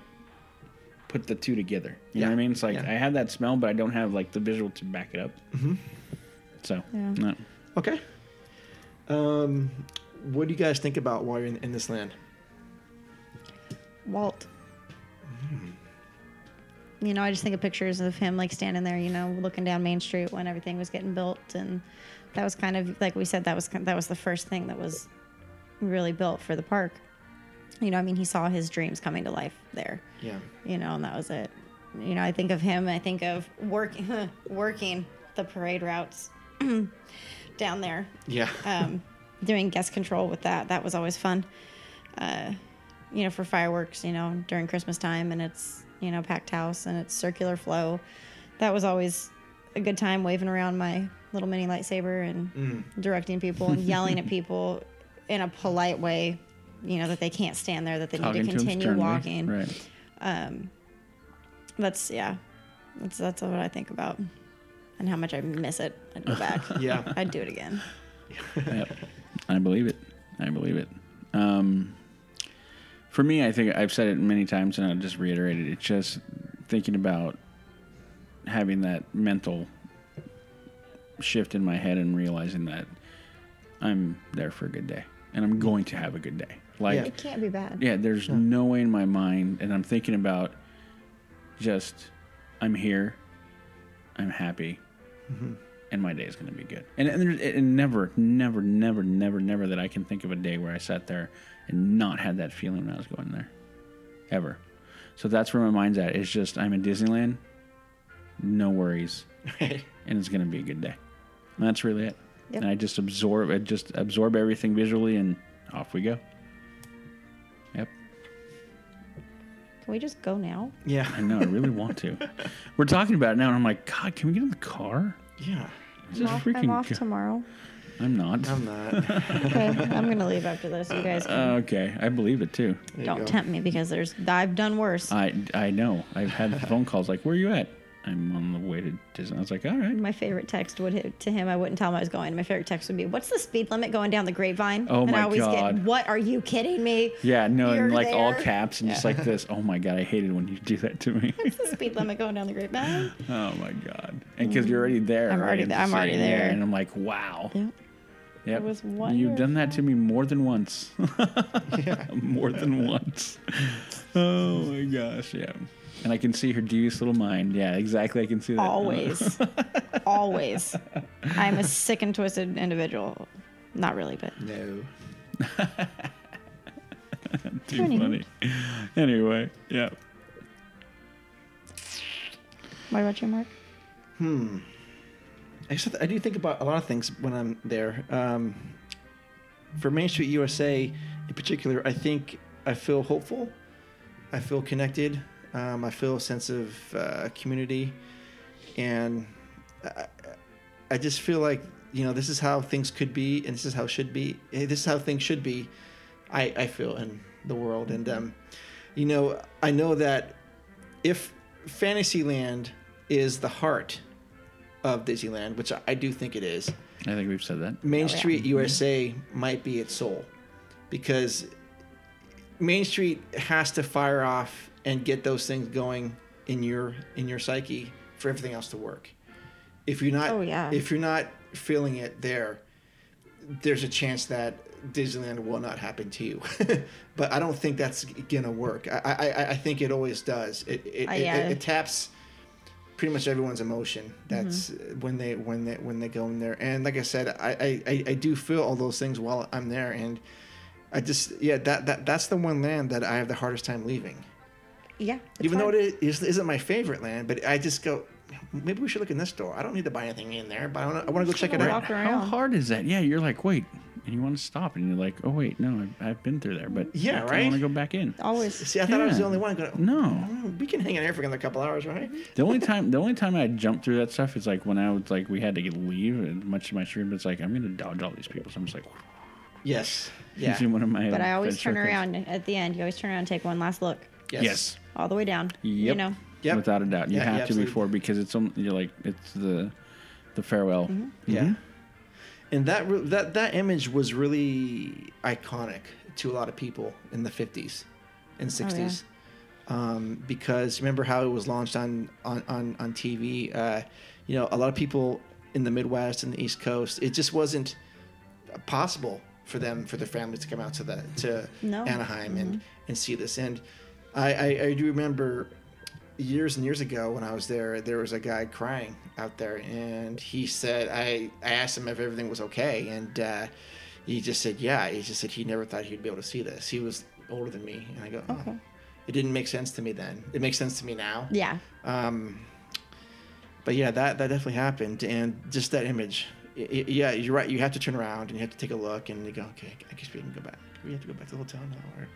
S2: put the two together. You
S1: Yeah,
S2: know what I mean? It's like
S1: yeah.
S2: I have that smell, but I don't have like the visual to back it up. Mm-hmm. So
S3: Yeah.
S2: no.
S1: Okay. Um, what do you guys think about while you're in, in this land?
S3: Walt. You know, I just think of pictures of him like standing there, you know, looking down Main Street when everything was getting built, and that was kind of like we said that was kin- that was the first thing that was really built for the park. You know, I mean, he saw his dreams coming to life there,
S1: Yeah.
S3: you know, and that was it. You know, I think of him. I think of work, working the parade routes down there,
S1: Yeah.
S3: um, doing guest control with that. That was always fun. Uh, you know, for fireworks. You know, during Christmas time, and it's you know packed house and it's circular flow. That was always a good time waving around my little mini lightsaber and directing people and yelling at people in a polite way. You know that they can't stand there. That they need to
S2: him
S3: continue
S2: sternly.
S3: walking.
S2: Right.
S3: That's yeah. That's that's what I think about, and how much I miss it. I'd go back.
S1: Yeah.
S3: I'd do it again.
S2: I believe it. I believe it. Um, for me, I think I've said it many times, and I'll just reiterate it. It's just thinking about having that mental shift in my head and realizing that I'm there for a good day, and I'm going to have a good day. Like,
S1: Yeah.
S3: It can't be bad.
S2: yeah, there's no. way in my mind, and I'm thinking about just I'm here, I'm happy, and my day is going to be good. And, and, there's, and never, never, never, never, never that I can think of a day where I sat there and not had that feeling when I was going there, ever. So that's where my mind's at. It's just I'm in Disneyland, no worries, and it's going to be a good day. And that's really it.
S3: Yep.
S2: And I just absorb, I just absorb everything visually, and off we go. Yep.
S3: Can we just go now?
S1: yeah.
S2: I know. I really want to. We're talking about it now, and I'm like, God, can we get in the car?
S1: Yeah.
S2: This is
S3: I'm off,
S2: freaking
S3: I'm off
S2: go-
S3: tomorrow.
S2: I'm not.
S1: I'm not.
S3: Okay, I'm gonna leave after this. You guys
S2: Uh,
S3: can,
S2: okay, I believe it too.
S3: don't tempt me because there's I've done worse.
S2: I I know. I've had phone calls like, "Where are you at?" I'm on the way to Disney. I was like, "All right."
S3: my favorite text would hit to him. I wouldn't tell him I was going. My favorite text would be, "What's the speed limit going down the grapevine?"
S2: Oh
S3: and
S2: my
S3: I always
S2: God.
S3: get, "What are you kidding me?"
S2: Yeah, no,
S3: You're
S2: and like all
S3: there.
S2: caps and just like this. Oh my God, I hated when you do that to me.
S3: What's the speed limit going down the grapevine?
S2: oh my God, and because you're already there.
S3: I'm
S2: right?
S3: already
S2: It's
S3: th-
S2: just
S3: I'm already
S2: yeah,
S3: there.
S2: and I'm like, wow.
S3: Yeah.
S2: Yep.
S3: It was
S2: You've done that to me more than once. more than once. Oh my gosh, yeah. And I can see her devious little mind. Yeah, exactly. I can see that.
S3: Always, always. I'm a sick and twisted individual. Not really, but
S1: no.
S2: Too funny. Anyway, yeah.
S3: what about you, Mark?
S1: I, just, I do think about a lot of things when I'm there. Um, for Main Street USA in particular, I think I feel hopeful. I feel connected. Um, I feel a sense of uh, community. And I, I just feel like, you know, this is how things could be and this is how should be. eh, This is how things should be, I, I feel, in the world. And, um, you know, I know that if Fantasyland is the heart of Disneyland, which I- I do think it is,
S2: I think we've said that.
S3: Oh,
S1: Main Street
S3: Mm-hmm.
S1: USA might be its soul because Main Street has to fire off and get those things going in your in your psyche for everything else to work. If you're not
S3: Oh, yeah.
S1: if you're not feeling it there, there's a chance that Disneyland will not happen to you. but I don't think that's gonna work. I I, I- I think it always does. It it,
S3: Uh,
S1: it,
S3: yeah.
S1: it, it taps pretty much everyone's emotion. That's
S2: Mm-hmm.
S1: when they when they when they go in there. And like I said, I, I- I I do feel all those things while I'm there. And I just yeah that that that's the one land that I have the hardest time leaving.
S3: Yeah.
S1: Even though it is, isn't my favorite land, but I just go. Maybe we should look in this store. I don't need to buy anything in there, but I want to I wanna go check it out.
S3: walk
S2: How
S3: around.
S2: hard is that? Yeah, you're like, wait. And you want to stop, and you're like, oh, wait, no, I've, I've been through there, but
S1: Yeah,
S2: I
S1: right?
S2: want to go back in.
S3: Always.
S1: See, I thought I was the
S2: Yeah.
S1: only one. Going,
S2: No.
S1: Mm, we can hang in here for another couple hours, right?
S2: The only time, the only time I jumped through that stuff is like when I was like, we had to leave, and much to my stream, it's like I'm gonna dodge all these people. So I'm just like,
S1: Yes. Yeah.
S2: using one of my.
S3: But I always
S2: fed
S3: turn
S2: circles.
S3: around at the end. You always turn around and take one last look,
S1: Yes.
S2: Yes.
S3: all the way down. You
S2: Yep.
S3: know,
S1: Yep.
S2: Without a doubt, you
S1: Yeah,
S2: have
S1: yeah,
S2: to
S1: absolutely.
S2: before because it's um, you're like it's the the farewell.
S3: Mm-hmm.
S1: Yeah. And that re- that that image was really iconic to a lot of people in the 50s and 60s. Um, because remember how it was launched on on on, on TV, uh, you know, a lot of people in the Midwest and the East Coast, it just wasn't possible for them for their families to come out to the to
S3: No.
S1: Anaheim and and see this. And I, I I do remember years and years ago when I was there, there was a guy crying out there, and he said I I asked him if everything was okay, and uh, he just said yeah. He just said he never thought he'd be able to see this. He was older than me, and I go. "Oh." It didn't make sense to me then. It makes sense to me now.
S3: Yeah.
S1: Um, But yeah, that that definitely happened, and just that image. Y- y- yeah, you're right. You have to turn around and you have to take a look, and you go, okay, I guess we can go back. We have to go back to the hotel now, or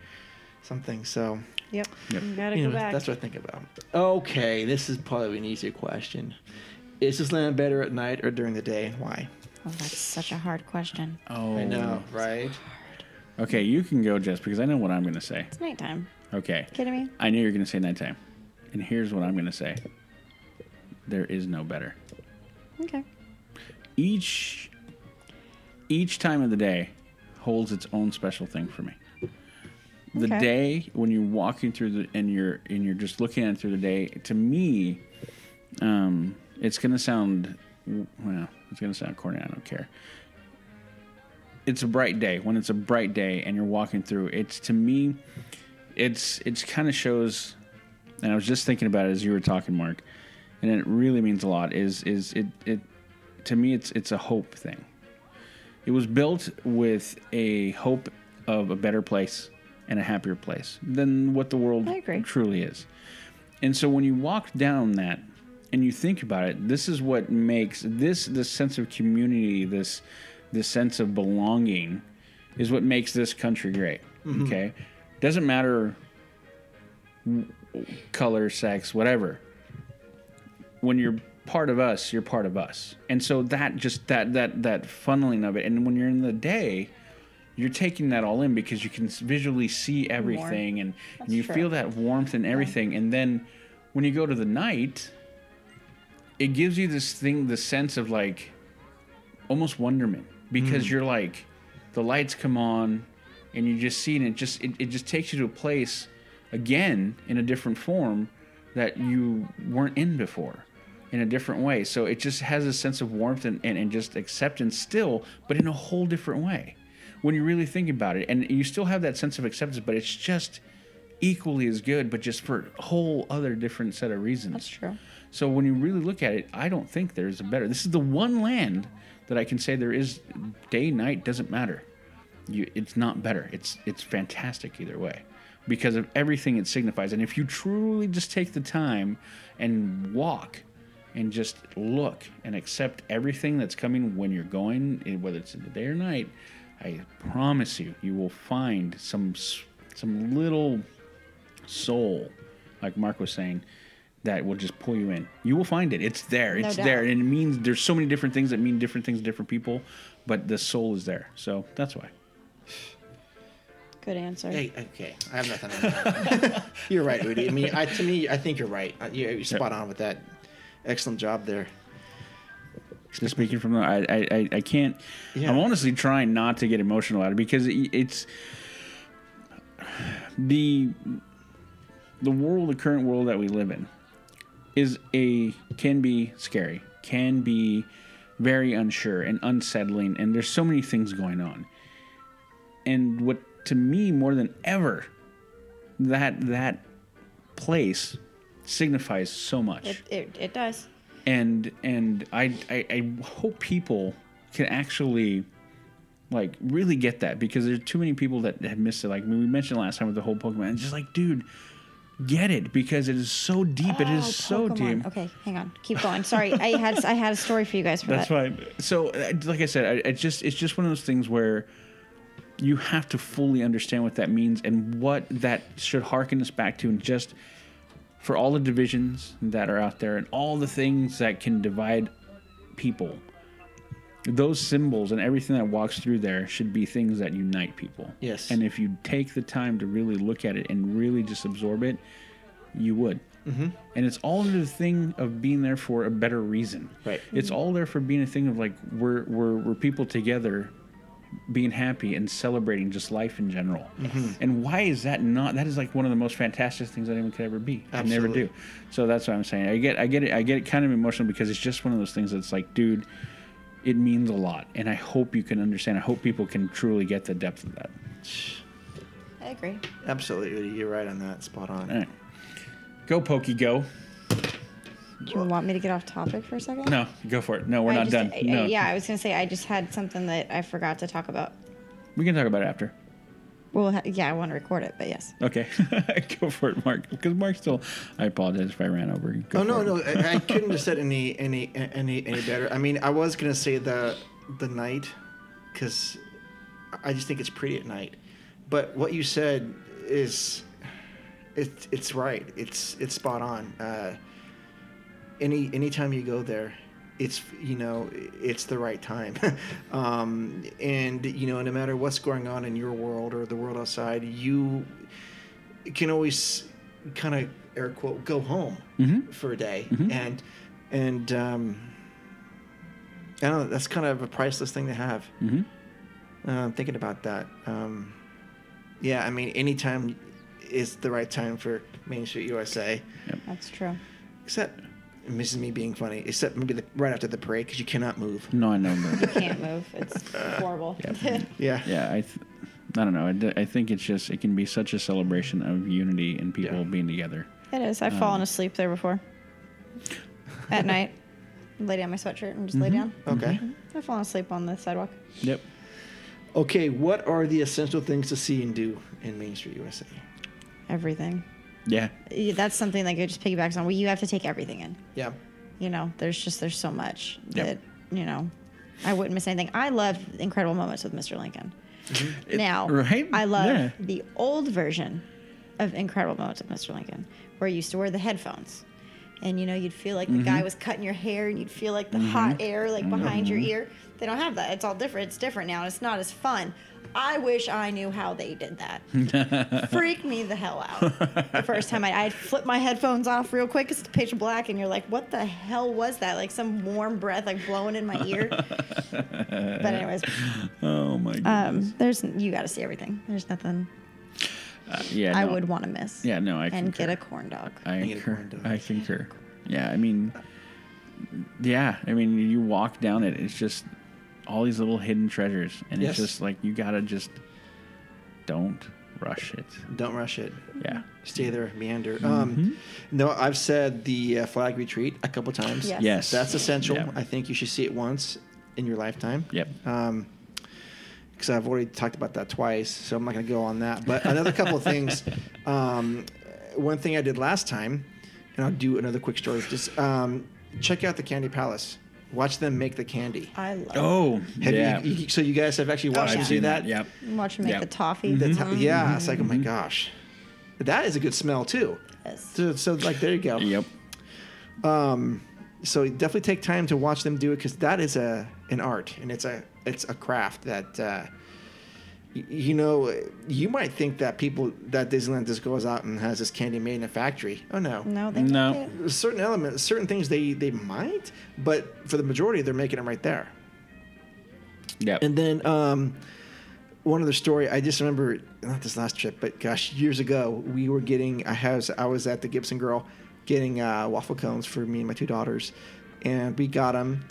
S1: something. So
S3: Yep.
S8: You gotta
S1: you
S8: go
S1: know,
S8: back.
S1: that's what I think about. Okay, this is probably an easier question. Is this land better at night or during the day, and why?
S3: Oh, that's such a hard question.
S2: Oh,
S1: I know, right?
S2: Okay, you can go, Jess, because I know what I'm going to say.
S3: It's nighttime.
S2: Okay.
S3: Kidding me?
S2: I knew you were going to say nighttime. And here's what I'm going to say there is no better.
S3: Okay.
S2: Each each time of the day holds its own special thing for me. The
S3: Okay.
S2: day when you're walking through the and you're and you're just looking at it through the day, to me, um, it's gonna sound well, it's gonna sound corny. I don't care. It's a bright day. When it's a bright day and you're walking through, it's to me, it's it's kind of shows. And I was just thinking about it as you were talking, Mark, and it really means a lot. Is is it it to me? It's it's a hope thing. It was built with a hope of a better place and a happier place than what the world
S3: I agree.
S2: truly is. And so when you walk down that and you think about it, this is what makes this this sense of community, this this sense of belonging is what makes this country great. Okay? Doesn't matter w- color, sex, whatever. When you're part of us, you're part of us. And so that just that that that funneling of it and when you're in the day, you're taking that all in because you can s- visually see everything and, and you
S3: true.
S2: feel that warmth and everything and then when you go to the night it gives you this thing the sense of like almost wonderment because you're like the lights come on and you just see and it just it, it just takes you to a place again in a different form that you weren't in before in a different way so it just has a sense of warmth and, and, and just acceptance still but in a whole different way when you really think about it and you still have that sense of acceptance but it's just equally as good but just for a whole other different set of reasons
S3: That's true.
S2: so when you really look at it, I don't think there's a better. This is the one land that I can say there is day night doesn't matter. You, it's not better. It's it's fantastic either way because of everything it signifies. And if you truly just take the time and walk and just look and accept everything that's coming when you're going, eh, whether it's in the day or night, I promise you, you will find some s- some little soul, like Mark was saying, that will just pull you in. You will find it. It's there.
S3: No
S2: It's
S3: doubt.
S2: there. And it means there's so many different things that mean different things to different people, but the soul is there. So that's why.
S3: Good answer.
S1: Hey, okay, I have nothing. on that. you're right, Udi. I mean, I, to me, I think you're right. Uh, You're you're spot on with that. Excellent job there.
S2: Just speaking from the, I, I, I- I can't.
S1: Yeah.
S2: I'm honestly trying not to get emotional at it because it, it's the the world, the current world that we live in, is a can be scary, can be very unsure and unsettling, and there's so many things going on. And what to me more than ever, that that place signifies so much
S3: It, it, it does.
S2: and and I, I I hope people can actually like really get that because there's too many people that have missed it. Like we mentioned last time with the whole Pokemon, it's just like, dude, get it because it is so deep. it
S3: Oh,
S2: is so
S3: Pokemon.
S2: deep.
S3: Okay, hang on. Keep going. Sorry, I had I had a story for you guys for
S2: That's
S3: that.
S2: why. So, uh, like I said, I, I just it's just one of those things where you have to fully understand what that means and what that should harken us back to, and just for all the divisions that are out there and all the things that can divide people, those symbols and everything that walks through there should be things that unite people.
S1: Yes.
S2: And if you take the time to really look at it and really just absorb it, you would. Mm-hmm. And it's all the thing of being there for a better reason.
S1: Right.
S2: It's all there for being a thing of like we're we're we're people together, being happy and celebrating just life in general.
S1: Mm-hmm.
S2: And why is that not? That is like one of the most fantastic things that anyone could ever be. I never
S1: Absolutely.
S2: do. So that's what I'm saying. I get I get it I get it kind of emotional because it's just one of those things that's like, dude. It means a lot, and I hope you can understand. I hope people can truly get the depth of that.
S3: I agree.
S1: Absolutely, you're right on that. Spot on.
S2: All right, go Pokey, go.
S3: Do you want me to get off topic for a second?
S2: No, go for it. No, we're
S3: I
S2: not
S3: just-
S2: done.
S3: I- I-
S2: no,
S3: yeah, I was gonna say I just had something that I forgot to talk about.
S2: we can talk about it after.
S3: Well, ha- yeah, I want to record it, but yes.
S2: Okay, go for it, Mark. Because Mark's still. I apologize if I ran over. you. Go
S1: Oh no,
S2: for it.
S1: no, I, I couldn't have said any, any, any, any better. I mean, I was gonna say the the night, because I just think it's pretty at night. But what you said is, it's it's right. It's it's spot on. Uh, any anytime you go there, it's you know it's the right time, um, and you know no matter what's going on in your world or the world outside, you can always kind of air quote go home
S2: Mm-hmm.
S1: for a day and and um i don't know that's kind of a priceless thing to have mm-hmm. uh, i'm thinking about that um yeah i mean anytime is the right time for main street usa
S3: That's true.
S1: except and this is me being funny except maybe the, right after the parade because you cannot move
S2: No, I know. But
S3: Can't move. It's horrible.
S1: yeah
S2: yeah, I. Th- I don't know. I, d- I think it's just it can be such a celebration of unity and people
S1: Yeah.
S2: being together.
S3: It is. I've fallen asleep there before. At night, lay down my sweatshirt and just lay down.
S1: okay
S2: Mm-hmm.
S3: I've fallen asleep on the sidewalk.
S2: Yep.
S1: okay what are the essential things to see and do in main street usa
S3: Everything.
S2: Yeah.
S3: Yeah, That's something that it just piggybacks on. Well, you have to take everything in.
S1: yeah
S3: You know, there's just there's so much
S2: Yep.
S3: that you know. I wouldn't miss anything. I love incredible moments with Mr. Lincoln. now,
S2: right?
S3: I love
S2: Yeah.
S3: the old version of Incredible Moments with Mr. Lincoln, where you used to wear the headphones. And you know, you'd feel like the
S2: Mm-hmm.
S3: guy was cutting your hair and you'd feel like the hot air like behind
S2: Mm-hmm.
S3: your ear. They don't have that. It's all different. It's different now and it's not as fun. I wish I knew how they did that. Freaked me the hell out. The first time I, I'd flip my headphones off real quick, it's pitch black, and you're like, what the hell was that? Like some warm breath like blowing in my ear. but, anyways,
S2: Oh my god.
S3: um, there's you got to see everything. There's nothing
S2: Uh, yeah.
S3: I
S2: no.
S3: would want to miss.
S2: Yeah, no, I
S3: and
S2: concur.
S3: get a corn dog.
S2: I
S1: get a
S2: concur.
S1: corn dog.
S2: I concur. Yeah, I mean, yeah, I mean, you walk down it, it's just all these little hidden treasures, and
S1: Yes.
S2: it's just like you gotta just don't rush it.
S1: don't rush it
S2: Yeah,
S1: stay there, meander.
S2: Mm-hmm.
S1: Um, no, I've said the uh, flag retreat a couple times.
S3: Yes.
S2: Yes.
S1: that's essential.
S2: Yeah.
S1: I think you should see it once in your lifetime.
S2: Yep.
S1: Um, because I've already talked about that twice, so I'm not going to go on that. But another couple of things. Um, one thing I did last time, and I'll do another quick story. Just um, check out the Candy Palace. Watch them make the candy.
S3: I love
S2: Oh,
S1: Have
S2: yeah. Oh,
S1: you, you- so you guys have actually watched them
S3: I've
S1: do
S3: seen
S1: that?
S2: Yep.
S3: watch him make
S2: Yeah. Mm-hmm.
S3: the toffee.
S1: That's how- yeah. It's like, oh my gosh, that is a good smell too.
S3: Yes.
S1: So, so like, there you go.
S2: Yep.
S1: so definitely take time to watch them do it because that is a an art and it's a it's a craft that uh, y- you know you might think that people that Disneyland just goes out and has this candy made in a factory. Oh no,
S3: No, they
S2: No.
S3: make it.
S1: certain elements, certain things they they might, but for the majority they're making them right there.
S2: Yep.
S1: And then um, one other story. I just remember not this last trip, but gosh, years ago we were getting. I has I was at the Gibson Girl getting uh, waffle cones for me and my two daughters, and we got them.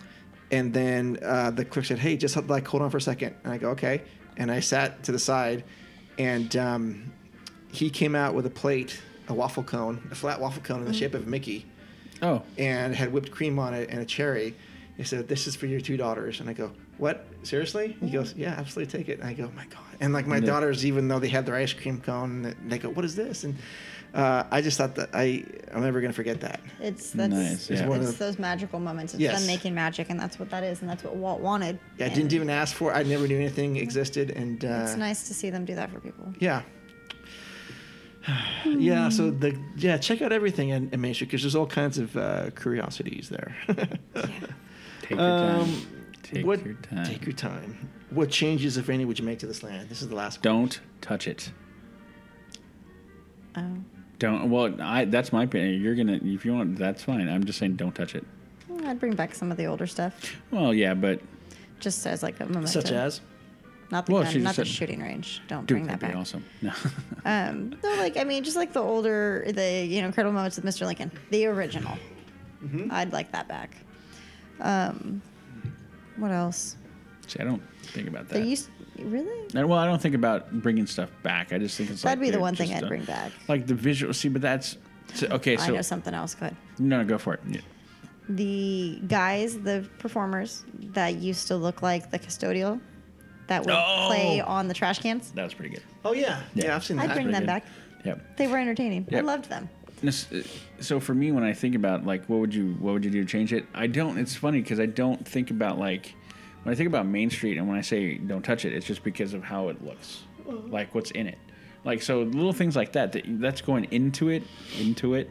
S1: And then uh, the clerk said, "Hey, just like hold on for a second. And I go, "Okay." And I sat to the side, and um, he came out with a plate, a waffle cone, a flat waffle cone in the shape of a Mickey
S2: oh,
S1: and it had whipped cream on it and a cherry. He said, "This is for your two daughters." And I go, "What? Seriously?" He goes, "Yeah, absolutely, take it." And I go, "My God!" And like my daughters, even though they had their ice cream cone, they go, "What is this?" And uh, I just thought that I I'm never gonna forget that.
S3: It's that's
S2: Nice, yeah. It's
S1: one
S3: it's
S1: of-
S3: those magical moments. It's
S1: Yes.
S3: them making magic, and that's what that is, and that's what Walt wanted.
S1: Yeah, I
S3: And
S1: didn't even ask for. it. I never knew anything existed, and uh,
S3: It's nice to see them do that for people.
S1: yeah. Yeah, so the yeah, check out everything in, in Main Street because there's all kinds of uh, curiosities there.
S2: take your time.
S1: Um,
S2: take
S1: What-
S2: your time.
S1: Take your time. What changes, if any, would you make to this land? This is the last.
S2: Don't touch it.
S3: Oh,
S2: Don't. Well, I. That's my opinion. You're gonna. If you want, that's fine. I'm just saying, don't touch it.
S3: Well, I'd bring back some of the older stuff,
S2: Well, yeah, but
S3: just as like a moment.
S1: Such as?
S3: not the
S2: Well, she
S3: gun, not
S2: just
S3: the
S2: said-
S3: shooting range. Don't
S2: dude,
S3: bring
S2: that'd
S3: that
S2: be
S3: back.
S2: awesome. No.
S3: Um, no, like I mean, just like the older, the you know, Incredible Moments with Mr. Lincoln, the original. I'd like that back. Um, what else?
S2: See, I don't think about that.
S3: They used really.
S2: And, well, I don't think about bringing stuff back. I just think it's
S3: That'd
S2: like
S3: be the
S2: they're
S3: one thing
S2: just,
S3: I'd
S2: uh,
S3: bring back.
S2: Like the visual. See, but that's so, okay.
S3: I
S2: So
S3: know something else. Go ahead.
S2: no, no, go for it. Yeah.
S3: The guys, the performers that used to look like the custodial that would
S6: No.
S3: play on the trash cans.
S2: Oh. That was pretty good.
S1: Oh yeah, yeah,
S2: Yeah.
S1: I've seen
S3: I'd
S1: that.
S3: bring
S2: pretty
S3: them
S2: good.
S3: back.
S2: Yep.
S3: They were entertaining. I
S2: Yep.
S3: loved them.
S2: This- uh, so for me when i think about like what would you what would you do to change it i don't it's funny because i don't think about like when i think about main street and when i say don't touch it it's just because of how it looks
S3: Mm-hmm.
S2: like what's in it like so little things like that, that that's going into it into it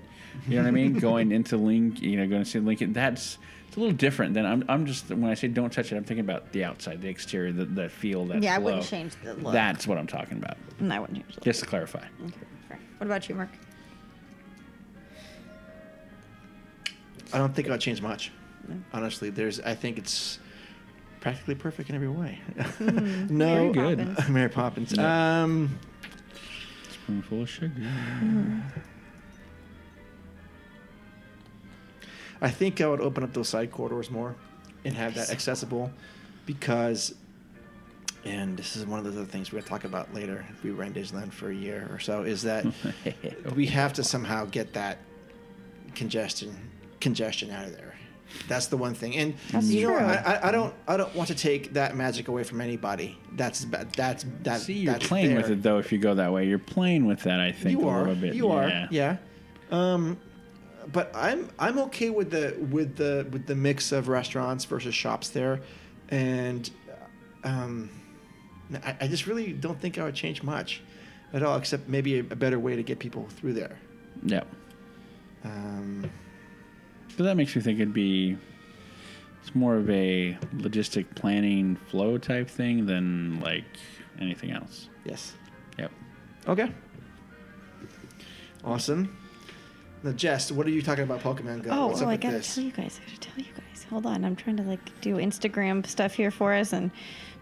S2: you know what i mean going into link you know going to see lincoln that's it's a little different than I'm, I'm just when i say don't touch it i'm thinking about the outside the exterior the, the feel that
S3: Yeah, I wouldn't
S2: flow.
S3: change the look.
S2: that's what i'm talking about
S3: And I wouldn't change the
S2: just to clarify
S3: look. Fair. What about you, Mark?
S1: I don't think I'll change much. Honestly, there's. I think it's practically perfect in every way. no,
S3: Hmm. Mary Good. Poppins.
S1: Mary Poppins. Um,
S2: Spoonful of sugar
S1: I think I would open up those side corridors more and have that accessible because and this is one of those other things we're gonna talk about later if we were in Disneyland for a year or so, is that we have to somehow get that congestion congestion out of there. That's the one thing. And you know,
S3: true.
S1: I, I- I don't I don't want to take that magic away from anybody. That's ba- that's that
S2: See, you're
S1: that's
S2: playing with
S1: there.
S2: it though. If you go that way, you're playing with that. I think
S1: you
S2: a
S1: are
S2: little bit.
S1: you are
S2: Yeah.
S1: yeah um but i'm i'm okay with the with the with the mix of restaurants versus shops there and um i, I just really don't think i would change much at all except maybe a, a better way to get people through there
S2: Yeah.
S1: um
S2: So that makes me think it'd be. It's more of a logistic planning flow type thing than like anything else.
S1: yes
S2: Yep.
S1: okay awesome now jess what are you talking about pokemon go
S3: Oh,
S1: What's
S3: oh
S1: up
S3: I
S1: with
S3: gotta
S1: this?
S3: tell you guys. I gotta tell you guys. Hold on. I'm trying to like do Instagram stuff here for us and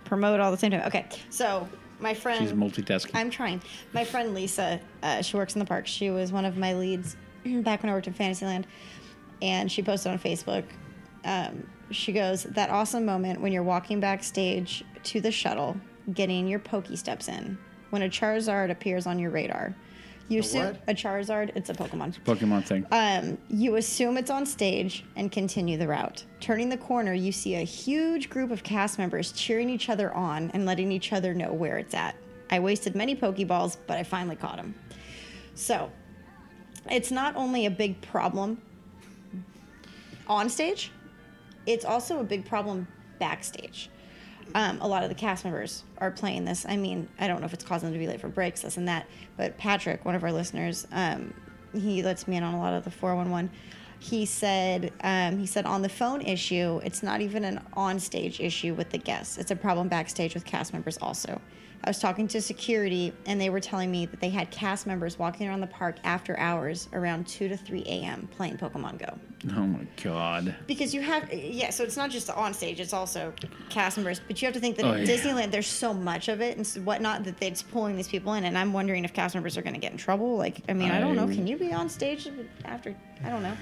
S3: promote all at the same time. Okay. So my friend
S2: She's multitasking.
S3: I'm trying. My friend Lisa, uh, she works in the park. She was one of my leads back when I worked in Fantasyland, and she posted on Facebook. Um, she goes, "That awesome moment when you're walking backstage to the shuttle, getting your Poké steps in, when a Charizard appears on your radar. You assume
S1: what?
S3: a Charizard. It's a Pokemon.
S2: Pokemon thing.
S3: Um, you assume it's on stage and continue the route. Turning the corner, you see a huge group of cast members cheering each other on and letting each other know where it's at. I wasted many Pokeballs, but I finally caught them. So, it's not only a big problem on stage, it's also a big problem backstage. Um, a lot of the cast members are playing this. I mean, I don't know if it's causing them to be late for breaks, this and that, but Patrick, one of our listeners, um, he lets me in on a lot of the 411. He said, um, he said on the phone issue, it's not even an on stage issue with the guests. It's a problem backstage with cast members also. I was talking to security, and they were telling me that they had cast members walking around the park after hours around 2 to 3 a.m. playing Pokemon Go
S2: oh my god.
S3: because you have yeah so it's not just on stage it's also cast members but you have to think that
S2: Oh,
S3: at
S2: yeah.
S3: disneyland there's so much of it and s- whatnot that it's pulling these people in and i'm wondering if cast members are going to get in trouble like i mean I, don't know
S2: I-
S3: can you be on stage after i don't know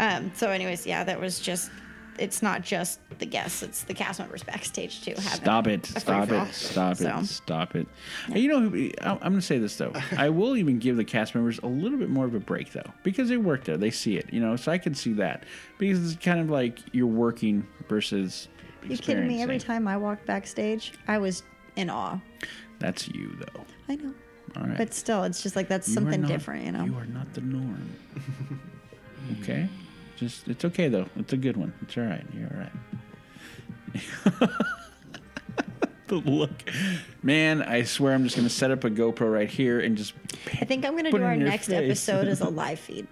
S3: um, so anyways yeah that was just it's not just the guests it's the cast members backstage too having
S2: Stop it!
S3: a
S2: Stop
S3: free-for-all.
S2: it! Stop
S3: So-
S2: it! Stop it! And You know, who- I- I'm going to say this though. I will even give the cast members a little bit more of a break though, because they work there, they see it. You know, so I can see that because it's kind of like you're working versus.
S3: you kidding me every
S2: experiencing.
S3: time i walked backstage i was in awe
S2: That's you though.
S3: i know
S2: All right.
S3: but still it's just like that's
S2: You are
S3: something
S2: not-
S3: different you know
S2: You are not the norm. okay? Just it's okay though. It's a good one. It's all right. You're all right. the look. Man, I swear I'm just going to set up a GoPro right here and just
S3: i think i'm going to
S2: Put
S3: do
S2: it
S3: our
S2: in your
S3: next
S2: face.
S3: episode as a live feed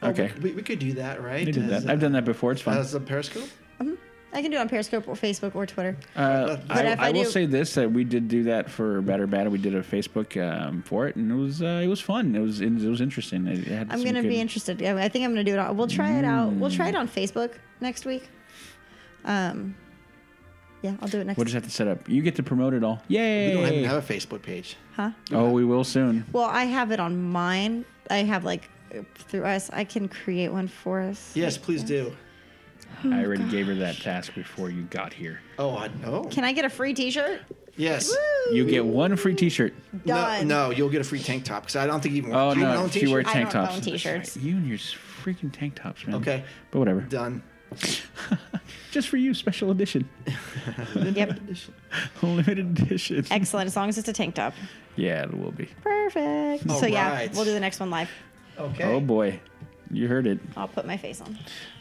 S1: Oh,
S2: Okay.
S1: we, we could do that right
S2: I did
S1: As
S2: that.
S1: a-
S2: I've done that before. It's fun.
S1: as a periscope
S3: I can do it on Periscope or Facebook or Twitter.
S2: Uh, I,
S3: if I
S2: I will
S3: do-
S2: say this: that we did do that for Better Bad. We did a Facebook um, for it, and it was uh, it was fun. It was it was interesting. It had
S3: I'm
S2: some
S3: gonna
S2: good-
S3: be interested. I I think I'm gonna do it. On, we'll try it out. We'll try it on Facebook next week. Um, yeah, I'll do it next.
S2: We'll just have to set up. You get to promote it all. Yay!
S1: we don't even have a facebook page
S3: huh?
S2: oh, we will soon.
S3: Well, I have it on mine. I have like through us. I can create one for us.
S1: yes please do
S3: Oh
S2: I already gave her that task before you got here.
S1: oh i know
S3: Can I get a free T-shirt?
S1: yes
S2: You get one free T-shirt.
S1: No,
S3: Done.
S1: no, you'll get a free tank top because I don't think even
S2: Oh
S1: you
S2: no,
S1: don't
S2: she
S1: teach-
S2: wears
S3: I
S2: tank
S3: don't
S2: tops.
S3: own t-shirts.
S2: You and your freaking tank tops, man.
S1: Okay.
S2: but whatever.
S1: done.
S2: Just for you, special edition,
S3: Yep.
S2: limited edition.
S3: Excellent. As long as it's a tank top.
S2: yeah, it will be.
S3: Perfect.
S1: All
S3: so yeah,
S1: right.
S3: we'll do the next one live.
S1: Okay.
S2: Oh boy, you heard it.
S3: I'll put my face on.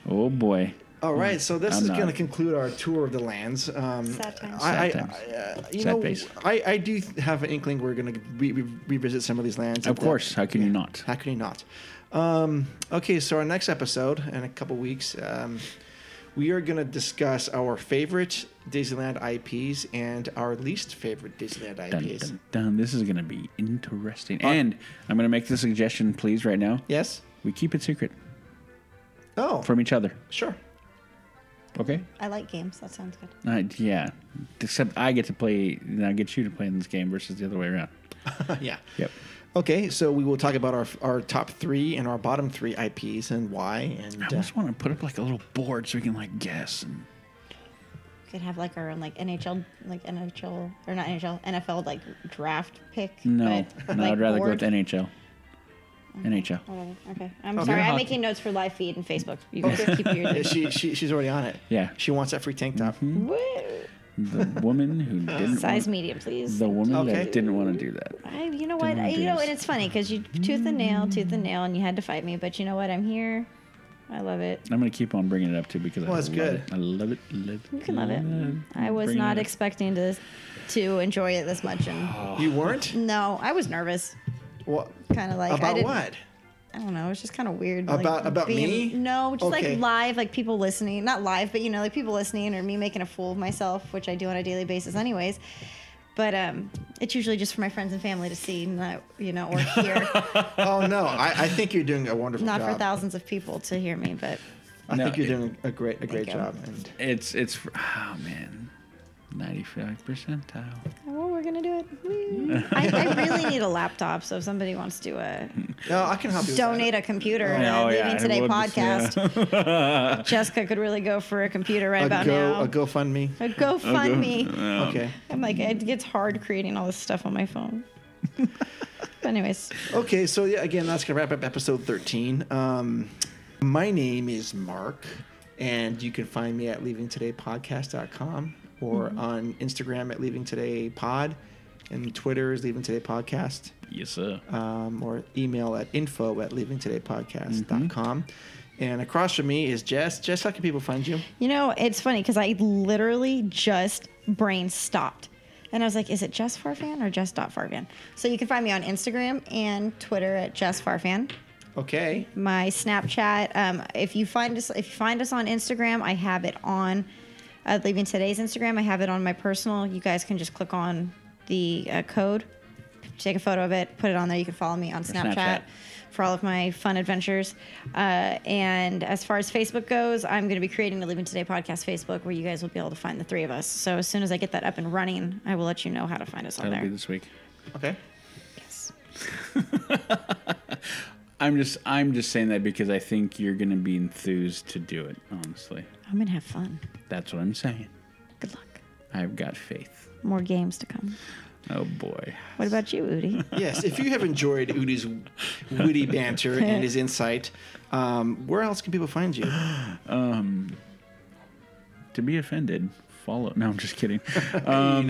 S2: Oh boy.
S1: All right, so this
S2: mm, I'm
S1: is
S2: not.
S1: going to conclude our tour of the lands. Um,
S3: Sad times.
S1: I,
S2: Sad
S1: I-
S2: times.
S1: I, uh, you
S2: Sad
S1: know,
S2: face.
S1: I, I do have an inkling we're going to re- re- revisit some of these lands.
S2: Of
S1: at
S2: course.
S1: the-
S2: How can you not?
S1: How can you not? Um, okay, so our next episode in a couple weeks, um, we are going to discuss our favorite Disneyland IPs and our least favorite Disneyland
S2: Dun,
S1: IPs.
S2: dun, dun. This is going to be interesting. and I'm going to make the suggestion, please, right now.
S1: Yes?
S2: We keep it secret
S1: Oh,
S2: from each other.
S1: sure.
S2: Okay.
S3: I like games. That sounds good.
S2: Uh, yeah. Except I get to play, and I get you to play in this game versus the other way around.
S1: yeah.
S2: Yep.
S1: Okay, so we will talk about our our top three and our bottom three IPs and why. And
S2: I
S1: uh,
S2: almost want to put up like a little board so we can like guess. And
S3: We could have like our own like NHL, like NHL or not NHL, NFL like draft pick.
S2: no,
S3: but,
S2: no,
S3: like,
S2: I'd rather
S3: board.
S2: go with NHL. NHL.
S3: Whatever. Okay. I'm
S1: Oh,
S3: sorry. I'm
S2: hockey.
S3: making notes for live feed and Facebook. You guys keep your.
S1: uh, Yeah, she, she she's already on it.
S2: Yeah. Mm-hmm.
S1: She wants that free tank top.
S3: Woo.
S2: The woman who didn't
S3: Size
S2: want,
S3: medium, please.
S2: Mm, the woman
S1: Okay.
S2: that didn't want to do that.
S3: I, you know what?
S2: Didn't
S3: I,
S2: wanna do
S3: you know,
S2: this.
S3: and it's funny because you tooth and nail, tooth and nail, and you had to fight me. But you know what? I'm here. I love it.
S2: I'm gonna keep on bringing it up too because
S1: Well,
S2: I
S1: that's
S2: love
S1: good.
S2: it. I love it. Love
S3: You can love it. I was
S2: Bring
S3: not
S2: it Oh. up.
S3: expecting to to enjoy it this much, and
S1: Oh. You weren't?
S3: no, I was nervous.
S1: What?
S3: Kind of like I
S1: about
S3: didn't,
S1: what?
S3: I don't know. It's just kind of weird.
S1: About- about me?
S3: No, just
S1: Okay.
S3: like live, like people listening. Not live, but you know, like people listening or me making a fool of myself, which I do on a daily basis, anyways. But um, it's usually just for my friends and family to see, not you know, or hear,
S1: Oh no, I, I think you're doing a wonderful
S3: not
S1: job.
S3: for thousands of people to hear me. But
S1: I
S2: No,
S1: think you're doing a great a great
S3: you.
S1: job. And
S2: It's it's oh man, ninety five percentile.
S3: oh, we're gonna do it. Woo. I, I really need a laptop, so if somebody wants to uh,
S1: no, I can help you.
S3: donate
S1: with
S3: a computer and
S2: Oh,
S3: uh, leaving today podcast. Jessica could really go for a computer right
S1: that.
S3: about
S1: a go
S3: now. Um,
S1: a GoFundMe.
S3: A GoFundMe.
S2: Um,
S1: okay.
S3: I'm like, it gets hard creating all this stuff on my phone. but anyways,
S1: Okay, so yeah, again, that's gonna wrap up episode thirteen. Um, my name is Mark, and you can find me at leavingtodaypodcast.com or on Instagram at leaving today pod, and Twitter is leaving today podcast.
S2: Yes, sir.
S1: um, or email at info at leavingtodaypodcast.com. com, And across from me is Jess. Jess, how can people find you?
S3: you know, it's funny because I literally just brain stopped. And I was like, is it Jess Farfan or Jess dot Farfan? So you can find me on Instagram and Twitter at Jess Farfan.
S1: Okay.
S3: my Snapchat. Um, if you find us, if you find us on Instagram, I have it on. Uh, leaving today's Instagram, I have it on my personal. You guys can just click on the uh, code, take a photo of it, put it on there. You can follow me on Snapchat,
S2: Snapchat.
S3: for all of my fun adventures. Uh, and as far as Facebook goes, I'm going to be creating a Leaving Today podcast Facebook where you guys will be able to find the three of us. So as soon as I get that up and running, I will let you know how to find us on
S2: That'll be
S3: there.
S2: this week.
S1: Okay.
S3: Yes.
S2: I'm just I'm just saying that because I think you're gonna be enthused to do it. Honestly,
S3: I'm going to have fun.
S2: that's what I'm saying.
S3: Good luck.
S2: I've got faith.
S3: More games to come.
S2: Oh boy.
S3: What about you, Udi?
S1: Yes, if you have enjoyed Udi's witty banter and his insight, um, where else can people find you?
S2: To be offended, follow. No, I'm just kidding. Um,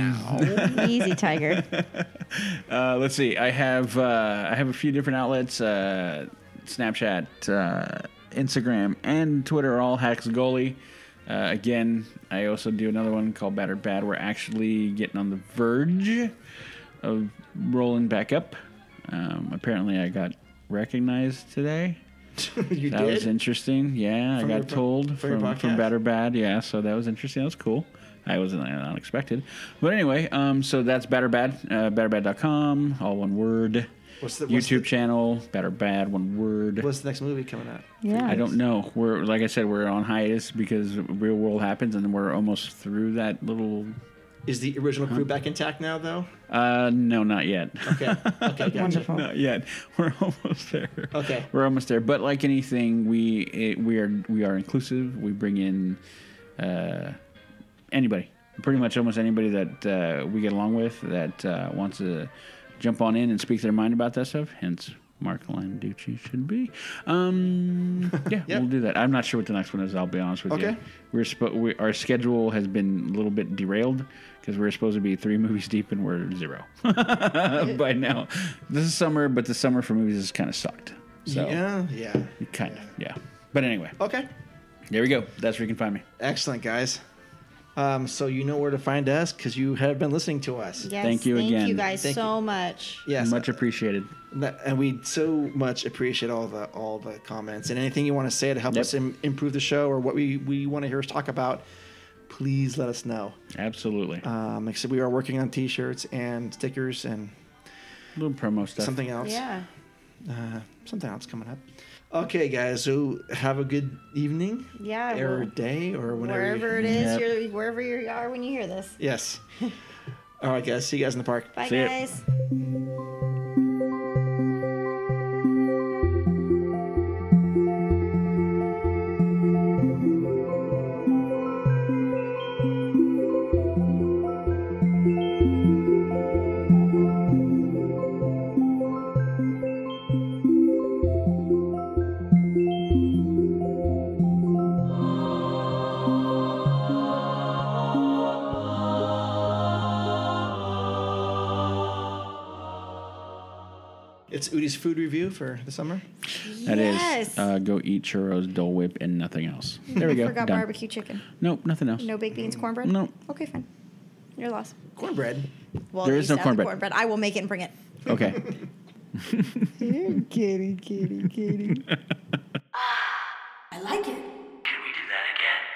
S3: Easy, Tiger.
S2: Uh, let's see. I have uh, I have a few different outlets: uh, Snapchat, uh, Instagram, and Twitter are all hacks goalie. Uh, again, I also do another one called Battered Bad. We're actually getting on the verge of rolling back up. Um, apparently, I got recognized today.
S1: you
S2: That was interesting. Yeah,
S1: From
S2: I
S1: your
S2: got
S1: po-
S2: told
S1: from your
S2: from, from,
S1: podcast?
S2: Better Bad. Yeah, so that was interesting. That was cool. I wasn't uh, unexpected. But anyway, um, so that's Better Bad, uh, BetterBad.com, all one word.
S1: What's the-
S2: YouTube
S1: what's the-
S2: channel, Better Bad, one word.
S1: What's the next movie coming out?
S3: Yeah.
S2: I don't know. We're like I said, we're on hiatus because real world happens, and we're almost through that little.
S1: Is the original crew back intact now, though?
S2: Uh, no, not yet.
S1: Okay. Okay. Gotcha.
S3: Wonderful.
S2: Not yet. We're almost there.
S1: Okay.
S2: We're almost there. But like anything, we it, we are we are inclusive. We bring in uh, anybody, pretty much almost anybody that uh, we get along with that uh, wants to jump on in and speak their mind about that stuff. Hence, Mark Landucci should be. Um, yeah,
S1: Yep.
S2: we'll do that. I'm not sure what the next one is. I'll be honest with you.
S1: Okay.
S2: We're spo- we, our schedule has been a little bit derailed because we're supposed to be three movies deep and we're zero by now. This is summer, but the summer for movies has kind of sucked. So
S1: Yeah, yeah.
S2: kind of, yeah. But anyway,
S1: Okay.
S2: there we go. That's where you can find me.
S1: Excellent, guys. Um, so you know where to find us because you have been listening to us.
S3: Yes,
S2: Thank you
S3: Thank you
S2: again.
S3: guys
S1: Thank
S3: so much.
S1: Yes,
S2: Much appreciated.
S1: That- and we so much appreciate all the all the comments and anything you want to say to help
S2: Yep.
S1: us Im- improve the show or what we we want to hear us talk about. Please let us know.
S2: Absolutely.
S1: Um, except we are working on T-shirts and stickers and
S2: little promo stuff.
S1: something else.
S3: Yeah.
S1: Uh, something else coming up. Okay, guys. So have a good evening.
S3: Yeah,
S1: Or
S3: well,
S1: day or whenever. you-
S3: Wherever it
S2: Yep.
S3: is, you're, wherever you are when you hear this.
S1: Yes. all right, guys. See you guys in the park.
S3: Bye,
S2: See ya.
S3: guys.
S1: It's Udi's food review for the summer.
S2: That is,
S3: Yes.
S2: uh, go eat churros, Dole Whip, and nothing else. There we go.
S3: Forgot
S2: Done.
S3: barbecue chicken.
S2: Nope, nothing else.
S3: No Oh. baked beans, cornbread.
S2: No.
S3: Okay, fine. Your loss.
S1: Cornbread.
S3: Well,
S2: There
S3: you
S2: is no
S3: still have the
S2: cornbread.
S3: cornbread. I will make it and bring it.
S8: I
S2: Okay.
S8: like it.
S9: Can we do that again?